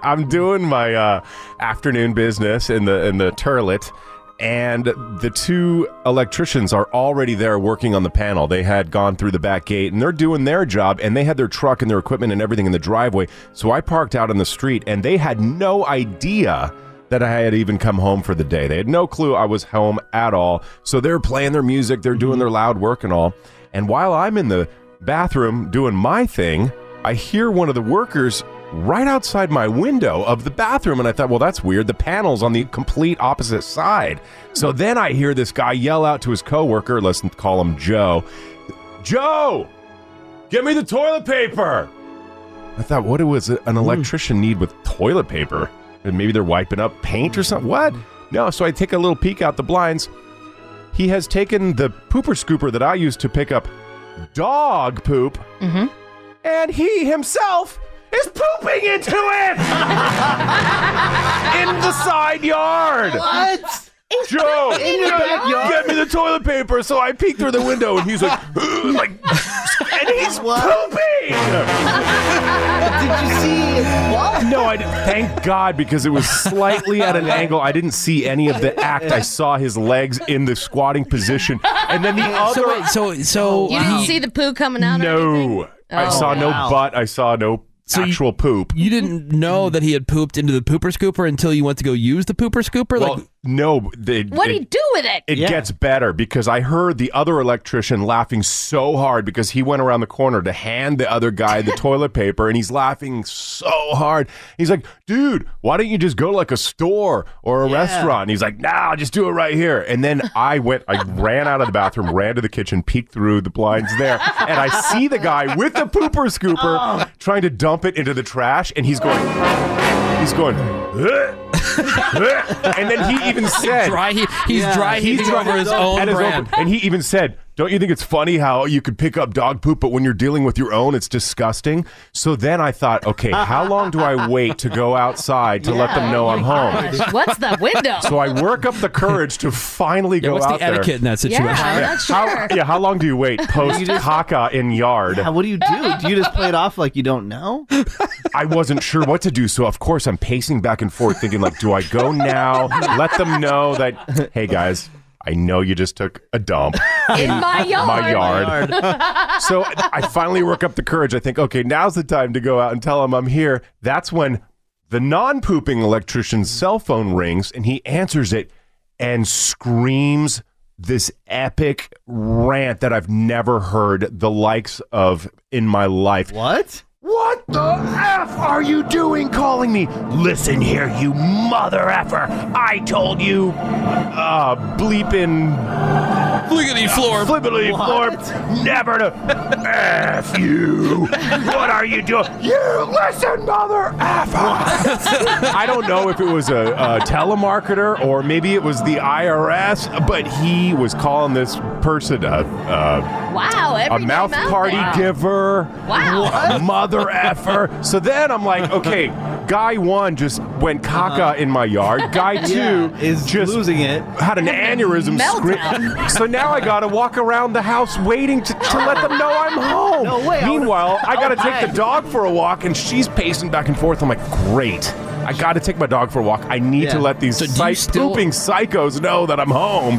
Speaker 5: I'm doing my uh, afternoon business in the in the turlet, and the two electricians are already there working on the panel. They had gone through the back gate and they're doing their job, and they had their truck and their equipment and everything in the driveway. So I parked out in the street, and they had no idea that I had even come home for the day. They had no clue I was home at all. So they're playing their music, they're doing their loud work and all. And while I'm in the bathroom doing my thing, I hear one of the workers right outside my window of the bathroom. And I thought, well, that's weird. The panel's on the complete opposite side. So then I hear this guy yell out to his coworker, let's call him Joe Joe, give me the toilet paper. Hmm. I thought, what was it an electrician need with toilet paper? And maybe they're wiping up paint or something. What? No. So I take a little peek out the blinds. He has taken the pooper scooper that I used to pick up dog poop,
Speaker 7: Mm-hmm.
Speaker 5: and he himself is pooping into it in the side yard.
Speaker 7: What?
Speaker 5: Joe,
Speaker 7: In your
Speaker 5: get-
Speaker 7: backyard?
Speaker 5: get me the toilet paper. So I peek through the window, and he's like, like, and he's
Speaker 7: Did you see what?
Speaker 5: No, I thank God because it was slightly at an angle. I didn't see any of the act. I saw his legs in the squatting position, and then the other.
Speaker 1: So wait,
Speaker 2: so so
Speaker 1: You didn't see the poo coming out? or anything?
Speaker 5: Oh, no, I
Speaker 1: Oh,
Speaker 5: saw
Speaker 1: wow.
Speaker 5: no butt. I saw no actual poop.
Speaker 2: You didn't know that he had pooped into the pooper scooper until you went to go use the pooper scooper.
Speaker 5: Well,
Speaker 2: like,
Speaker 5: no, they,
Speaker 1: What'd
Speaker 5: it,
Speaker 1: he do with it?
Speaker 5: it gets better because I heard the other electrician laughing so hard because he went around the corner to hand the other guy the toilet paper and he's laughing so hard. He's like, dude, why don't you just go to like a store or a restaurant? And he's like, nah, I'll just do it right here. And then I went, I ran out of the bathroom, ran to the kitchen, peeked through the blinds there, and I see the guy with the pooper scooper trying to dump it into the trash and he's going, he's going, "Ugh." and then he even said,
Speaker 2: Dry he- he's dry heating over his own
Speaker 5: at his
Speaker 2: brand.
Speaker 5: and he even said, "Don't you think it's funny how you could pick up dog poop, but when you're dealing with your own, it's disgusting." So then I thought, okay, how long do I wait to go outside to let them know I'm home?
Speaker 1: Gosh, what's the window?
Speaker 5: So I work up the courage to finally go
Speaker 2: what's the
Speaker 5: out there.
Speaker 2: etiquette in that Yeah,
Speaker 1: situation? I'm not
Speaker 5: How,
Speaker 1: sure.
Speaker 5: yeah, how long do you wait post caca in yard?
Speaker 4: Yeah, what do you do? Do you just play it off like you don't know?
Speaker 5: I wasn't sure what to do, so of course I'm pacing back and forth, thinking like, do I go now? Let them know that, hey guys, I know you just took a dump
Speaker 1: In my yard.
Speaker 5: My yard. so I finally work up the courage. I think, okay, now's the time to go out and tell them I'm here. That's when the non-pooping electrician's cell phone rings, and he answers it and screams this epic rant that I've never heard the likes of in my life. What? What the F are you doing calling me? Listen here, you mother effer. I told you, uh, bleepin'.
Speaker 2: Fliggity florp.
Speaker 5: Flippity florp. Never to. F you. What are you doing? You listen, mother effer. I don't know if it was a, a telemarketer or maybe it was the IRS, but he was calling this person a. Uh,
Speaker 1: Wow,
Speaker 5: a
Speaker 1: every
Speaker 5: mouth
Speaker 1: name out
Speaker 5: party
Speaker 1: there.
Speaker 5: giver.
Speaker 1: Wow.
Speaker 5: Wha- Mother effer. So then I'm like, okay, guy one just went caca uh, in my yard. Guy two Uh-huh. is just losing it. Had an aneurysm.
Speaker 7: Meltdown.
Speaker 5: Scri- so now I gotta walk around the house waiting to, to let them know I'm home.
Speaker 7: No way, I would've-
Speaker 5: Meanwhile, I gotta
Speaker 7: Oh,
Speaker 5: take
Speaker 7: my.
Speaker 5: the dog for a walk, and she's pacing back and forth. I'm like, great. I gotta take my dog for a walk. I need to let these psych- pooping psychos know that I'm home.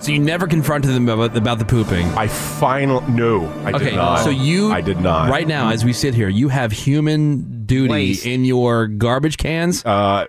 Speaker 2: So you never confronted them about, about the pooping.
Speaker 5: I final no. I
Speaker 2: okay,
Speaker 5: did not.
Speaker 2: so you
Speaker 5: I did not.
Speaker 2: Right now, as we sit here, you have human duty in your garbage cans.
Speaker 5: Uh,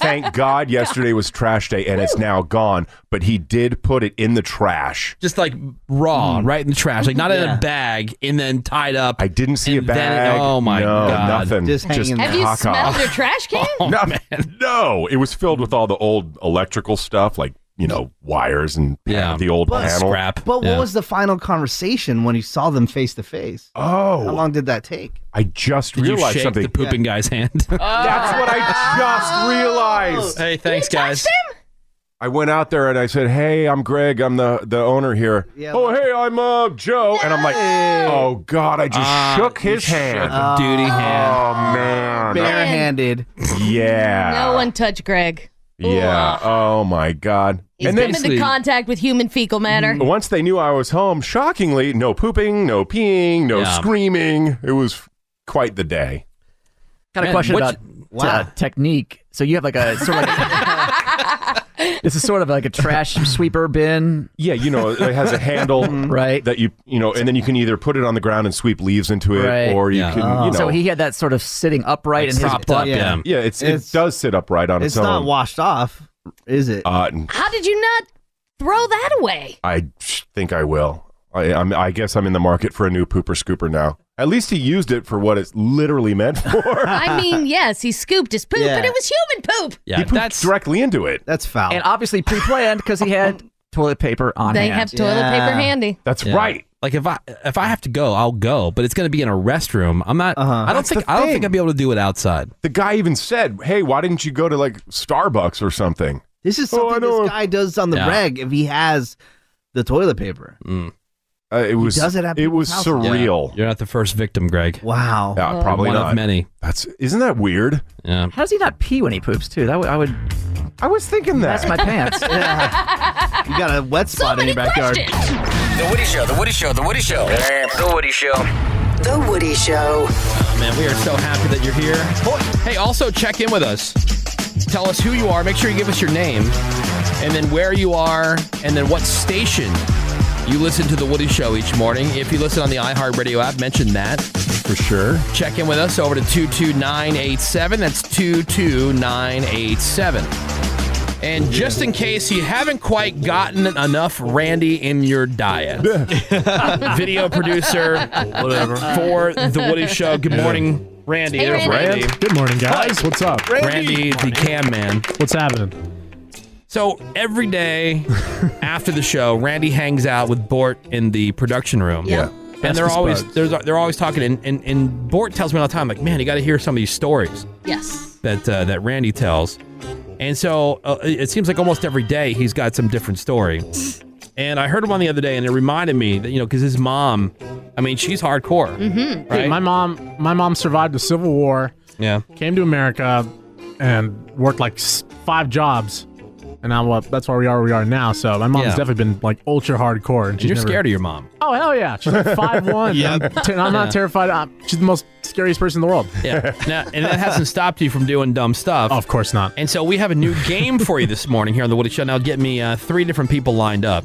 Speaker 5: Thank God yesterday was trash day and it's now gone, but he did put it in the trash.
Speaker 2: Just like raw,
Speaker 5: Hmm.
Speaker 2: right in the trash, like not in a bag and then tied up. I
Speaker 5: didn't see a
Speaker 2: Then,
Speaker 5: bag.
Speaker 2: oh my
Speaker 5: No,
Speaker 2: god,
Speaker 5: nothing. Just Just hanging there.
Speaker 1: Have you
Speaker 5: Cock
Speaker 1: smelled
Speaker 5: off.
Speaker 1: your trash can?
Speaker 2: oh,
Speaker 5: no, man. No, it was filled with all the old electrical stuff, like, you know, wires and yeah. the old panel.
Speaker 4: But what was the final conversation when you saw them face to face?
Speaker 5: Oh,
Speaker 4: how long did that take?
Speaker 5: I just
Speaker 2: Did you
Speaker 5: realized
Speaker 2: shake
Speaker 5: something.
Speaker 2: the pooping guy's hand?
Speaker 5: That's what I just realized.
Speaker 2: Hey, thanks, guys.
Speaker 5: I went out there and I said, "Hey, I'm Greg. I'm the the owner here." oh, hey, I'm uh Joe, and I'm like, "Oh God, I just
Speaker 2: Ah,
Speaker 5: shook
Speaker 2: you
Speaker 5: his
Speaker 2: shook
Speaker 5: hand,
Speaker 2: the duty hand.
Speaker 5: Oh man,
Speaker 1: Barehanded.
Speaker 5: Yeah,
Speaker 1: No one touch Greg.
Speaker 5: yeah. Oh my God. Mm,
Speaker 1: He's come into contact with human fecal matter.
Speaker 5: once they knew I was home, shockingly, no pooping, no peeing, no
Speaker 1: Yeah.
Speaker 5: screaming. It was quite the day.
Speaker 8: Got a
Speaker 5: Man,
Speaker 8: question
Speaker 5: what's-
Speaker 8: about
Speaker 5: Wow.
Speaker 8: uh, technique. So you have like a sort of like this is sort of like a trash sweeper bin.
Speaker 5: Yeah, you know, it has a handle,
Speaker 8: right?
Speaker 5: That you you know, and then you can either put it on the ground and sweep leaves into it,
Speaker 8: Right. Oh.
Speaker 5: or you can you know.
Speaker 8: So he had that sort of sitting upright and his butt.
Speaker 5: yeah. Yeah, it's, it does sit upright on its,
Speaker 4: It's not
Speaker 5: own.
Speaker 4: washed off, is it?
Speaker 5: Uh,
Speaker 1: How did you not throw that away?
Speaker 5: I think I will. I, I'm, I guess I'm in the market for a new pooper scooper now. At least he used it for what it's literally meant for.
Speaker 1: I mean, yes, he scooped his poop,
Speaker 5: Yeah.
Speaker 1: but it was human poop.
Speaker 5: he pooped directly into it.
Speaker 4: That's foul.
Speaker 8: And obviously pre-planned because he had toilet paper on
Speaker 1: They
Speaker 8: hand.
Speaker 1: have toilet paper handy.
Speaker 5: That's
Speaker 2: Yeah. Like if I if I have to go, I'll go, but it's going to be in a restroom. I'm not.
Speaker 4: Uh-huh.
Speaker 2: I don't
Speaker 5: That's
Speaker 2: think
Speaker 5: the
Speaker 2: I don't think
Speaker 5: thing.
Speaker 2: I'd be able to do it outside.
Speaker 5: The guy even said, "Hey, why didn't you go to like Starbucks or something?"
Speaker 4: This is something this guy does on the
Speaker 5: Yeah.
Speaker 4: reg if he has the toilet paper.
Speaker 2: Mm.
Speaker 5: Uh, it was
Speaker 4: does it at
Speaker 5: it
Speaker 4: people's
Speaker 5: was
Speaker 4: houses.
Speaker 5: surreal.
Speaker 2: You're not the first victim, Greg.
Speaker 4: Wow.
Speaker 5: Yeah, probably
Speaker 2: One
Speaker 5: not.
Speaker 2: of many.
Speaker 5: That's isn't that weird?
Speaker 2: Yeah.
Speaker 8: How does he not pee when he poops too? That would I would.
Speaker 5: I was thinking that.
Speaker 8: That's my pants.
Speaker 4: You got a wet spot in your backyard.
Speaker 10: The Woody Show, The Woody Show, The Woody Show. The Woody Show.
Speaker 2: The Woody Show. Oh, man, we are so happy that you're here. Hey, also check in with us. Tell us who you are. Make sure you give us your name, and then where you are, and then what station you listen to The Woody Show each morning. If you listen on the iHeartRadio app, mention that.
Speaker 5: For sure.
Speaker 2: Check in with us over to 22987. That's 22987. And just in case you haven't quite gotten enough Randy in your diet, video producer
Speaker 7: Whatever.
Speaker 2: for The Woody Show. Good morning, Randy.
Speaker 7: Hey, Randy. Good morning, guys. What's up?
Speaker 2: Randy, the cam man.
Speaker 22: What's happening?
Speaker 2: So every day after the show, Randy hangs out with Bort in the production room.
Speaker 22: Yeah.
Speaker 2: And
Speaker 22: Best
Speaker 2: they're
Speaker 22: of
Speaker 2: always
Speaker 22: buds.
Speaker 2: they're, they're always talking, and, and, and Bort tells me all the time, like, man, you got to hear some of these stories
Speaker 1: Yes.
Speaker 2: that uh, that Randy tells, and so uh, it it seems like almost every day he's got some different story. And I heard one the other day, and it reminded me that you know because his mom, I mean, she's hardcore,
Speaker 22: Mhm.
Speaker 2: right?
Speaker 22: Dude, my mom, my mom survived the Civil War.
Speaker 2: Yeah.
Speaker 22: Came to America and worked like s- five jobs, and now what? That's why we are where we are now. So my mom's
Speaker 2: Yeah.
Speaker 22: definitely been like ultra hardcore, and
Speaker 2: And
Speaker 22: she's
Speaker 2: you're
Speaker 22: never-
Speaker 2: scared of your mom.
Speaker 22: Oh hell yeah! She's like five one.
Speaker 2: Yeah.
Speaker 22: I'm, ter- I'm
Speaker 2: Yeah.
Speaker 22: not terrified. i she's the most scariest person in the world.
Speaker 2: Yeah. Now, and that hasn't stopped you from doing dumb stuff. of
Speaker 22: course not.
Speaker 2: And so we have a new game for you this morning here on The Woody Show. Now, get me uh, three different people lined up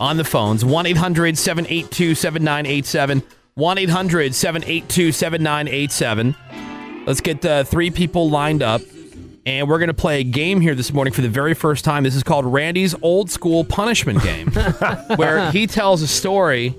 Speaker 2: on the phones 1 800 782 7987. 1 800 782 7987. Let's get uh, three people lined up. And we're going to play a game here this morning for the very first time. This is called Randy's Old School Punishment Game, where he tells a story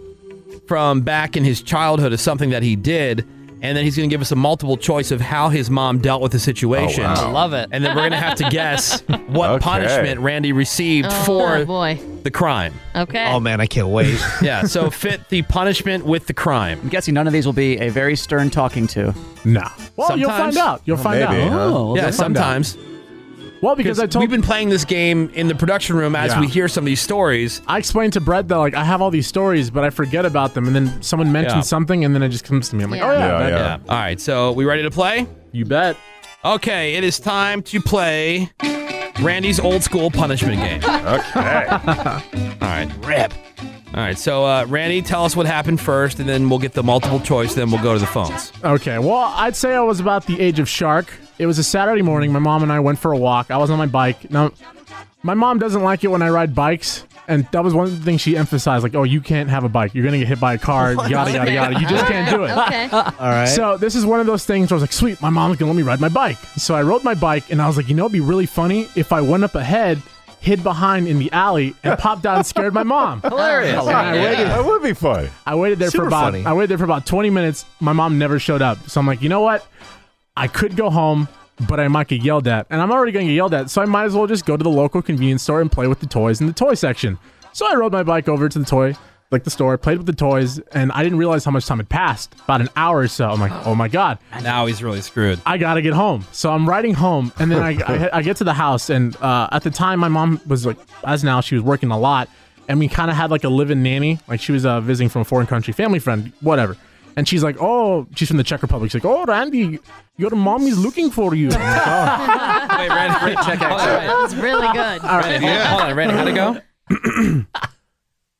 Speaker 2: from back in his childhood of something that he did. And then he's going to give us a multiple choice of how his mom dealt with the situation.
Speaker 22: Oh, wow. I love
Speaker 2: it. And then we're going to have to guess what
Speaker 22: Okay.
Speaker 2: punishment Randy received
Speaker 1: Oh,
Speaker 2: for
Speaker 1: boy.
Speaker 2: the crime.
Speaker 1: Okay.
Speaker 2: Um.
Speaker 1: Oh,
Speaker 4: man, I can't wait.
Speaker 2: yeah, so fit the punishment with the crime.
Speaker 8: I'm guessing none of these will be a very stern talking to.
Speaker 22: No. Well, you'll find out. You'll find out.
Speaker 2: yeah,
Speaker 22: you'll find out.
Speaker 2: sometimes.
Speaker 22: Well, because I told
Speaker 2: we've been playing this game in the production room as
Speaker 22: Yeah.
Speaker 2: we hear some of these stories.
Speaker 22: I explained to Brett that like I have all these stories, but I forget about them, and then someone mentions
Speaker 2: Yeah.
Speaker 22: something, and then it just comes to me. I'm like, oh yeah, that-
Speaker 2: All right, so we ready to play?
Speaker 22: You bet.
Speaker 2: Okay, it is time to play Randy's old school punishment game.
Speaker 5: okay.
Speaker 2: All right. Rip. All right, so uh, Randy, tell us what happened first, and then we'll get the multiple choice. Then we'll go to the phones.
Speaker 22: Okay, well, I'd say I was about the age of shark. It was a Saturday morning. My mom and I went for a walk. I was on my bike. Now, my mom doesn't like it when I ride bikes And that was one of the things she emphasized, like, "Oh, you can't have a bike. You're gonna get hit by a car. Yada yada yada. You just can't do it."
Speaker 7: Okay.
Speaker 22: All right. So this is one of those things where I was like, sweet, my mom's gonna let me ride my bike. So I rode my bike and I was like, you know, it'd be really funny if I went up ahead, hid behind in the alley, and popped out and scared my mom.
Speaker 7: Hilarious.
Speaker 22: And I
Speaker 7: Yeah.
Speaker 22: waited-
Speaker 7: That
Speaker 5: would be fun.
Speaker 22: I waited there for
Speaker 7: Super
Speaker 22: about
Speaker 7: funny.
Speaker 22: I waited there for about 20 minutes. My mom never showed up. So I'm like, you know what? I could go home, but I might get yelled at. And I'm already gonna get yelled at, so I might as well just go to the local convenience store and play with the toys in the toy section. So I rode my bike over to the toy, like the store, played with the toys, and I didn't realize how much time had passed. About an hour or so. I'm like, oh my god.
Speaker 2: Now he's really screwed.
Speaker 22: I gotta get home. So I'm riding home, and then I, I, I get to the house, and uh, at the time, my mom was like, as now, she was working a lot, and we kind of had like a live-in nanny, like she was uh, visiting from a foreign country, family friend, whatever. And she's like, oh, she's from the Czech Republic. She's like, oh, Randy, your mommy's looking for you. I'm like, "Oh."
Speaker 2: Wait, Randy, great check
Speaker 1: That was really good.
Speaker 22: All right.
Speaker 2: Hold on, Randy, how'd it go?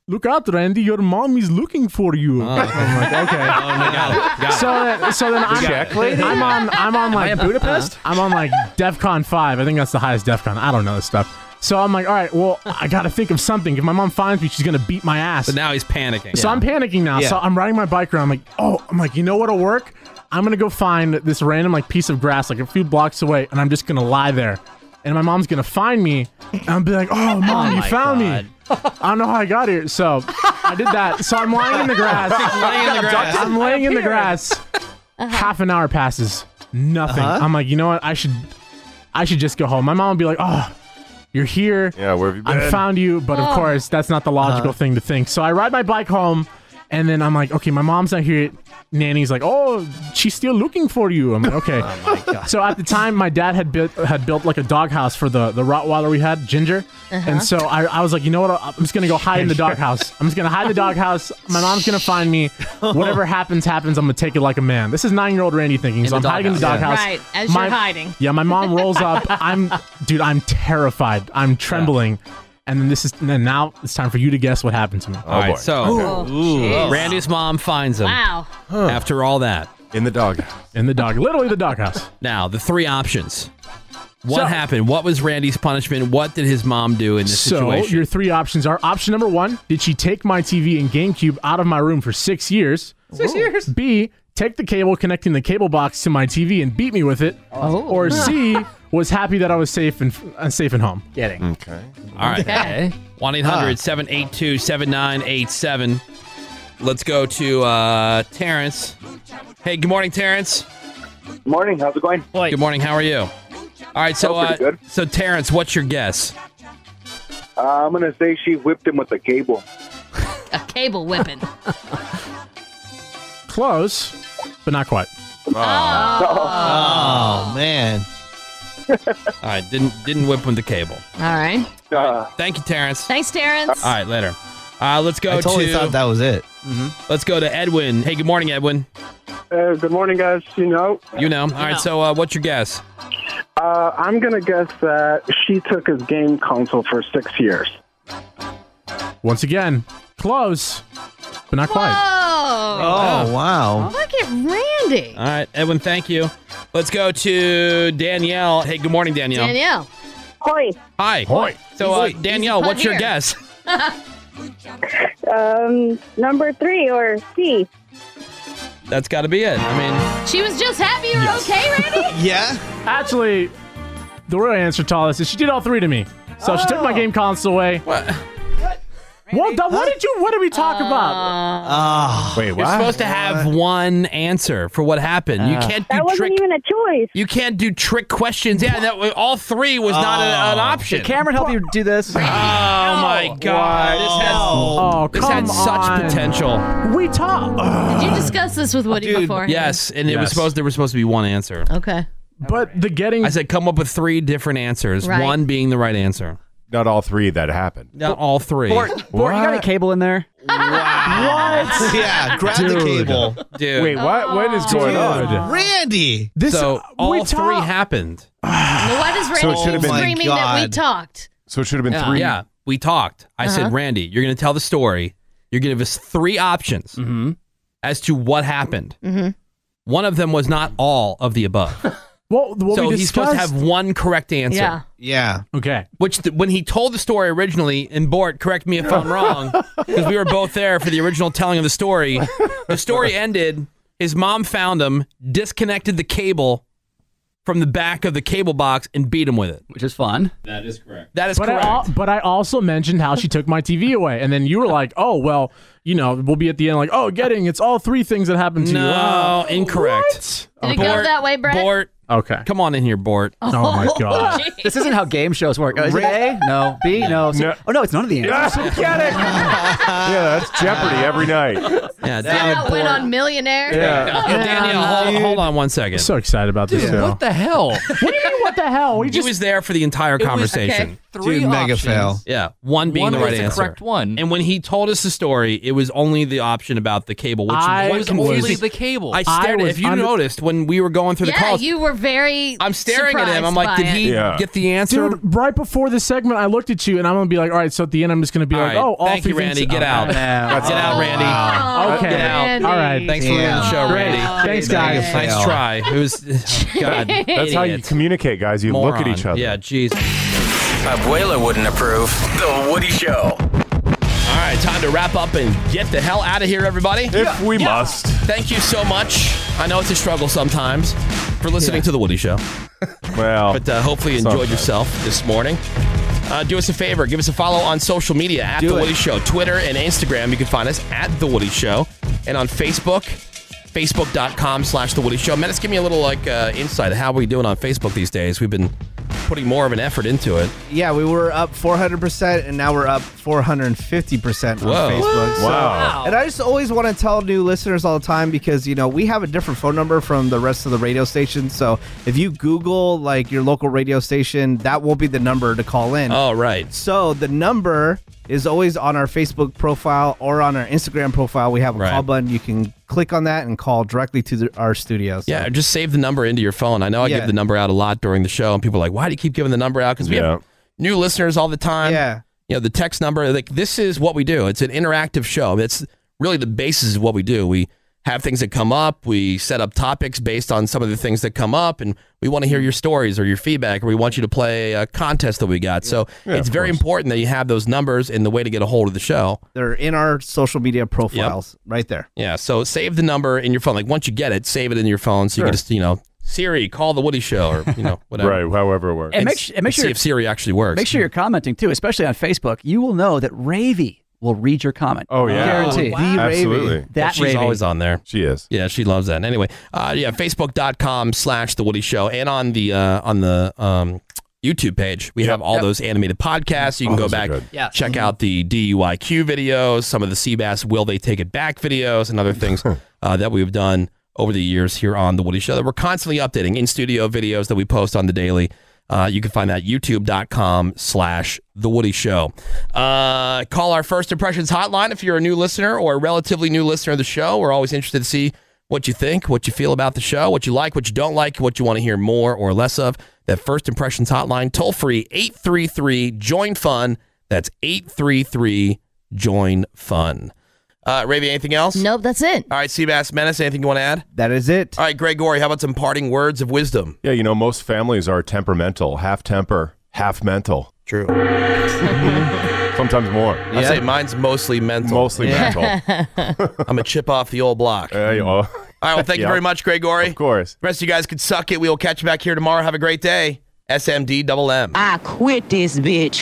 Speaker 22: Look out, Randy, your mom is looking for you.
Speaker 7: Uh-huh.
Speaker 22: I'm like, Oh, okay.
Speaker 2: Oh,
Speaker 22: so, then- so then I'm,
Speaker 7: Check, lady?
Speaker 22: I'm on I'm on
Speaker 7: Am I
Speaker 22: like uh,
Speaker 7: in Budapest?
Speaker 22: I'm on like DefCon five. I think that's the highest DefCon. I don't know this stuff. So I'm like, all right, well, I gotta think of something. If my mom finds me, she's gonna beat my ass.
Speaker 2: But now he's panicking.
Speaker 22: So I'm panicking now.
Speaker 2: Yeah.
Speaker 22: So I'm riding my bike around. I'm like, oh, I'm like, you know what'll work? I'm gonna go find this random like piece of grass like a few blocks away, and I'm just gonna lie there. And my mom's gonna find me, and I'll be like, oh, mom, you
Speaker 7: my
Speaker 22: found me. I don't know how I got here. So I did that. So I'm lying in the grass.
Speaker 7: Laying in the grass.
Speaker 22: I'm laying in the grass. Half an hour passes. Nothing.
Speaker 7: Uh-huh.
Speaker 22: I'm like, you know what? I should, I should just go home. My mom would be like, oh, you're here.
Speaker 5: Yeah, where have you
Speaker 22: I
Speaker 5: been?
Speaker 22: found you, but of
Speaker 5: Oh.
Speaker 22: course, that's not the logical
Speaker 5: Uh-huh.
Speaker 22: thing to think. So I ride my bike home, and then I'm like, okay, my mom's not here. Nanny's like, oh, she's still looking for you. I'm like, okay. So at the time, my dad had built had built like a doghouse for the the Rottweiler we had, Ginger,
Speaker 7: Uh-huh.
Speaker 22: and so I, I was like, you know what? I'm just gonna go hide in the
Speaker 7: Ginger.
Speaker 22: doghouse. I'm just gonna hide in the doghouse. My mom's gonna find me. Whatever happens, happens. I'm gonna take it like a man. This is nine year old Randy thinking. so I'm
Speaker 1: the
Speaker 22: hiding in the
Speaker 1: doghouse.
Speaker 22: doghouse.
Speaker 1: Right, as you're hiding.
Speaker 22: Yeah, my mom rolls up. I'm, dude, I'm terrified. I'm trembling. And then this is, and then now it's time for you to guess what happened to me.
Speaker 2: All right, so
Speaker 22: Oh,
Speaker 1: Ooh. jeez.
Speaker 2: Randy's mom finds him.
Speaker 1: Wow.
Speaker 2: After all that,
Speaker 5: in the dog,
Speaker 22: in the dog, literally the doghouse.
Speaker 2: Now the three options. What
Speaker 22: So-
Speaker 2: happened? What was Randy's punishment? What did his mom do in this
Speaker 22: so
Speaker 2: situation?
Speaker 22: your three options are option number one did she take my tv and gamecube out of my room for six years six years b take the cable connecting the cable box to my tv and beat me with it oh. or c was happy that i was safe and uh, safe and home
Speaker 2: Getting okay. All
Speaker 22: Okay.
Speaker 2: right. One 1-800-782-7987. Let's go to uh, Terrence. Hey, good morning, Terrence. Good
Speaker 20: morning. How's it going?
Speaker 2: Good morning. How are you? All right. So,
Speaker 20: Oh, pretty
Speaker 2: uh, so Terrence, what's your guess?
Speaker 20: Uh, I'm gonna say she whipped him with a cable.
Speaker 1: A cable whipping.
Speaker 22: close but not quite
Speaker 2: Oh man. All right, didn't didn't whip him with the cable.
Speaker 1: All right.
Speaker 2: Thank you, Terrence.
Speaker 1: Thanks, Terrence.
Speaker 2: All right, later. Uh, let's go.
Speaker 20: I totally
Speaker 2: to,
Speaker 20: thought that
Speaker 2: was it. Let's go to Edwin. Hey, good morning, Edwin.
Speaker 20: Uh, good morning, guys. Oh. You know,
Speaker 2: You know. All right. So, uh, what's your guess?
Speaker 20: uh, I'm gonna guess that she took his game console for six years.
Speaker 22: once again close but not quite
Speaker 1: Oh.
Speaker 2: wow.
Speaker 1: Look at Randy.
Speaker 2: All right, Edwin. Thank you. Let's go to Danielle. Hey, good morning, Danielle.
Speaker 1: Danielle.
Speaker 17: Hoi.
Speaker 2: Hi.
Speaker 20: Hoi.
Speaker 2: So, uh,
Speaker 20: He's- he's
Speaker 2: Danielle,
Speaker 20: not
Speaker 2: what's your
Speaker 20: here.
Speaker 2: guess?
Speaker 5: Mm.
Speaker 17: um, number three or C.
Speaker 2: That's got to be it. I mean.
Speaker 1: She was just happy you were okay, Randy?
Speaker 22: yeah actually the real answer to all this is she did all three to me so she took my game console away what well, Dom, what did you? What did we talk about?
Speaker 2: Oh,
Speaker 5: wait,
Speaker 2: You're
Speaker 22: what?
Speaker 2: supposed to have one answer for what happened. you
Speaker 6: Uh,
Speaker 2: can't do
Speaker 17: That wasn't
Speaker 2: trick.
Speaker 17: even a choice.
Speaker 2: You can't do trick questions. Yeah, that wa- all three was not an,
Speaker 5: Oh.
Speaker 2: an option.
Speaker 4: Did Cameron help you do this? Oh
Speaker 2: my God! This has
Speaker 4: Oh,
Speaker 2: this had
Speaker 4: come
Speaker 2: such
Speaker 4: on.
Speaker 2: potential.
Speaker 22: We talked.
Speaker 1: Did you discuss this with Woody before?
Speaker 2: Yes, and it was
Speaker 22: Yes.
Speaker 2: supposed there was supposed to be one answer.
Speaker 1: Okay.
Speaker 22: But the
Speaker 4: Mm.
Speaker 22: getting
Speaker 2: I said come up with three different answers,
Speaker 1: Right.
Speaker 2: one being the right answer.
Speaker 5: Not all three that happened.
Speaker 2: Not all three.
Speaker 5: Bort- Bort, you got a
Speaker 2: cable in there?
Speaker 7: What?
Speaker 20: Yeah, grab
Speaker 5: the cable.
Speaker 2: Dude.
Speaker 5: Wait, what? What is going on?
Speaker 20: Randy.
Speaker 2: This, so all
Speaker 5: we
Speaker 2: three happened.
Speaker 1: Why does
Speaker 5: So it
Speaker 1: Randy
Speaker 5: should have
Speaker 1: keep
Speaker 5: been-
Speaker 1: screaming
Speaker 5: My
Speaker 1: that we
Speaker 5: God.
Speaker 1: talked?
Speaker 5: So it should have been
Speaker 2: yeah.
Speaker 5: three.
Speaker 2: Yeah, we talked. I
Speaker 1: Uh-huh.
Speaker 2: said, Randy, you're going to tell the story. You're going to give us three options
Speaker 5: Mm-hmm.
Speaker 2: as to what happened.
Speaker 1: Mm-hmm.
Speaker 2: One of them was not all of the above.
Speaker 22: Well, what
Speaker 2: so
Speaker 22: we
Speaker 2: he's supposed to
Speaker 22: discussed-
Speaker 2: have one correct answer.
Speaker 22: Yeah.
Speaker 3: Yeah.
Speaker 22: Okay.
Speaker 2: Which th- when he told the story originally, and Bort, correct me if I'm wrong, because we were both there for the original telling of the story. The story ended. His mom found him, disconnected the cable from the back of the cable box, and beat him with it,
Speaker 8: which is fun.
Speaker 13: That is correct.
Speaker 2: That is
Speaker 22: but
Speaker 2: correct.
Speaker 22: I al- but I also mentioned how she took my TV away, and then you were like, "Oh well, you know, we'll be at the end like, oh, getting it's all three things that happened to you."
Speaker 2: No,
Speaker 22: Wow.
Speaker 2: incorrect.
Speaker 1: Did it go that way, Brett?
Speaker 2: Bort.
Speaker 22: Okay.
Speaker 2: Come on in here, Bort.
Speaker 1: Oh, my God.
Speaker 8: this isn't how game shows work. Oh, Is it A? No. B? No. C? Oh no, it's none of the answers.
Speaker 5: Get it? yeah, that's Jeopardy every night.
Speaker 2: Yeah,
Speaker 1: Is that how it went on Millionaire?
Speaker 5: Yeah.
Speaker 2: Yeah, Danielle, hold, hold on one second.
Speaker 22: So excited about
Speaker 2: Dude,
Speaker 22: this. show.
Speaker 2: what the hell? what
Speaker 22: do you mean? What the hell? We
Speaker 2: he was there for the entire
Speaker 22: It was-
Speaker 2: conversation.
Speaker 22: okay, three Dude, mega options. fail.
Speaker 2: Yeah, one being
Speaker 22: One
Speaker 2: the
Speaker 22: was
Speaker 2: right
Speaker 22: the
Speaker 2: answer.
Speaker 22: correct
Speaker 2: one. And when he told us the story, it was only the option about the cable, which
Speaker 22: I
Speaker 2: was,
Speaker 22: was-
Speaker 2: confusing.
Speaker 22: Only the cable.
Speaker 2: I
Speaker 22: I
Speaker 2: stared. at
Speaker 22: was
Speaker 2: if you
Speaker 22: under-
Speaker 2: noticed when we were going through
Speaker 1: yeah,
Speaker 2: the calls,
Speaker 1: you were very.
Speaker 2: I'm staring at him. I'm like,
Speaker 1: surprised
Speaker 2: did
Speaker 1: by
Speaker 2: he
Speaker 1: it.
Speaker 2: get the answer?
Speaker 22: Dude, right before the segment, I looked at you, and I'm gonna be like, "All right." So at the end, I'm just gonna be
Speaker 2: All
Speaker 22: like,
Speaker 2: right.
Speaker 22: "Oh, all
Speaker 2: Thank
Speaker 22: three
Speaker 2: you, Randy.
Speaker 22: things-
Speaker 2: Get
Speaker 22: Okay.
Speaker 2: out. Get out, Randy.
Speaker 22: Wow. Okay.
Speaker 2: Get out.
Speaker 22: All right.
Speaker 2: Thanks for running the show,
Speaker 22: Great.
Speaker 2: Randy.
Speaker 22: Thanks, guys.
Speaker 2: Nice try. It was God.
Speaker 5: That's how you
Speaker 2: idiot.
Speaker 5: communicate, guys. You look at
Speaker 2: Moron.
Speaker 5: each other.
Speaker 2: Yeah, jeez.
Speaker 10: Abuela wouldn't approve. The Woody Show.
Speaker 2: All right, time to wrap up and get the hell out of here, everybody. If
Speaker 5: we must.
Speaker 2: Thank you so much. I know it's a struggle sometimes for listening to The Woody Show.
Speaker 5: Well,
Speaker 2: but uh, hopefully you enjoyed yourself this morning. Uh, do us a favor, give us a follow on social media at
Speaker 5: Do
Speaker 2: The
Speaker 5: it.
Speaker 2: Woody Show, Twitter and Instagram. You can find us at The Woody Show and on Facebook, facebook.com slash The Woody Show. Menace, give me a little like uh, insight. How are we doing on Facebook these days? We've been putting more of an effort into it.
Speaker 3: Yeah, we were up 400% and now we're up 450% on
Speaker 2: Whoa.
Speaker 3: Facebook.
Speaker 2: Wow.
Speaker 3: And I just always want to tell new listeners all the time because, you know, we have a different phone number from the rest of the radio stations. So if you Google like your local radio station, that will be the number to call in.
Speaker 2: Oh, right.
Speaker 3: So the number is always on our Facebook profile or on our Instagram profile. We have a call button. You can click on that and call directly to the, our studios.
Speaker 2: Yeah, just save the number into your phone. I know I
Speaker 3: Yeah.
Speaker 2: give the number out a lot during the show, and people are like, "Why do you keep giving the number out?" Because we
Speaker 5: Yeah.
Speaker 2: have new listeners all the time. Yeah, you know the text number. Like this is what we do. It's an interactive show. That's really the basis of what we do. We have things that come up. We set up topics based on some of the things that come up, and we want to hear your stories or your feedback, or we want you to play a contest that we got. So
Speaker 3: Yeah,
Speaker 2: it's
Speaker 3: of
Speaker 2: very important that you have those numbers and the way to get a hold of the show.
Speaker 3: They're in our social media profiles right there.
Speaker 2: Yeah, so save the number in your phone. Like once you get it, save it in your phone so you
Speaker 3: Sure.
Speaker 2: can just, you know, Siri, call the Woody Show or, you know, whatever.
Speaker 5: Right, however it works.
Speaker 2: And,
Speaker 8: And make
Speaker 2: s-
Speaker 8: su- and make
Speaker 2: and see
Speaker 8: sure-
Speaker 2: if Siri actually works.
Speaker 8: Make sure you're commenting too, especially on Facebook. You will know that Ravy will read your comment.
Speaker 5: Oh yeah,
Speaker 8: guarantee.
Speaker 5: absolutely.
Speaker 8: That
Speaker 2: she's
Speaker 8: Ravy.
Speaker 2: always on there.
Speaker 5: She is.
Speaker 2: Yeah, she loves that. Anyway, uh, yeah, facebook.com slash the Woody Show and on the uh, on the um, YouTube page, we have all
Speaker 8: Yep.
Speaker 2: those animated podcasts. You can
Speaker 8: Oh,
Speaker 2: go
Speaker 8: those are
Speaker 2: back,
Speaker 8: good. Yeah.
Speaker 2: check out the DUIQ videos, some of the Seabass Will They Take It Back videos, and other things uh, that we've done over the years here on The Woody Show that we're constantly updating in studio videos that we post on the daily. Uh, you can find that youtube.com slash the woody show uh, call our first impressions hotline if you're a new listener or a relatively new listener of the show we're always interested to see what you think what you feel about the show what you like what you don't like what you want to hear more or less of that first impressions hotline toll free 833 join fun that's 833 join fun uh, Ravi, anything else?
Speaker 1: Nope, that's it.
Speaker 2: All right, Seabass Menace, anything you want to add?
Speaker 3: That is it.
Speaker 2: All right, Gregory, how about some parting words of wisdom?
Speaker 5: Yeah, you know, most families are temperamental, half temper, half mental.
Speaker 2: True.
Speaker 5: Sometimes more.
Speaker 2: I say mine's mostly mental.
Speaker 5: Mostly mental.
Speaker 2: I'm a chip off the old block.
Speaker 5: All right,
Speaker 2: well, thank you very much, Gregory. Of
Speaker 5: course.
Speaker 2: The rest of you guys could suck it. We will catch you back here tomorrow. Have a great day. SMD double M.
Speaker 6: I quit this bitch.